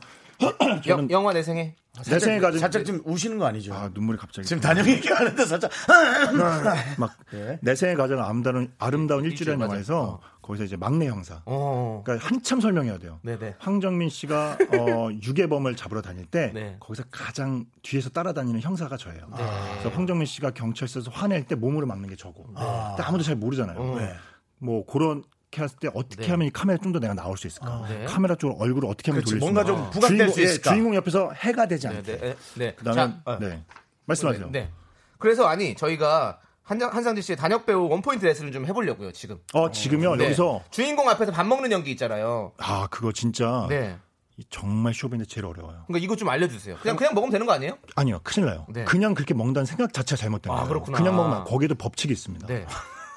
[SPEAKER 2] 영- 영화 내생에
[SPEAKER 7] 내 생에 가진
[SPEAKER 1] 네. 살짝 좀 우시는 거 아니죠?
[SPEAKER 7] 아 눈물이 갑자기
[SPEAKER 1] 지금 단영 얘기하는데 살짝
[SPEAKER 7] 막
[SPEAKER 1] 네.
[SPEAKER 7] 내 생에 가장 아름다운 아름다운
[SPEAKER 2] 일주일,
[SPEAKER 7] 일주일이라는
[SPEAKER 2] 네, 맞아.
[SPEAKER 7] 영화에서 거기서 이제 막내 형사.
[SPEAKER 2] 어.
[SPEAKER 7] 그러니까 한참 설명해야 돼요.
[SPEAKER 2] 네네.
[SPEAKER 7] 황정민 씨가 어, 유괴범을 잡으러 다닐 때
[SPEAKER 2] 네.
[SPEAKER 7] 거기서 가장 뒤에서 따라다니는 형사가 저예요. 그래서 황정민 씨가 경찰서에서 화낼 때 몸으로 막는 게 저고.
[SPEAKER 2] 네.
[SPEAKER 7] 근데 아무도 잘 모르잖아요.
[SPEAKER 1] 네.
[SPEAKER 7] 뭐 그렇게 했을 때 어떻게
[SPEAKER 2] 어. 네.
[SPEAKER 7] 하면 이 카메라 좀 더 내가 나올 수 있을까?
[SPEAKER 2] 네.
[SPEAKER 7] 카메라 쪽으로 얼굴을 어떻게 하면
[SPEAKER 1] 그렇지,
[SPEAKER 7] 돌릴 수
[SPEAKER 1] 뭔가
[SPEAKER 7] 있을까?
[SPEAKER 1] 좀 부각될
[SPEAKER 7] 주인공,
[SPEAKER 1] 수
[SPEAKER 7] 예,
[SPEAKER 1] 있을까?
[SPEAKER 7] 주인공 옆에서 해가 되지 않게.
[SPEAKER 2] 네, 네, 네.
[SPEAKER 7] 그다음에
[SPEAKER 2] 자, 어.
[SPEAKER 7] 네. 말씀하세요.
[SPEAKER 2] 네. 그래서 아니 저희가 한장 한상진 씨의 단역 배우 원포인트 레슨을 좀 해보려고요 지금.
[SPEAKER 7] 어, 지금요.
[SPEAKER 2] 네.
[SPEAKER 7] 여기서
[SPEAKER 2] 주인공 앞에서 밥 먹는 연기 있잖아요.
[SPEAKER 7] 아, 그거 진짜
[SPEAKER 2] 네.
[SPEAKER 7] 이 정말 쇼빈데 제일 어려워요.
[SPEAKER 2] 그러니까 이거 좀 알려주세요. 그냥 그냥 먹으면 되는 거 아니에요?
[SPEAKER 7] 아니요, 큰일 나요.
[SPEAKER 2] 네.
[SPEAKER 7] 그냥 그렇게 먹는다는 생각 자체가 잘못된
[SPEAKER 2] 아,
[SPEAKER 7] 거예요.
[SPEAKER 2] 그렇구나.
[SPEAKER 7] 냥 먹으면 안- 거기에도 법칙이 있습니다.
[SPEAKER 2] 네.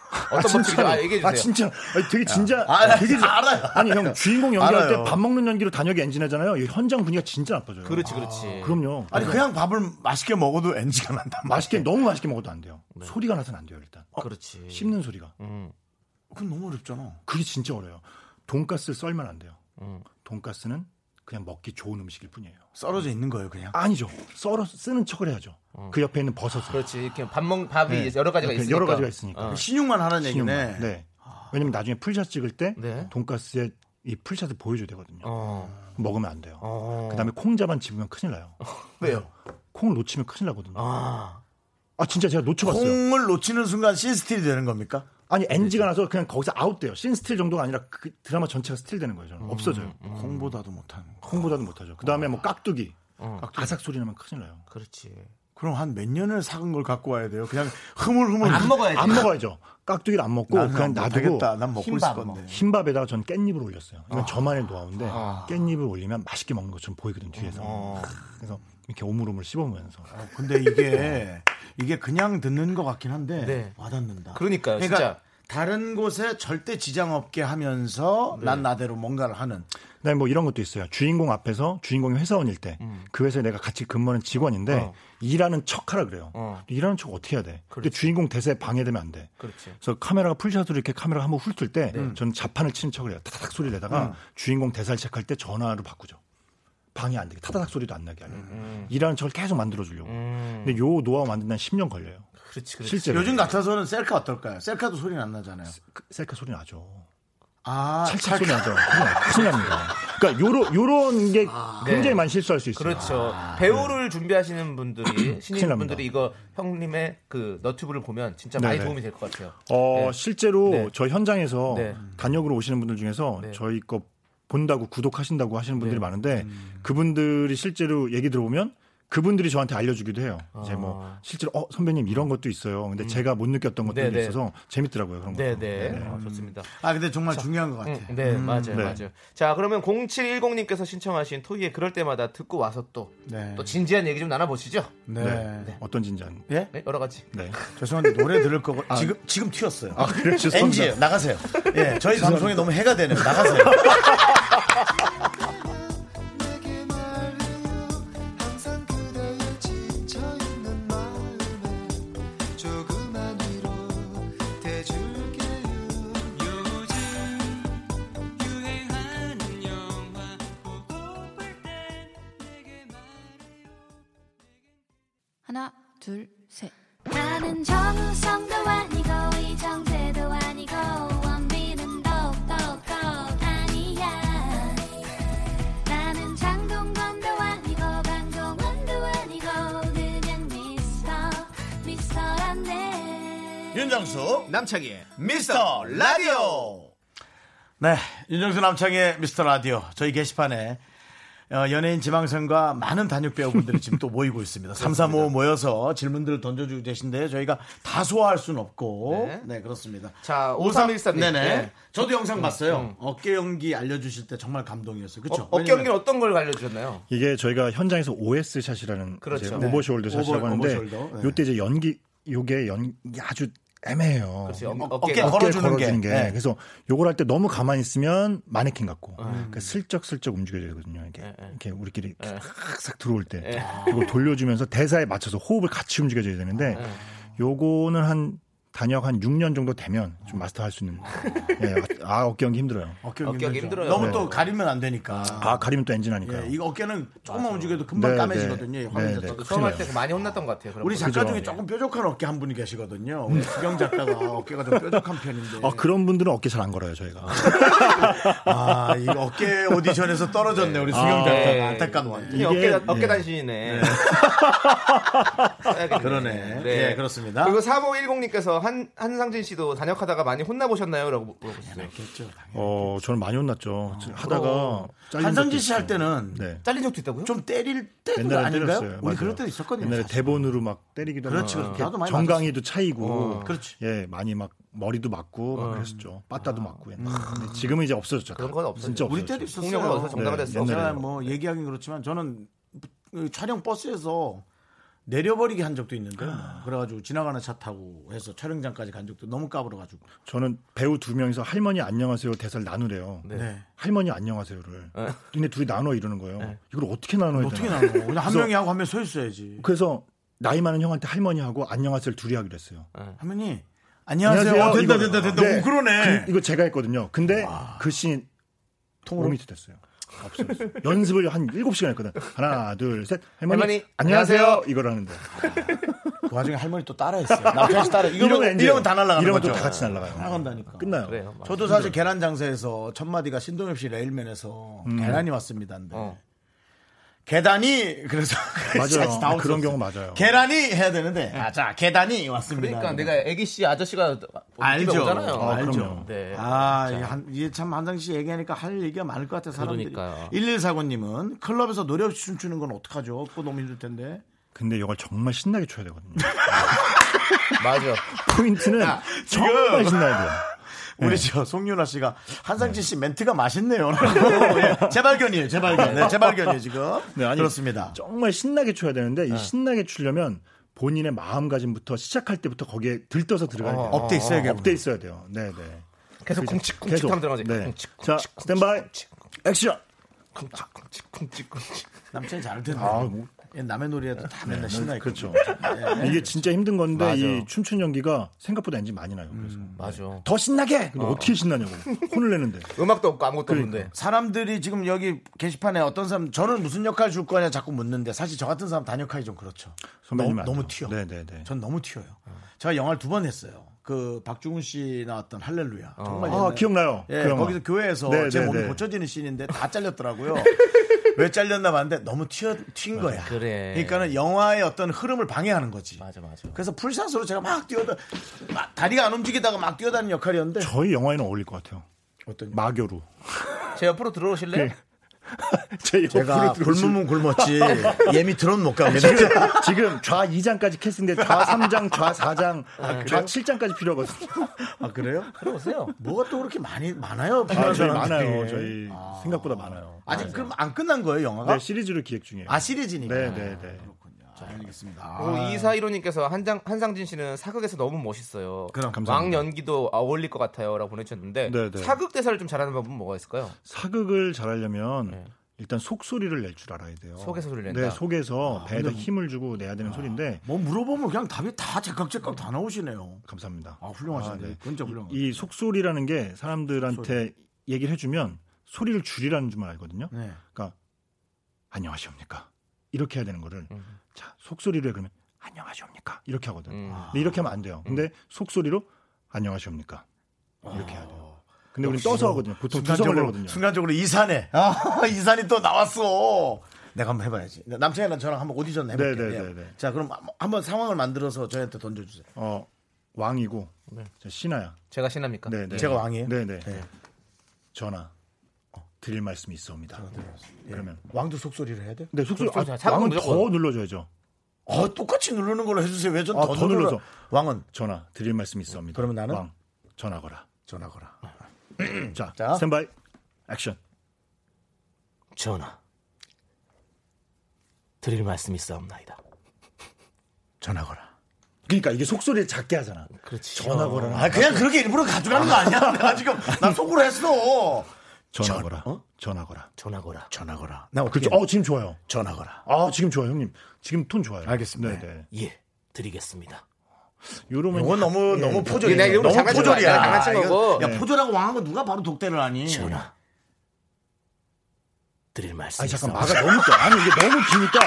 [SPEAKER 7] 아,
[SPEAKER 2] 어떤 법칙이죠?
[SPEAKER 7] 진짜로.
[SPEAKER 2] 아, 얘기해 주세요.
[SPEAKER 7] 아, 진짜. 아니, 되게 진짜.
[SPEAKER 1] 아, 나
[SPEAKER 7] 되게
[SPEAKER 1] 진짜 알아요.
[SPEAKER 7] 아니, 형, 주인공 연기할
[SPEAKER 1] 알아요.
[SPEAKER 7] 때 밥 먹는 연기로 단역이 엔진하잖아요. 이 현장 분위기가 진짜 나빠져요.
[SPEAKER 2] 그렇지, 그렇지.
[SPEAKER 7] 럼요
[SPEAKER 1] 아니 그냥 밥을 맛있게 먹어도 NG가 난다.
[SPEAKER 7] 맛있게, 너무 맛있게 먹어도 안 돼요.
[SPEAKER 2] 네.
[SPEAKER 7] 소리가 나서는 안 돼요, 일단.
[SPEAKER 2] 그렇지.
[SPEAKER 7] 씹는 소리가.
[SPEAKER 2] 음.
[SPEAKER 1] 그건 너무 어렵잖아.
[SPEAKER 7] 그게 진짜 어려워요. 돈가스를 썰면 안 돼요.
[SPEAKER 2] 음.
[SPEAKER 7] 돈가스는 그냥 먹기 좋은 음식일 뿐이에요.
[SPEAKER 1] 썰어져 있는 거예요 그냥.
[SPEAKER 7] 아니죠. 썰어 쓰는 척을 해야죠. 그 옆에 있는 버섯을.
[SPEAKER 2] 음. 아, 그렇지. 이렇게 밥 먹, 밥이
[SPEAKER 7] 네.
[SPEAKER 2] 여러 가지가
[SPEAKER 7] 옆에
[SPEAKER 2] 있으니까.
[SPEAKER 7] 여러 가지가 있으니까. 아,
[SPEAKER 2] 어.
[SPEAKER 1] 신용만 하는 얘기네.
[SPEAKER 7] 신용만. 네. 왜냐면 나중에 풀샷 찍을 때
[SPEAKER 2] 네.
[SPEAKER 7] 돈가스에 이 풀샷을 보여줘야 되거든요.
[SPEAKER 2] 어.
[SPEAKER 7] 먹으면 안 돼요.
[SPEAKER 2] 어.
[SPEAKER 7] 그다음에 콩자반 집으면 큰일 나요.
[SPEAKER 1] 어.
[SPEAKER 7] 네.
[SPEAKER 1] 왜요?
[SPEAKER 7] 콩 놓치면 큰일 나거든요. 아,
[SPEAKER 2] 아.
[SPEAKER 7] 진짜 제가 놓쳐봤어요.
[SPEAKER 1] 콩을 놓치는 순간 씬스틸이 되는 겁니까?
[SPEAKER 7] 아니 NG가
[SPEAKER 1] 네.
[SPEAKER 7] 나서 그냥 거기서 아웃돼요. 씬스틸 정도가 아니라 그 드라마 전체가 스틸되는 거예요.
[SPEAKER 1] 음,
[SPEAKER 7] 저는. 없어져요.
[SPEAKER 1] 콩보다도 못하는 거.
[SPEAKER 7] 콩보다는 못하죠. 그다음에 뭐 깍두기.
[SPEAKER 1] 어.
[SPEAKER 7] 아삭 소리 나면 큰일 나요.
[SPEAKER 2] 그렇지.
[SPEAKER 1] 그럼 한 몇 년을 사은 걸 갖고 와야 돼요. 그냥 흐물흐물
[SPEAKER 2] 안 먹어야지.
[SPEAKER 7] 안 먹어야죠. 깍두기를 안 먹고
[SPEAKER 1] 나는
[SPEAKER 7] 그냥
[SPEAKER 1] 아. 안
[SPEAKER 7] 놔두고
[SPEAKER 1] 되겠다. 난 먹고 아. 있을
[SPEAKER 2] 흰밥
[SPEAKER 1] 건데.
[SPEAKER 7] 흰밥에다가 전 깻잎을 올렸어요. 이건 저만의 노하우인데
[SPEAKER 1] 아.
[SPEAKER 7] 깻잎을 올리면 맛있게 먹는 것처럼 보이거든 뒤에서.
[SPEAKER 2] 어,
[SPEAKER 7] 그래서 이렇게 오물오물 씹어보면서
[SPEAKER 1] 어, 근데 이게 이게 그냥 듣는 것 같긴 한데
[SPEAKER 2] 네.
[SPEAKER 1] 와닿는다.
[SPEAKER 2] 그러니까요,
[SPEAKER 1] 그러니까
[SPEAKER 2] 진짜.
[SPEAKER 1] 다른 곳에 절대 지장 없게 하면서 난 나대로 뭔가를 하는.
[SPEAKER 7] 그다음에 뭐 이런 것도 있어요. 주인공 앞에서 주인공이 회사원일 때 그
[SPEAKER 2] 음.
[SPEAKER 7] 회사에 내가 같이 근무하는 직원인데 일하는 척하라 그래요.
[SPEAKER 2] 어.
[SPEAKER 7] 일하는 척 어떻게 해야 돼? 근데 주인공 대사에 방해되면 안 돼.
[SPEAKER 2] 그렇지. 네.
[SPEAKER 7] 그래서 카메라가 풀샷으로 이렇게 카메라 한번 훑을 때 저는 자판을 치는 척을 해요. 타닥 소리 내다가
[SPEAKER 2] 음.
[SPEAKER 7] 주인공 대사를 체크할 때 전화로 바꾸죠. 방해 안 되게 타닥 소리도 안 나게
[SPEAKER 2] 음,
[SPEAKER 7] 하려고 일하는 척을 계속 만들어 주려고. 근데 요 노하우 만드는 한 10년 걸려요.
[SPEAKER 2] 그렇지, 그렇지.
[SPEAKER 7] 실제로
[SPEAKER 1] 요즘 같아서는 셀카 어떨까요? 셀카도 소리 안 나잖아요.
[SPEAKER 7] 그 네. 셀카 소리 나죠.
[SPEAKER 1] 아,
[SPEAKER 7] 찰칵 소리 나죠. 큰일 납니다. 그러니까 요런 요런 게
[SPEAKER 2] 아, 네.
[SPEAKER 7] 굉장히 많이 실수할 수 있어요.
[SPEAKER 2] 그렇죠. 배우를 준비하시는 분들이
[SPEAKER 7] 아, 네. 큰일 납니다.
[SPEAKER 2] 신인분들이 이거 형님의 그 너튜브를 보면 진짜 많이
[SPEAKER 7] 네네.
[SPEAKER 2] 도움이 될 것 같아요.
[SPEAKER 7] 어,
[SPEAKER 2] 네.
[SPEAKER 7] 실제로
[SPEAKER 2] 네.
[SPEAKER 7] 저 현장에서
[SPEAKER 2] 네.
[SPEAKER 7] 단역으로 오시는 분들 중에서
[SPEAKER 2] 네.
[SPEAKER 7] 저희 거 본다고 구독하신다고 하시는
[SPEAKER 2] 네.
[SPEAKER 7] 분들이 많은데 그분들이 실제로 얘기 들어보면 그분들이 저한테 알려주기도 해요. 이제 뭐 실제로 어 선배님 이런 것도 있어요. 근데 제가 못 느꼈던 것들이
[SPEAKER 2] 아. 음. 네네.
[SPEAKER 7] 있어서 재밌더라고요 그런 거.
[SPEAKER 2] 네, 네. 아, 좋습니다.
[SPEAKER 1] 아 근데 정말 중요한 것 같아.
[SPEAKER 2] 음, 네, 맞아요.
[SPEAKER 7] 네.
[SPEAKER 2] 맞아요. 자, 그러면 0710님께서 신청하신 토이의 그럴 때마다 듣고 와서 또,
[SPEAKER 1] 네.
[SPEAKER 2] 또 진지한 얘기 좀 나눠보시죠.
[SPEAKER 1] 네.
[SPEAKER 7] 네. 어떤 진지한.
[SPEAKER 1] 예?
[SPEAKER 2] 네, 여러 가지.
[SPEAKER 7] 네.
[SPEAKER 1] 죄송한데 노래 들을 거고 아, 지금 지금 튀었어요.
[SPEAKER 7] 아, 그래요? 죄송합니다.
[SPEAKER 1] NG예요. 나가세요. 예, 저희 방송에 너무 해가 되네요. 나가세요.
[SPEAKER 6] 내게 말해요 항상 그대의 지쳐있는 마음에 조그만 위로 대줄게요 요즘 유행하는 영화 보고플 땐 내게 말해요
[SPEAKER 8] 하나, 둘, 셋.
[SPEAKER 5] 나는 정우성도 아니고 이정재도 아니고 원빈은 더욱더 아니야 나는 장동건도 아니고 강동원도 아니고 그냥 미스터 미스터란데
[SPEAKER 1] 윤정수
[SPEAKER 2] 남창희의
[SPEAKER 1] 미스터 라디오. 네, 윤정수 남창의 미스터 라디오 저희 게시판에 어, 연예인 지망생과 많은 단역 배우분들이 지금 또 모이고 있습니다. 3, 4, 5 모여서 질문들을 던져주고 계신데 저희가 다 소화할 수는 없고 네,
[SPEAKER 2] 네.
[SPEAKER 1] 그렇습니다.
[SPEAKER 2] 자,
[SPEAKER 1] 오삼-
[SPEAKER 2] 5313 님.
[SPEAKER 1] 네네.
[SPEAKER 2] 네.
[SPEAKER 1] 저도 영상 봤어요. 어깨 연기 알려주실 때 정말 감동이었어요. 그렇죠?
[SPEAKER 2] 어, 깨 연기는 어떤 걸 알려주셨나요?
[SPEAKER 7] 이게 저희가 현장에서 OS 샷이라는
[SPEAKER 2] 그렇죠.
[SPEAKER 7] 이제
[SPEAKER 2] 네.
[SPEAKER 7] 오버숄더 샷이라고
[SPEAKER 1] 오버-
[SPEAKER 7] 하는데
[SPEAKER 1] 오버숄더, 네.
[SPEAKER 7] 요때 이제 연기 요게 연기 아주 애매해요.
[SPEAKER 2] 그렇죠. 어,
[SPEAKER 1] 음, 어깨
[SPEAKER 2] 어깨
[SPEAKER 1] 걸-
[SPEAKER 2] 걸...
[SPEAKER 1] 걸어주는
[SPEAKER 7] 걸어주는,
[SPEAKER 1] 게.
[SPEAKER 7] 게.
[SPEAKER 1] 네.
[SPEAKER 7] 그래서 요걸 할 때 너무 가만히 있으면 마네킹 같고
[SPEAKER 1] 음.
[SPEAKER 7] 그러니까 슬쩍슬쩍 움직여야 되거든요. 이렇게,
[SPEAKER 1] 네,
[SPEAKER 7] 이렇게 우리끼리 싹싹 들어올 때
[SPEAKER 1] 네.
[SPEAKER 7] 이걸 돌려주면서 대사에 맞춰서 호흡을 같이 움직여줘야 되는데 요거는 한 단역 한 6년 정도 되면 좀 마스터할 수 있는. 예, 아 어깨 연기 힘들어요.
[SPEAKER 2] 어깨가 힘들어요.
[SPEAKER 1] 너무 또 가리면 안 되니까.
[SPEAKER 7] 아 가리면 또 엔진하니까요.
[SPEAKER 1] 예, 이거 어깨는 조금만 움직여도 금방
[SPEAKER 7] 네,
[SPEAKER 1] 까매지거든요.
[SPEAKER 7] 네.
[SPEAKER 1] 이 화면이
[SPEAKER 7] 네, 네.
[SPEAKER 1] 떠도.
[SPEAKER 2] 처음 할 때 많이 혼났던 것 같아요. 그런
[SPEAKER 1] 우리
[SPEAKER 2] 거.
[SPEAKER 1] 작가
[SPEAKER 7] 그죠.
[SPEAKER 1] 중에 조금 뾰족한 어깨 한 분이 계시거든요. 우리 수경 작가가 어깨가 좀 뾰족한 편인데.
[SPEAKER 7] 아 그런 분들은 어깨 잘 안 걸어요 저희가.
[SPEAKER 1] 아, 이 어깨 오디션에서 아, 떨어졌네, 음, 우리 수경
[SPEAKER 2] 네.
[SPEAKER 1] 작가가. 안타깝네.
[SPEAKER 2] 이 어깨
[SPEAKER 7] 이게-
[SPEAKER 2] 어깨 단신이네. 써야겠네.
[SPEAKER 1] 그러네. 예, 그렇습니다.
[SPEAKER 2] 그리고 3510님께서 한 한상진 씨도 단역하다가 많이 혼나 보셨나요라고 뭐
[SPEAKER 1] 예, 네,
[SPEAKER 2] 물어보셨어요.
[SPEAKER 7] 어 저는 많이 혼났죠. 하다가 잘린
[SPEAKER 1] 아. 어. 한상진
[SPEAKER 7] 적도
[SPEAKER 1] 씨 할
[SPEAKER 7] 있어요.
[SPEAKER 1] 때는
[SPEAKER 7] 네.
[SPEAKER 2] 잘린 적도 있다고요?
[SPEAKER 1] 좀 때릴 때도
[SPEAKER 7] 옛날에
[SPEAKER 1] 아닌가요?
[SPEAKER 7] 때렸어요.
[SPEAKER 1] 우리
[SPEAKER 7] 맞아요.
[SPEAKER 1] 그럴 때도 있었거든요.
[SPEAKER 7] 옛날에
[SPEAKER 1] 사실.
[SPEAKER 7] 대본으로 막 때리기도
[SPEAKER 1] 그렇지,
[SPEAKER 7] 하고
[SPEAKER 1] 그렇지. 나도 많이 어,
[SPEAKER 7] 정강이도 차이고
[SPEAKER 1] 그렇지. 어. 아.
[SPEAKER 7] 예 많이 막 머리도 맞고 막 그랬었죠. 빠따도 맞고 옛날에. 근데 지금은 이제 없어졌죠.
[SPEAKER 2] 그런 건 없어요.
[SPEAKER 7] 진짜
[SPEAKER 1] 우리
[SPEAKER 7] 없어졌죠.
[SPEAKER 1] 때도 있었어요.
[SPEAKER 2] 폭력을 어디서 정당화될 수
[SPEAKER 7] 없어요.
[SPEAKER 1] 제가 뭐 얘기하긴 그렇지만 저는 그 촬영 버스에서 내려버리게 한 적도 있는데 그래가지고 지나가는 차 타고 해서 촬영장까지 간 적도 너무 까불어가지고
[SPEAKER 7] 저는 배우 두 명이서 할머니 안녕하세요 대사를 나누래요.
[SPEAKER 1] 네.
[SPEAKER 7] 할머니 안녕하세요를 니네 둘이 나눠 이러는 거예요. 이걸 어떻게 나눠야
[SPEAKER 1] 어떻게
[SPEAKER 7] 되나?
[SPEAKER 1] 나눠? 그러니까. 그냥 한 명이 하고 한 명 서 있어야지.
[SPEAKER 7] 그래서 나이 많은 형한테 할머니 하고 안녕하세요를 둘이 하기로 했어요.
[SPEAKER 1] 할머니 안녕하세요. 어, 된다
[SPEAKER 7] 이거-
[SPEAKER 1] 된다 된다.
[SPEAKER 7] 네.
[SPEAKER 1] 오 그러네. 아.
[SPEAKER 7] 그- 이거 제가 했거든요. 근데 글씨
[SPEAKER 1] 뭐?
[SPEAKER 7] 통으로 밑에 됐어요. 없어졌어요. 연습을 한 7시간 했거든. 하나, 둘, 셋. 할머니,
[SPEAKER 2] 할머니,
[SPEAKER 7] 안녕하세요.
[SPEAKER 2] 안녕하세요.
[SPEAKER 7] 이걸 하는데.
[SPEAKER 1] 그 와중에 할머니 또 따라했어요. 남편이 따라.
[SPEAKER 7] 이러면
[SPEAKER 1] 이러면
[SPEAKER 7] 엔지예요.
[SPEAKER 1] 이러면 다 날라가는
[SPEAKER 7] 이러면
[SPEAKER 1] 거죠. 아,
[SPEAKER 7] 또다 같이 날라가요.
[SPEAKER 1] 날라간다니까.
[SPEAKER 7] 끝나요.
[SPEAKER 2] 그래요. 맞아요.
[SPEAKER 1] 저도 사실 계란 장사에서 첫 마디가 신동엽 씨 레일맨에서 계란이 왔습니다인데
[SPEAKER 2] 어.
[SPEAKER 1] 계단이 그래서
[SPEAKER 7] 맞아요.
[SPEAKER 1] 다 없었어요.
[SPEAKER 7] 그런 경우 맞아요.
[SPEAKER 1] 계란이 해야 되는데 아, 자 계단이 왔습니다.
[SPEAKER 2] 그러니까 내가 애기 씨 아저씨가 뭐
[SPEAKER 1] 알죠.
[SPEAKER 2] 집에 오잖아요.
[SPEAKER 1] 아,
[SPEAKER 7] 알죠.
[SPEAKER 1] 그럼요.
[SPEAKER 2] 네.
[SPEAKER 1] 아, 이게 한- 이게 참 한상 씨 얘기하니까 할 얘기가 많을 것 같아 사람들이.
[SPEAKER 2] 그러니까요.
[SPEAKER 1] 1149님은 클럽에서 노래 없이 춤추는 건 어떡하죠? 그거 너무 힘들 텐데.
[SPEAKER 7] 근데 이걸 정말 신나게 쳐야 되거든요.
[SPEAKER 2] 맞아.
[SPEAKER 7] 포인트는 정말 신나야 돼요. 네.
[SPEAKER 1] 우리 저 송윤아 씨가 한상진 씨 멘트가 맛있네요. 라고. 예, 제 발견이에요. 제 발견. 네, 제 발견이에요 지금.
[SPEAKER 7] 네, 아니,
[SPEAKER 1] 그렇습니다.
[SPEAKER 7] 정말 신나게 쳐야 되는데
[SPEAKER 1] 아.
[SPEAKER 7] 이 신나게 추려면 본인의 마음가짐부터 시작할 때부터 거기에 들떠서 들어가야 돼요.
[SPEAKER 1] 업돼 있어야 돼요.
[SPEAKER 7] 업돼 있어야 돼요. 네, 네.
[SPEAKER 2] 계속 쿵칙쿵칙 하면 들어가지.
[SPEAKER 7] 네.
[SPEAKER 2] 쿵칙, 쿵칙,
[SPEAKER 7] 자, 스탠바이. 액션.
[SPEAKER 2] 쿵칙 쿵칙 쿵칙 쿵칙.
[SPEAKER 1] 남친이 잘할 텐데.
[SPEAKER 7] 아, 뭐.
[SPEAKER 1] 예, 남의 놀이에도 다 맨날 예. 신나게. 네.
[SPEAKER 7] 그렇죠. 이게 진짜 힘든 건데
[SPEAKER 2] 맞아. 음.
[SPEAKER 7] 이 춤춘 연기가 생각보다 엔진 많이 나요. 그래서
[SPEAKER 2] 맞아.
[SPEAKER 7] 더 신나게. 근데 어. 떻게 신나냐고. 혼을 내는데.
[SPEAKER 2] 음악도 없고 아무것도 없는데.
[SPEAKER 1] 사람들이 지금 여기 게시판에 어떤 사람 저는 무슨 역할 줄 거냐 자꾸 묻는데 사실 저 같은 사람 단역하기 좀 그렇죠.
[SPEAKER 7] 선배님
[SPEAKER 1] 너무, 너무 튀어.
[SPEAKER 7] 네, 네, 네.
[SPEAKER 1] 전 너무 튀어요. 제가 영화를 두 번 했어요. 그 박중훈 씨 나왔던 할렐루야. 정말
[SPEAKER 7] 아,
[SPEAKER 1] 옛날-
[SPEAKER 7] 기억나요.
[SPEAKER 1] 예,
[SPEAKER 7] 그 영화.
[SPEAKER 1] 거기서 교회에서
[SPEAKER 7] 네,
[SPEAKER 1] 제
[SPEAKER 7] 네,
[SPEAKER 1] 몸이
[SPEAKER 7] 네.
[SPEAKER 1] 고쳐지는 씬인데 다 잘렸더라고요. 왜 잘렸나 봤는데 너무 튀어 튄 거야.
[SPEAKER 2] 그래.
[SPEAKER 1] 그러니까는 영화의 어떤 흐름을 방해하는 거지.
[SPEAKER 2] 맞아 맞아.
[SPEAKER 1] 그래서 풀샷으로 제가 막 뛰어다 막 다리가 안 움직이다가 막 뛰어다니는 역할이었는데
[SPEAKER 7] 저희 영화에는 어울릴 것 같아요.
[SPEAKER 1] 어떤
[SPEAKER 7] 마교로.
[SPEAKER 2] 제 옆으로 들어오실래요?
[SPEAKER 7] 제
[SPEAKER 1] 그 제가
[SPEAKER 7] 옆으로 아, 들어오시면
[SPEAKER 1] 굶으면 굶었지 예미 들어는 못 갑니다.
[SPEAKER 7] 지금 좌 2장까지 캐스팅돼 좌 3장, 좌 4장, 좌 7장까지 필요하거든요.
[SPEAKER 1] 아 그래요?
[SPEAKER 2] 들어오세요.
[SPEAKER 1] 뭐가 또 그렇게 많이 많아요?
[SPEAKER 7] 아,
[SPEAKER 1] 필요한
[SPEAKER 7] 저희
[SPEAKER 1] 사람들이.
[SPEAKER 7] 많아요. 저희 생각보다 많아요.
[SPEAKER 1] 아직 그럼 안 끝난 거예요 영화가?
[SPEAKER 7] 네, 시리즈로 기획 중이에요.
[SPEAKER 1] 아 시리즈니까.
[SPEAKER 7] 네, 네, 네.
[SPEAKER 1] 알겠습니다.
[SPEAKER 2] 그리고 이사이로님께서 한장 한상진 씨는 사극에서 너무 멋있어요.
[SPEAKER 1] 그럼
[SPEAKER 2] 왕
[SPEAKER 7] 감사합니다.
[SPEAKER 2] 연기도 아, 어울릴 것 같아요라고 보내주셨는데
[SPEAKER 7] 네, 네.
[SPEAKER 2] 사극 대사를 좀 잘하는 방법은 뭐가 있을까요?
[SPEAKER 7] 사극을 잘하려면
[SPEAKER 2] 네.
[SPEAKER 7] 일단 속소리를 낼 줄 알아야 돼요.
[SPEAKER 2] 속에서 소리를 낸다.
[SPEAKER 7] 네,
[SPEAKER 1] 아,
[SPEAKER 7] 속에서 배에다 힘을 주고 내야 되는 소리인데
[SPEAKER 1] 뭐 물어보면 그냥 답이 다 제깍제깍 다 나오시네요.
[SPEAKER 7] 감사합니다.
[SPEAKER 1] 아 훌륭하신데
[SPEAKER 7] 아, 네.
[SPEAKER 1] 진짜 훌륭한.
[SPEAKER 7] 이 속소리라는 게 사람들한테 얘기를 해주면 소리를 줄이라는 줄만 알거든요.
[SPEAKER 1] 네.
[SPEAKER 7] 그러니까 안녕하십니까 이렇게 해야 되는 거를
[SPEAKER 1] 음.
[SPEAKER 7] 자 속소리로 해 그러면 안녕하십니까 이렇게 하거든.
[SPEAKER 2] 음.
[SPEAKER 7] 근데 이렇게 하면 안 돼요. 근데
[SPEAKER 1] 음.
[SPEAKER 7] 속소리로 안녕하십니까 이렇게 해야
[SPEAKER 1] 어,
[SPEAKER 7] 돼요. 근데 우리 떠서 하거든요. 보통 두성을
[SPEAKER 1] 뭐 순간적으로
[SPEAKER 7] 내거든요.
[SPEAKER 1] 순간적으로 이산에 아 이산이 또 나왔어. 내가 한번 해봐야지. 남창이랑 저랑 한번 오디션 해볼게요.
[SPEAKER 7] 네, 네,
[SPEAKER 1] 예.
[SPEAKER 7] 네, 네.
[SPEAKER 1] 자 그럼 한번 상황을 만들어서 저희한테 던져주세요.
[SPEAKER 7] 어 왕이고 저 신하야.
[SPEAKER 2] 제가 신납니까?
[SPEAKER 7] 네, 네.
[SPEAKER 1] 네. 제가 왕이에요.
[SPEAKER 7] 네네.
[SPEAKER 1] 네.
[SPEAKER 7] 전하 어, 드릴 말씀이 있어옵니다.
[SPEAKER 1] 예.
[SPEAKER 7] 그러면
[SPEAKER 1] 왕도 속소리를 해야 돼?
[SPEAKER 7] 네 속소리
[SPEAKER 2] 속소리
[SPEAKER 7] 아,
[SPEAKER 2] 잘
[SPEAKER 7] 왕은
[SPEAKER 2] 무조건.
[SPEAKER 7] 더 눌러줘야죠.
[SPEAKER 1] 어 똑같이 누르는 걸로 해주세요. 왜 전
[SPEAKER 7] 아,
[SPEAKER 1] 더
[SPEAKER 7] 더
[SPEAKER 1] 눌러?
[SPEAKER 7] 눌러서.
[SPEAKER 1] 왕은
[SPEAKER 7] 전하 드릴 말씀이 있어옵니다.
[SPEAKER 1] 그러면 나는?
[SPEAKER 7] 왕 전하 거라. 아.
[SPEAKER 1] 전화 거라.
[SPEAKER 7] 자,
[SPEAKER 1] 자.
[SPEAKER 7] 스탠바이 액션.
[SPEAKER 2] 전하 드릴 말씀 있사옵나이다.
[SPEAKER 1] 전화 거라.
[SPEAKER 7] 그러니까 이게 속소리를 작게 하잖아.
[SPEAKER 2] 그렇지.
[SPEAKER 7] 전하 거라.
[SPEAKER 1] 아 그냥 그렇게 일부러 가져가는 거 아니야? 내가 지금 나 속으로 했어.
[SPEAKER 7] 전하 거라.
[SPEAKER 1] 어?
[SPEAKER 7] 전하 거라.
[SPEAKER 2] 전하거라.
[SPEAKER 1] 전화거라. 나
[SPEAKER 7] 그렇죠. 어 지금 좋아요.
[SPEAKER 1] 전화거라.
[SPEAKER 7] 아 지금 좋아요 형님. 지금 톤 좋아요.
[SPEAKER 1] 알겠습니다.
[SPEAKER 7] 네, 네.
[SPEAKER 2] 예 드리겠습니다.
[SPEAKER 7] 요러면
[SPEAKER 1] 이건 너무
[SPEAKER 7] 예.
[SPEAKER 1] 너무 포졸이야.
[SPEAKER 2] 내가 일부러
[SPEAKER 1] 너무
[SPEAKER 2] 장난친 거
[SPEAKER 1] 포졸이야.
[SPEAKER 2] 아니야. 장난친
[SPEAKER 1] 이건-
[SPEAKER 2] 거고.
[SPEAKER 1] 야 포졸하고 왕하고 누가 바로 독대를 하니? 지훈아. 드릴 말씀.
[SPEAKER 7] 아니 잠깐 마가 너무 껴. 아니 이게 너무 기니까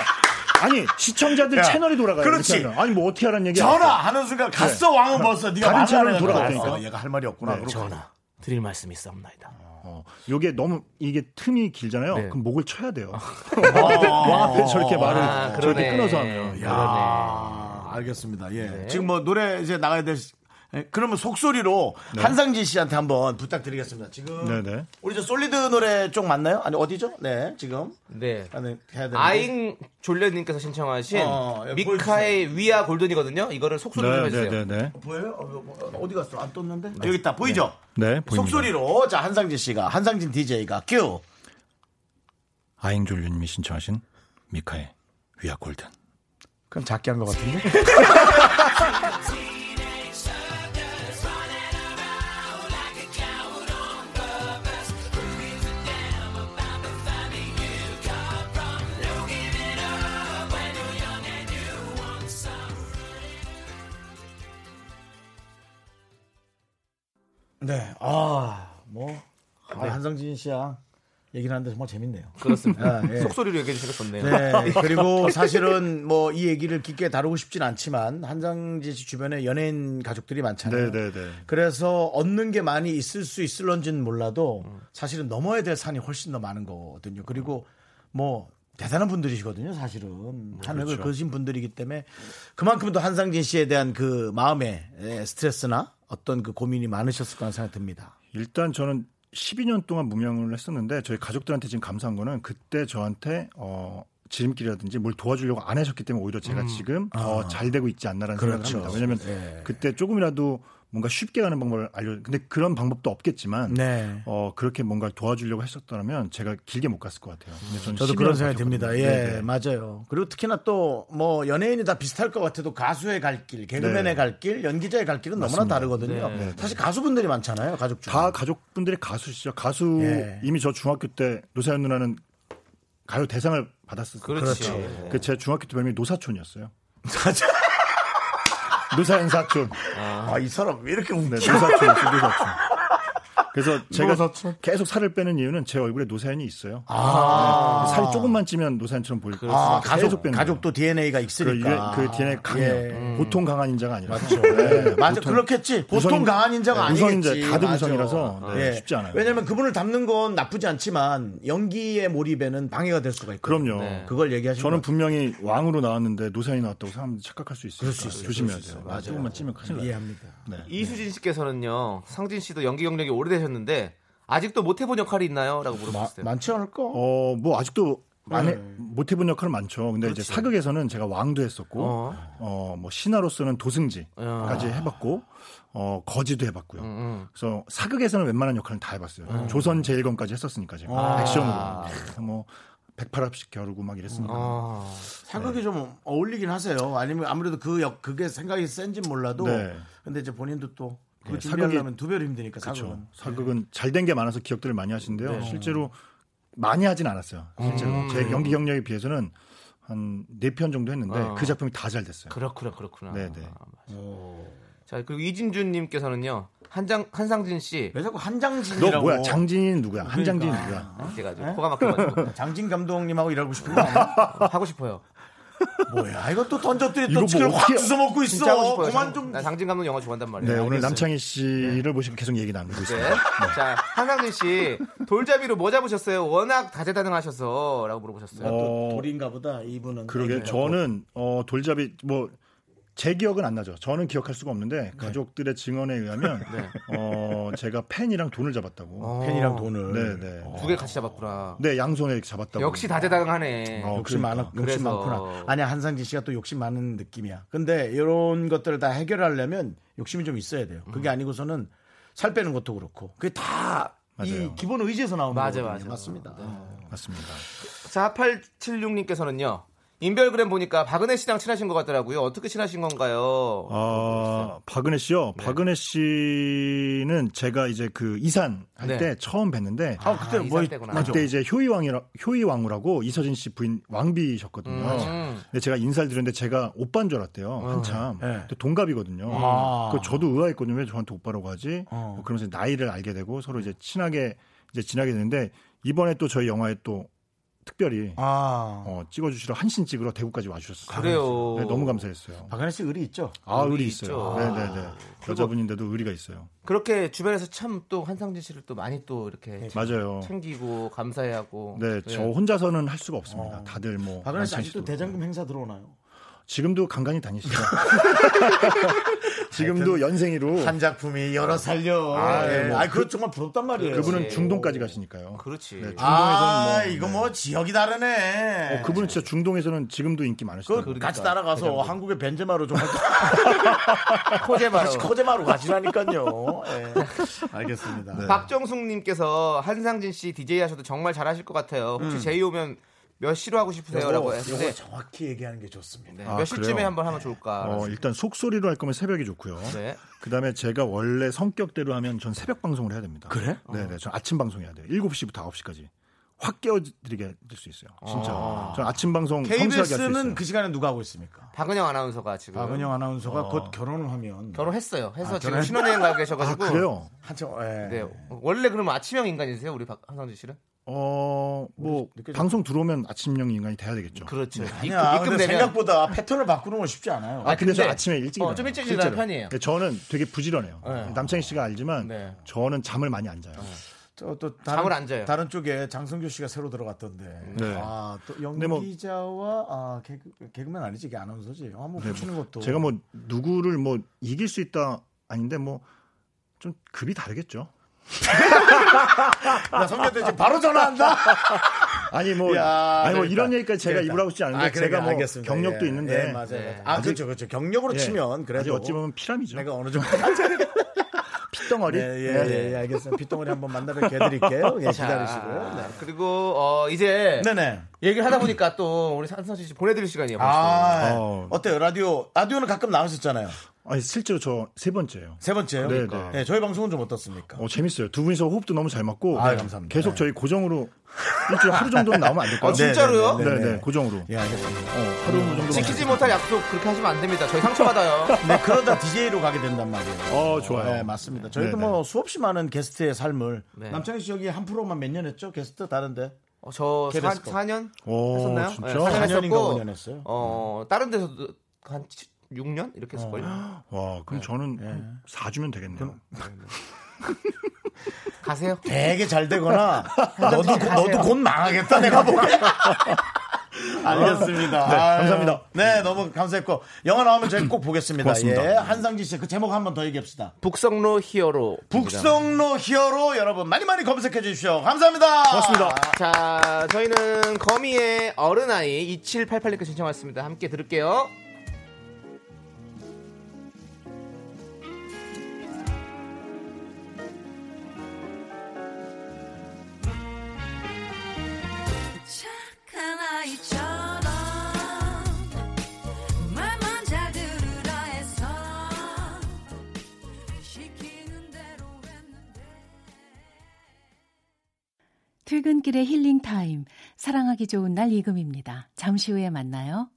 [SPEAKER 7] 아니 시청자들
[SPEAKER 1] 야,
[SPEAKER 7] 채널이 돌아가요.
[SPEAKER 1] 그렇지.
[SPEAKER 7] 이렇게 하면. 아니 뭐 어떻게 하라는 얘기야.
[SPEAKER 1] 전화 하는 순간 갔어 왕은 벌써 네가
[SPEAKER 7] 네. 다른
[SPEAKER 1] 말을
[SPEAKER 7] 채널은
[SPEAKER 1] 안 하니까
[SPEAKER 7] 돌아갔다니까.
[SPEAKER 1] 알았어. 얘가 할 말이 없구나.
[SPEAKER 7] 네,
[SPEAKER 1] 그렇구나.
[SPEAKER 2] 드릴 말씀이 있습니다.
[SPEAKER 7] 어, 요게 너무 이게 틈이 길잖아요.
[SPEAKER 2] 네.
[SPEAKER 7] 그럼 목을 쳐야 돼요.
[SPEAKER 1] 어.
[SPEAKER 7] 왕 앞에 저렇게 말을
[SPEAKER 2] 아, 그러네.
[SPEAKER 7] 저렇게 끊어서 하면.
[SPEAKER 1] 야, 알겠습니다. 예.
[SPEAKER 7] 네.
[SPEAKER 1] 지금 뭐 노래 이제 나가야 될 시- 예, 그러면 속소리로 한상진 씨한테 한번 부탁드리겠습니다. 지금
[SPEAKER 7] 네. 네네.
[SPEAKER 1] 우리 저 솔리드 노래 쪽 맞나요? 아니 어디죠? 네, 지금
[SPEAKER 2] 네.
[SPEAKER 1] 아, 네, 해야 되는
[SPEAKER 2] 아잉 졸려님께서 신청하신
[SPEAKER 1] 어, 예,
[SPEAKER 2] 미카의 위아 골든이거든요. 이거를 속소리로 해주세요.
[SPEAKER 7] 네네네네.
[SPEAKER 1] 보여요? 어, 어, 어디 갔어? 안 떴는데? 여기 있다. 보이죠?
[SPEAKER 7] 네 보입니다.
[SPEAKER 1] 속소리로 자 한상진 씨가 한상진 DJ가 큐.
[SPEAKER 7] 아잉졸류님이 신청하신 미카의 위아 골든.
[SPEAKER 1] 그럼 작게 한 것 같은데? 네, 아, 뭐, 아, 한성진 씨야. 얘기를 하는데 정말 재밌네요.
[SPEAKER 2] 네. 그렇습니다.
[SPEAKER 1] 아, 예.
[SPEAKER 2] 속소리로 얘기해 주시니까 좋네요.
[SPEAKER 1] 네. 그리고 사실은 뭐 이 얘기를 깊게 다루고 싶진 않지만 한장지 씨 주변에 연예인 가족들이 많잖아요.
[SPEAKER 7] 네네네.
[SPEAKER 1] 그래서 얻는 게 많이 있을 수 있을런지는 몰라도 사실은 넘어야 될 산이 훨씬 더 많은 거거든요. 그리고 뭐 대단한 분들이시거든요, 사실은. 한획을 그으신 분들이기 때문에 그만큼도 한상진 씨에 대한 그 마음의 에, 스트레스나 어떤 그 고민이 많으셨을 거라는 생각이 듭니다.
[SPEAKER 7] 일단 저는 12년 동안 무명을 했었는데 저희 가족들한테 지금 감사한 거는 그때 저한테 어 지름길이라든지 뭘 도와주려고 안 하셨기 때문에 오히려 제가 지금 더 잘 되고 있지 않나라는
[SPEAKER 1] 음. 아. 그렇죠.
[SPEAKER 7] 생각을 합니다. 왜냐하면
[SPEAKER 1] 예.
[SPEAKER 7] 그때 조금이라도 뭔가 쉽게 가는 방법을 알려. 근데 그런 방법도 없겠지만
[SPEAKER 1] 네.
[SPEAKER 7] 어 그렇게 뭔가 도와주려고 했었더라면 제가 길게 못 갔을 것 같아요. 근데 저는
[SPEAKER 1] 저도
[SPEAKER 7] 12년
[SPEAKER 1] 그런 생각이
[SPEAKER 7] 버텼거든요.
[SPEAKER 1] 듭니다. 예,
[SPEAKER 7] 네네.
[SPEAKER 1] 맞아요. 그리고 특히나 또 뭐 연예인이 다 비슷할 것 같아도 가수의 갈 길, 개그맨의
[SPEAKER 7] 네.
[SPEAKER 1] 갈 길, 연기자의 갈 길은 너무나
[SPEAKER 7] 맞습니다.
[SPEAKER 1] 다르거든요. 사실 가수분들이 많잖아요, 가족 중에.
[SPEAKER 7] 다 가족분들이 가수시죠. 가수
[SPEAKER 1] 예.
[SPEAKER 7] 이미 저 중학교 때 노사연 누나는 가요 대상을 받았었어요.
[SPEAKER 2] 그렇지.
[SPEAKER 1] 네.
[SPEAKER 7] 그 제 중학교 때 별명이 노사촌이었어요. 노사연 사촌.
[SPEAKER 1] 아, 이 사람 왜 이렇게
[SPEAKER 7] 네,
[SPEAKER 1] 웃겨?
[SPEAKER 7] 노사촌, 노사촌. 그래서 제가 계속 살을 빼는 이유는 제 얼굴에 노사연이 있어요. 네,
[SPEAKER 1] 아,
[SPEAKER 7] 살이 조금만 찌면 노사연처럼 보일 거예요.
[SPEAKER 1] 아,
[SPEAKER 7] 계속
[SPEAKER 1] 가족,
[SPEAKER 7] 빼는
[SPEAKER 1] 가족도 DNA가
[SPEAKER 7] 거예요. 그,
[SPEAKER 1] 있으니까.
[SPEAKER 7] 유해- 그 DNA 강해요.
[SPEAKER 1] 예. 네.
[SPEAKER 7] 보통 강한 인자가 아니라. 네, 맞죠.
[SPEAKER 1] 맞아, 그렇겠지. 보통
[SPEAKER 7] 우선-
[SPEAKER 1] 강한 인자가
[SPEAKER 7] 네, 우선
[SPEAKER 1] 아니겠지.
[SPEAKER 7] 인자, 다들
[SPEAKER 1] 맞아.
[SPEAKER 7] 우선이라서 네,
[SPEAKER 1] 예.
[SPEAKER 7] 쉽지 않아요.
[SPEAKER 1] 왜냐면 그분을 닮는 건 나쁘지 않지만 연기의 몰입에는 방해가 될 수가 있고.
[SPEAKER 7] 그럼요.
[SPEAKER 1] 그걸 얘기하시는
[SPEAKER 7] 저는
[SPEAKER 1] 거
[SPEAKER 7] 분명히 왕으로 나왔는데 노사연이 나왔다고 사람들이 착각할 수 있어요.
[SPEAKER 1] 수 있어요.
[SPEAKER 7] 조심해야
[SPEAKER 1] 그럴 수
[SPEAKER 7] 돼요.
[SPEAKER 1] 있어요. 맞아요.
[SPEAKER 7] 조금만 찌면 큰일 나요.
[SPEAKER 1] 이해합니다.
[SPEAKER 7] 네.
[SPEAKER 2] 이수진 씨께서는요. 상진 씨도 연기 경력이 오래되셨는데 아직도 못 해본 역할이 있나요? 라고
[SPEAKER 1] 마-
[SPEAKER 2] 물어보셨어요.
[SPEAKER 1] 많지 않을까?
[SPEAKER 7] 어, 뭐 아직도 안 해-
[SPEAKER 1] 네.
[SPEAKER 7] 못 해본 역할은 많죠. 근데 이제 사극에서는 제가 왕도 했었고,
[SPEAKER 2] 그렇죠. 어. 아.
[SPEAKER 7] 어, 뭐 신하로서는 도승지까지 해봤고, 어, 거지도
[SPEAKER 2] 음,
[SPEAKER 7] 해봤고요. 그래서 사극에서는 웬만한 역할은 다 해봤어요. 조선 제일검까지 했었으니까 제가
[SPEAKER 2] 아.
[SPEAKER 7] 액션으로 뭐 백팔합씩 겨루고 막 이랬으니까.
[SPEAKER 2] 아,
[SPEAKER 1] 사극이
[SPEAKER 7] 네.
[SPEAKER 1] 좀 어울리긴 하세요. 아니면 아무래도 그 역, 그게 생각이 센진 몰라도.
[SPEAKER 7] 네.
[SPEAKER 1] 근데 이제 본인도 또. 그
[SPEAKER 7] 네,
[SPEAKER 1] 준비하려면 두 배로 힘드니까
[SPEAKER 7] 그렇죠.
[SPEAKER 2] 음.
[SPEAKER 1] 사극은.
[SPEAKER 7] 사극은 잘 된 게 많아서 기억들을 많이 하시는데요.
[SPEAKER 2] 네.
[SPEAKER 7] 실제로 많이 하진 않았어요. 실제로
[SPEAKER 2] 음.
[SPEAKER 7] 제 연기 경력에 비해서는 한 네 편 정도 했는데
[SPEAKER 2] 어.
[SPEAKER 7] 그 작품이 다 잘 됐어요.
[SPEAKER 2] 그렇구나, 그렇구나.
[SPEAKER 7] 네, 네.
[SPEAKER 2] 아, 맞아. 자, 그리고 이진준님께서는요. 한장 한상진 씨
[SPEAKER 1] 왜 자꾸 그 한장진이라고.
[SPEAKER 7] 너 뭐야? 장진이 누구야?
[SPEAKER 2] 그러니까.
[SPEAKER 7] 한장진이 누구야?
[SPEAKER 2] 아, 제가 코가 막혀가지고
[SPEAKER 1] 장진 감독님하고 일하고 싶은 거 아니야?
[SPEAKER 2] 하고 싶어요.
[SPEAKER 1] 뭐야? 이거 또 던졌더니
[SPEAKER 7] 이거
[SPEAKER 1] 또
[SPEAKER 7] 뭐
[SPEAKER 1] 치킨을 확
[SPEAKER 7] 어떻게-
[SPEAKER 1] 주워 먹고 있어.
[SPEAKER 2] 진짜 하고 싶어요.
[SPEAKER 1] 그만
[SPEAKER 2] 장-
[SPEAKER 1] 좀.
[SPEAKER 2] 나 상진 감독 영화 좋아한단 말이에요.
[SPEAKER 7] 네, 오늘 남창희 씨를 모시고 계속 얘기 나누고
[SPEAKER 2] 네.
[SPEAKER 7] 있어요.
[SPEAKER 2] 자, 한상진 씨 돌잡이로 뭐 잡으셨어요? 워낙 다재다능하셔서라고
[SPEAKER 1] 또
[SPEAKER 2] 물어보셨어요.
[SPEAKER 7] 어,
[SPEAKER 1] 돌인가 보다 이분은.
[SPEAKER 2] 네.
[SPEAKER 7] 그러게 저는 어, 돌잡이 뭐 제 기억은 안 나죠. 저는 기억할 수가
[SPEAKER 2] 네.
[SPEAKER 7] 없는데 가족들의 증언에 의하면 어, 제가 팬이랑 돈을 잡았다고.
[SPEAKER 1] 팬이랑 돈을.
[SPEAKER 7] 네, 네.
[SPEAKER 2] 어, 두 개 같이 잡았구나.
[SPEAKER 7] 네, 양손에 이렇게 잡았다고.
[SPEAKER 2] 역시 다재다능하네.
[SPEAKER 7] 어,
[SPEAKER 1] 욕심 많아, 욕심
[SPEAKER 2] 그래서-
[SPEAKER 1] 많구나. 아니야 한상진 씨가 또 욕심 많은 느낌이야. 근데 이런 것들을 다 해결하려면 욕심이 좀 있어야 돼요. 그게 아니고서는 살 빼는 것도 그렇고 그게 다 이
[SPEAKER 7] 맞아요. 네.
[SPEAKER 1] 기본 의지에서 나오는
[SPEAKER 2] 맞아,
[SPEAKER 1] 거거든요.
[SPEAKER 2] 맞아.
[SPEAKER 1] 맞습니다.
[SPEAKER 7] 맞습니다.
[SPEAKER 2] 4876님께서는요. 인별그램 보니까 박은혜 씨랑 친하신 것 같더라고요. 어떻게 친하신 건가요? 네.
[SPEAKER 7] 아, 박은혜 씨요. 박은혜 씨는 제가 이제 그 이산 할
[SPEAKER 2] 네.
[SPEAKER 7] 때 처음 뵀는데
[SPEAKER 1] 아, 그때
[SPEAKER 2] 이사
[SPEAKER 1] 뭐
[SPEAKER 2] 때구나.
[SPEAKER 1] 맞죠?
[SPEAKER 7] 그때 이제 효이왕이라 효이왕후라고 이서진 씨 부인 왕비셨거든요.
[SPEAKER 2] 음.
[SPEAKER 7] 근데 제가 인사를 드렸는데 제가 오빠인 줄 알았대요. 한참.
[SPEAKER 1] 네.
[SPEAKER 7] 근데 동갑이거든요.
[SPEAKER 1] 아.
[SPEAKER 7] 그 저도 의아했거든요. 왜 저한테 오빠라고 하지?
[SPEAKER 1] 어.
[SPEAKER 7] 뭐 그러면서 나이를 알게 되고 서로 이제 친하게 이제 지나게 되는데 이번에 또 저희 영화에 또 특별히
[SPEAKER 1] 아,
[SPEAKER 7] 어, 찍어주시러 한신 찍으러 대구까지 와주셨어요.
[SPEAKER 2] 그래요.
[SPEAKER 7] 네, 너무 감사했어요.
[SPEAKER 1] 박은혜 씨 의리 있죠?
[SPEAKER 7] 아, 의리
[SPEAKER 2] 의리
[SPEAKER 7] 있어요.
[SPEAKER 2] 있죠.
[SPEAKER 7] 네네네. 여자분인데도 의리가 있어요.
[SPEAKER 2] 그렇게 주변에서 참 또 한상진 씨를 또 많이 또 이렇게
[SPEAKER 7] 맞아요.
[SPEAKER 2] 챙기고 감사해하고. 예,
[SPEAKER 7] 네, 저 혼자서는 할 수가 없습니다. 다들 뭐
[SPEAKER 1] 예. 어. 박은혜 씨
[SPEAKER 7] 만찬
[SPEAKER 1] 아직도
[SPEAKER 7] 씨도
[SPEAKER 1] 대장금 행사 들어오나요?
[SPEAKER 7] 그렇고. 지금도 간간히 다니시죠. 지금도 연생이로
[SPEAKER 1] 한 작품이 여러 살려.
[SPEAKER 7] 아,
[SPEAKER 1] 아,
[SPEAKER 7] 예, 뭐.
[SPEAKER 1] 그거 정말 부럽단 말이에요.
[SPEAKER 7] 그분은
[SPEAKER 2] 그렇지.
[SPEAKER 7] 중동까지 가시니까요.
[SPEAKER 2] 그렇지.
[SPEAKER 7] 네,
[SPEAKER 1] 네. 아,
[SPEAKER 7] 중동에서는 뭐,
[SPEAKER 1] 이거
[SPEAKER 7] 네.
[SPEAKER 1] 뭐 지역이 다르네.
[SPEAKER 7] 어, 그분은 뭐 그러니까. 진짜 중동에서는 지금도 인기
[SPEAKER 1] 그
[SPEAKER 7] 많으시더라고요.
[SPEAKER 1] 같이 따라가서 한국의 벤제마로 좀 할까?
[SPEAKER 2] 코제바로.
[SPEAKER 1] 다시 코제마로 가시라니까요. 예. 알겠습니다.
[SPEAKER 2] 박정숙님께서 그 한상진 씨 DJ 하셔도 정말 잘하실 것 같아요. 혹시 제이 오면 몇 시로 하고 싶으세요라고 네.
[SPEAKER 1] 이거
[SPEAKER 2] 했는데
[SPEAKER 1] 정확히 얘기하는 게 좋습니다.
[SPEAKER 2] 네,
[SPEAKER 7] 아,
[SPEAKER 2] 몇 시쯤에
[SPEAKER 7] 그래요?
[SPEAKER 2] 한번 하면 좋을까?
[SPEAKER 7] 어, 일단 속소리로 할 거면 새벽이 좋고요.
[SPEAKER 2] 네.
[SPEAKER 7] 그다음에 제가 원래 성격대로 하면 전 새벽 방송을 해야 됩니다. 그래? 네, 네. 전 아침 방송 해야 돼요. 7시부터 9시까지. 확 깨워드리게 될 수 있어요. 진짜. 전 아침 방송 성실하게 할 음, 수 있어요.
[SPEAKER 1] KBS는 그 시간에 누가 하고 있습니까?
[SPEAKER 2] 박은영 아나운서가 지금
[SPEAKER 1] 박은영 아나운서가 곧 결혼을 하면
[SPEAKER 2] 네. 결혼했어요. 해서
[SPEAKER 1] 아,
[SPEAKER 2] 지금
[SPEAKER 1] 결혼-
[SPEAKER 2] 신혼여행 가
[SPEAKER 7] 아,
[SPEAKER 2] 계셔가지고.
[SPEAKER 7] 그래요?
[SPEAKER 1] 한참 예.
[SPEAKER 2] 네. 원래 그러면 아침형 인간이세요, 우리 박- 한상진 씨는?
[SPEAKER 7] 어, 뭐
[SPEAKER 1] 늦게
[SPEAKER 7] 방송 들어오면 아침형 인간이 돼야 되겠죠.
[SPEAKER 2] 그렇죠.
[SPEAKER 1] 아니야. 근데 생각보다 패턴을 바꾸는 건 쉽지 않아요.
[SPEAKER 7] 아, 근데 저 아침에 일찍
[SPEAKER 2] 어, 좀 일찍 일어나는 편이에요.
[SPEAKER 7] 네, 저는 되게 부지런해요.
[SPEAKER 2] 네.
[SPEAKER 7] 남창희 씨가 알지만
[SPEAKER 2] 네.
[SPEAKER 7] 저는 잠을 많이 안 자요.
[SPEAKER 1] 네. 저, 또
[SPEAKER 2] 잠을
[SPEAKER 1] 다른,
[SPEAKER 2] 안 자요.
[SPEAKER 1] 다른 쪽에 장성규 씨가 새로 들어갔던데.
[SPEAKER 7] 네.
[SPEAKER 1] 아, 또
[SPEAKER 7] 근데 뭐-
[SPEAKER 1] 연기자와 아, 개그, 개그맨 아니지 이게 아나운서지. 아, 뭐 붙이는 것도.
[SPEAKER 7] 제가 뭐 누구를 뭐 이길 수 있다 아닌데 뭐 좀 급이 다르겠죠.
[SPEAKER 1] 야, 아, 성규한테 지금 바로 전화한다.
[SPEAKER 7] 아니 뭐
[SPEAKER 1] 야,
[SPEAKER 7] 아니 뭐
[SPEAKER 1] 재밌다.
[SPEAKER 7] 이런 얘기까지 제가
[SPEAKER 1] 재밌다.
[SPEAKER 7] 입으로 하고 싶지 않은데
[SPEAKER 1] 아, 그래,
[SPEAKER 7] 제가 뭐
[SPEAKER 1] 알겠습니다.
[SPEAKER 7] 경력도
[SPEAKER 1] 예,
[SPEAKER 7] 있는데
[SPEAKER 1] 예, 맞아요.
[SPEAKER 2] 네.
[SPEAKER 1] 아, 그렇죠, 그렇죠. 경력으로
[SPEAKER 7] 예.
[SPEAKER 1] 치면
[SPEAKER 7] 아직
[SPEAKER 1] 그래도
[SPEAKER 7] 어찌 보면 피람이죠.
[SPEAKER 1] 내가 어느 정도
[SPEAKER 7] 핏덩어리.
[SPEAKER 1] 예, 예, 예, 예, 알겠습니다. 빗덩어리 한번 만나러 해드릴게요. 예, 기다리시고요. 네.
[SPEAKER 2] 그리고 어, 이제
[SPEAKER 1] 네네. 예.
[SPEAKER 2] 얘기를 하다 보니까 또 우리 한상진 씨 보내드릴 시간이에요. 벌써.
[SPEAKER 1] 아,
[SPEAKER 7] 어.
[SPEAKER 1] 어때요? 라디오, 라디오는 가끔 나오셨잖아요.
[SPEAKER 7] 아니 실제로 저 세 번째예요.
[SPEAKER 1] 세 번째요?
[SPEAKER 7] 네, 네.
[SPEAKER 1] 네, 저희 방송은 좀 어떻습니까?
[SPEAKER 7] 어, 재밌어요. 두 분이서 호흡도 너무 잘 맞고
[SPEAKER 1] 아유, 감사합니다.
[SPEAKER 7] 계속
[SPEAKER 1] 네.
[SPEAKER 7] 저희 고정으로 일주일 하루 정도는 나오면 안 될까요?
[SPEAKER 2] 아, 진짜로요?
[SPEAKER 7] 네, 네, 고정으로.
[SPEAKER 1] 예, 알겠습니다.
[SPEAKER 7] 하루 정도.
[SPEAKER 2] 지키지 못할 약속 그렇게 하시면 안 됩니다. 저희 상처받아요.
[SPEAKER 1] 네, 그러다 DJ로 가게 된단 말이에요.
[SPEAKER 7] 어, 좋아요.
[SPEAKER 1] 네, 맞습니다. 저희도
[SPEAKER 7] 네,
[SPEAKER 1] 뭐 수없이 많은 게스트의 삶을
[SPEAKER 2] 네.
[SPEAKER 1] 남창희 씨 여기 한 프로만 몇 년 했죠? 게스트 다른데
[SPEAKER 2] 어, 저
[SPEAKER 1] KBS 거.
[SPEAKER 2] 4, 년
[SPEAKER 7] 오,
[SPEAKER 2] 했었나요?
[SPEAKER 7] 어, 진짜?
[SPEAKER 1] 예.
[SPEAKER 2] 네, 사년
[SPEAKER 1] 4년인가
[SPEAKER 2] 했었고,
[SPEAKER 1] 5년 했어요.
[SPEAKER 2] 어, 다른 데서도 한 6년 이렇게 했을걸요.
[SPEAKER 7] 와, 그럼 저는 한 4주면 되겠네요.
[SPEAKER 2] 가세요.
[SPEAKER 1] 되게 잘 되거나 너도 곧- 너도 곧 망하겠다 내가 보기에. 알겠습니다.
[SPEAKER 7] 네,
[SPEAKER 1] 아유,
[SPEAKER 7] 감사합니다.
[SPEAKER 1] 네, 너무 감사했고 영화 나오면 저희 꼭 보겠습니다.
[SPEAKER 7] 고맙습니다.
[SPEAKER 1] 예, 한상진 씨 그 제목 한번 더 얘기합시다.
[SPEAKER 2] 북성로 히어로.
[SPEAKER 1] 북성로 히어로 여러분 많이 많이 검색해 주십시오. 감사합니다.
[SPEAKER 7] 고맙습니다.
[SPEAKER 2] 아, 자, 저희는 거미의 어른아이 2788님께 신청하셨습니다. 함께 들을게요.
[SPEAKER 4] 착한 아이처럼 말만 잘 들으라 해서 시키는 대로 했는데
[SPEAKER 8] 퇴근길의 힐링 타임. 사랑하기 좋은 날 이금입니다. 잠시 후에 만나요.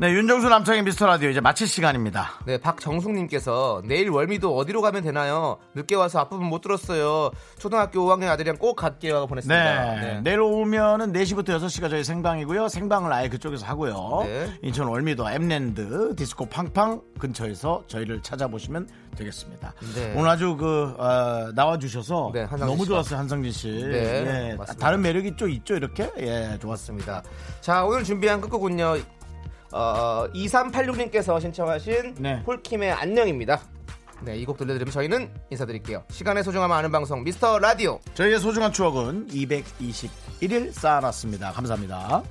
[SPEAKER 1] 네, 윤정수 남창의 미스터 라디오 이제 마칠 시간입니다.
[SPEAKER 2] 네, 박정숙님께서 내일 월미도 어디로 가면 되나요? 늦게 와서 앞부분 못 들었어요. 초등학교 5학년 아들이랑 꼭 갈게요. 하고 보냈습니다.
[SPEAKER 1] 네.
[SPEAKER 2] 네.
[SPEAKER 1] 내일 오면은 4시부터 6시가 저희 생방이고요. 생방을 아예 그쪽에서 하고요.
[SPEAKER 2] 네.
[SPEAKER 1] 인천 월미도 엠랜드 디스코 팡팡 근처에서 저희를 찾아보시면 되겠습니다.
[SPEAKER 2] 네.
[SPEAKER 1] 오늘 아주 그 어, 나와 주셔서
[SPEAKER 2] 네, 한상진
[SPEAKER 1] 너무
[SPEAKER 2] 씨가.
[SPEAKER 1] 좋았어요, 한상진 씨.
[SPEAKER 2] 네,
[SPEAKER 1] 예,
[SPEAKER 2] 맞습니다.
[SPEAKER 1] 다른 매력이 좀 있죠, 이렇게? 예, 좋았습니다.
[SPEAKER 2] 좋습니다. 자, 오늘 준비한 끝곡은요. 어, 2386님께서 신청하신
[SPEAKER 1] 네.
[SPEAKER 2] 폴킴의 안녕입니다. 네, 이 곡 들려드리면 저희는 인사드릴게요. 시간의 소중함을 아는 방송 미스터 라디오.
[SPEAKER 1] 저희의 소중한 추억은 221일 쌓아놨습니다. 감사합니다.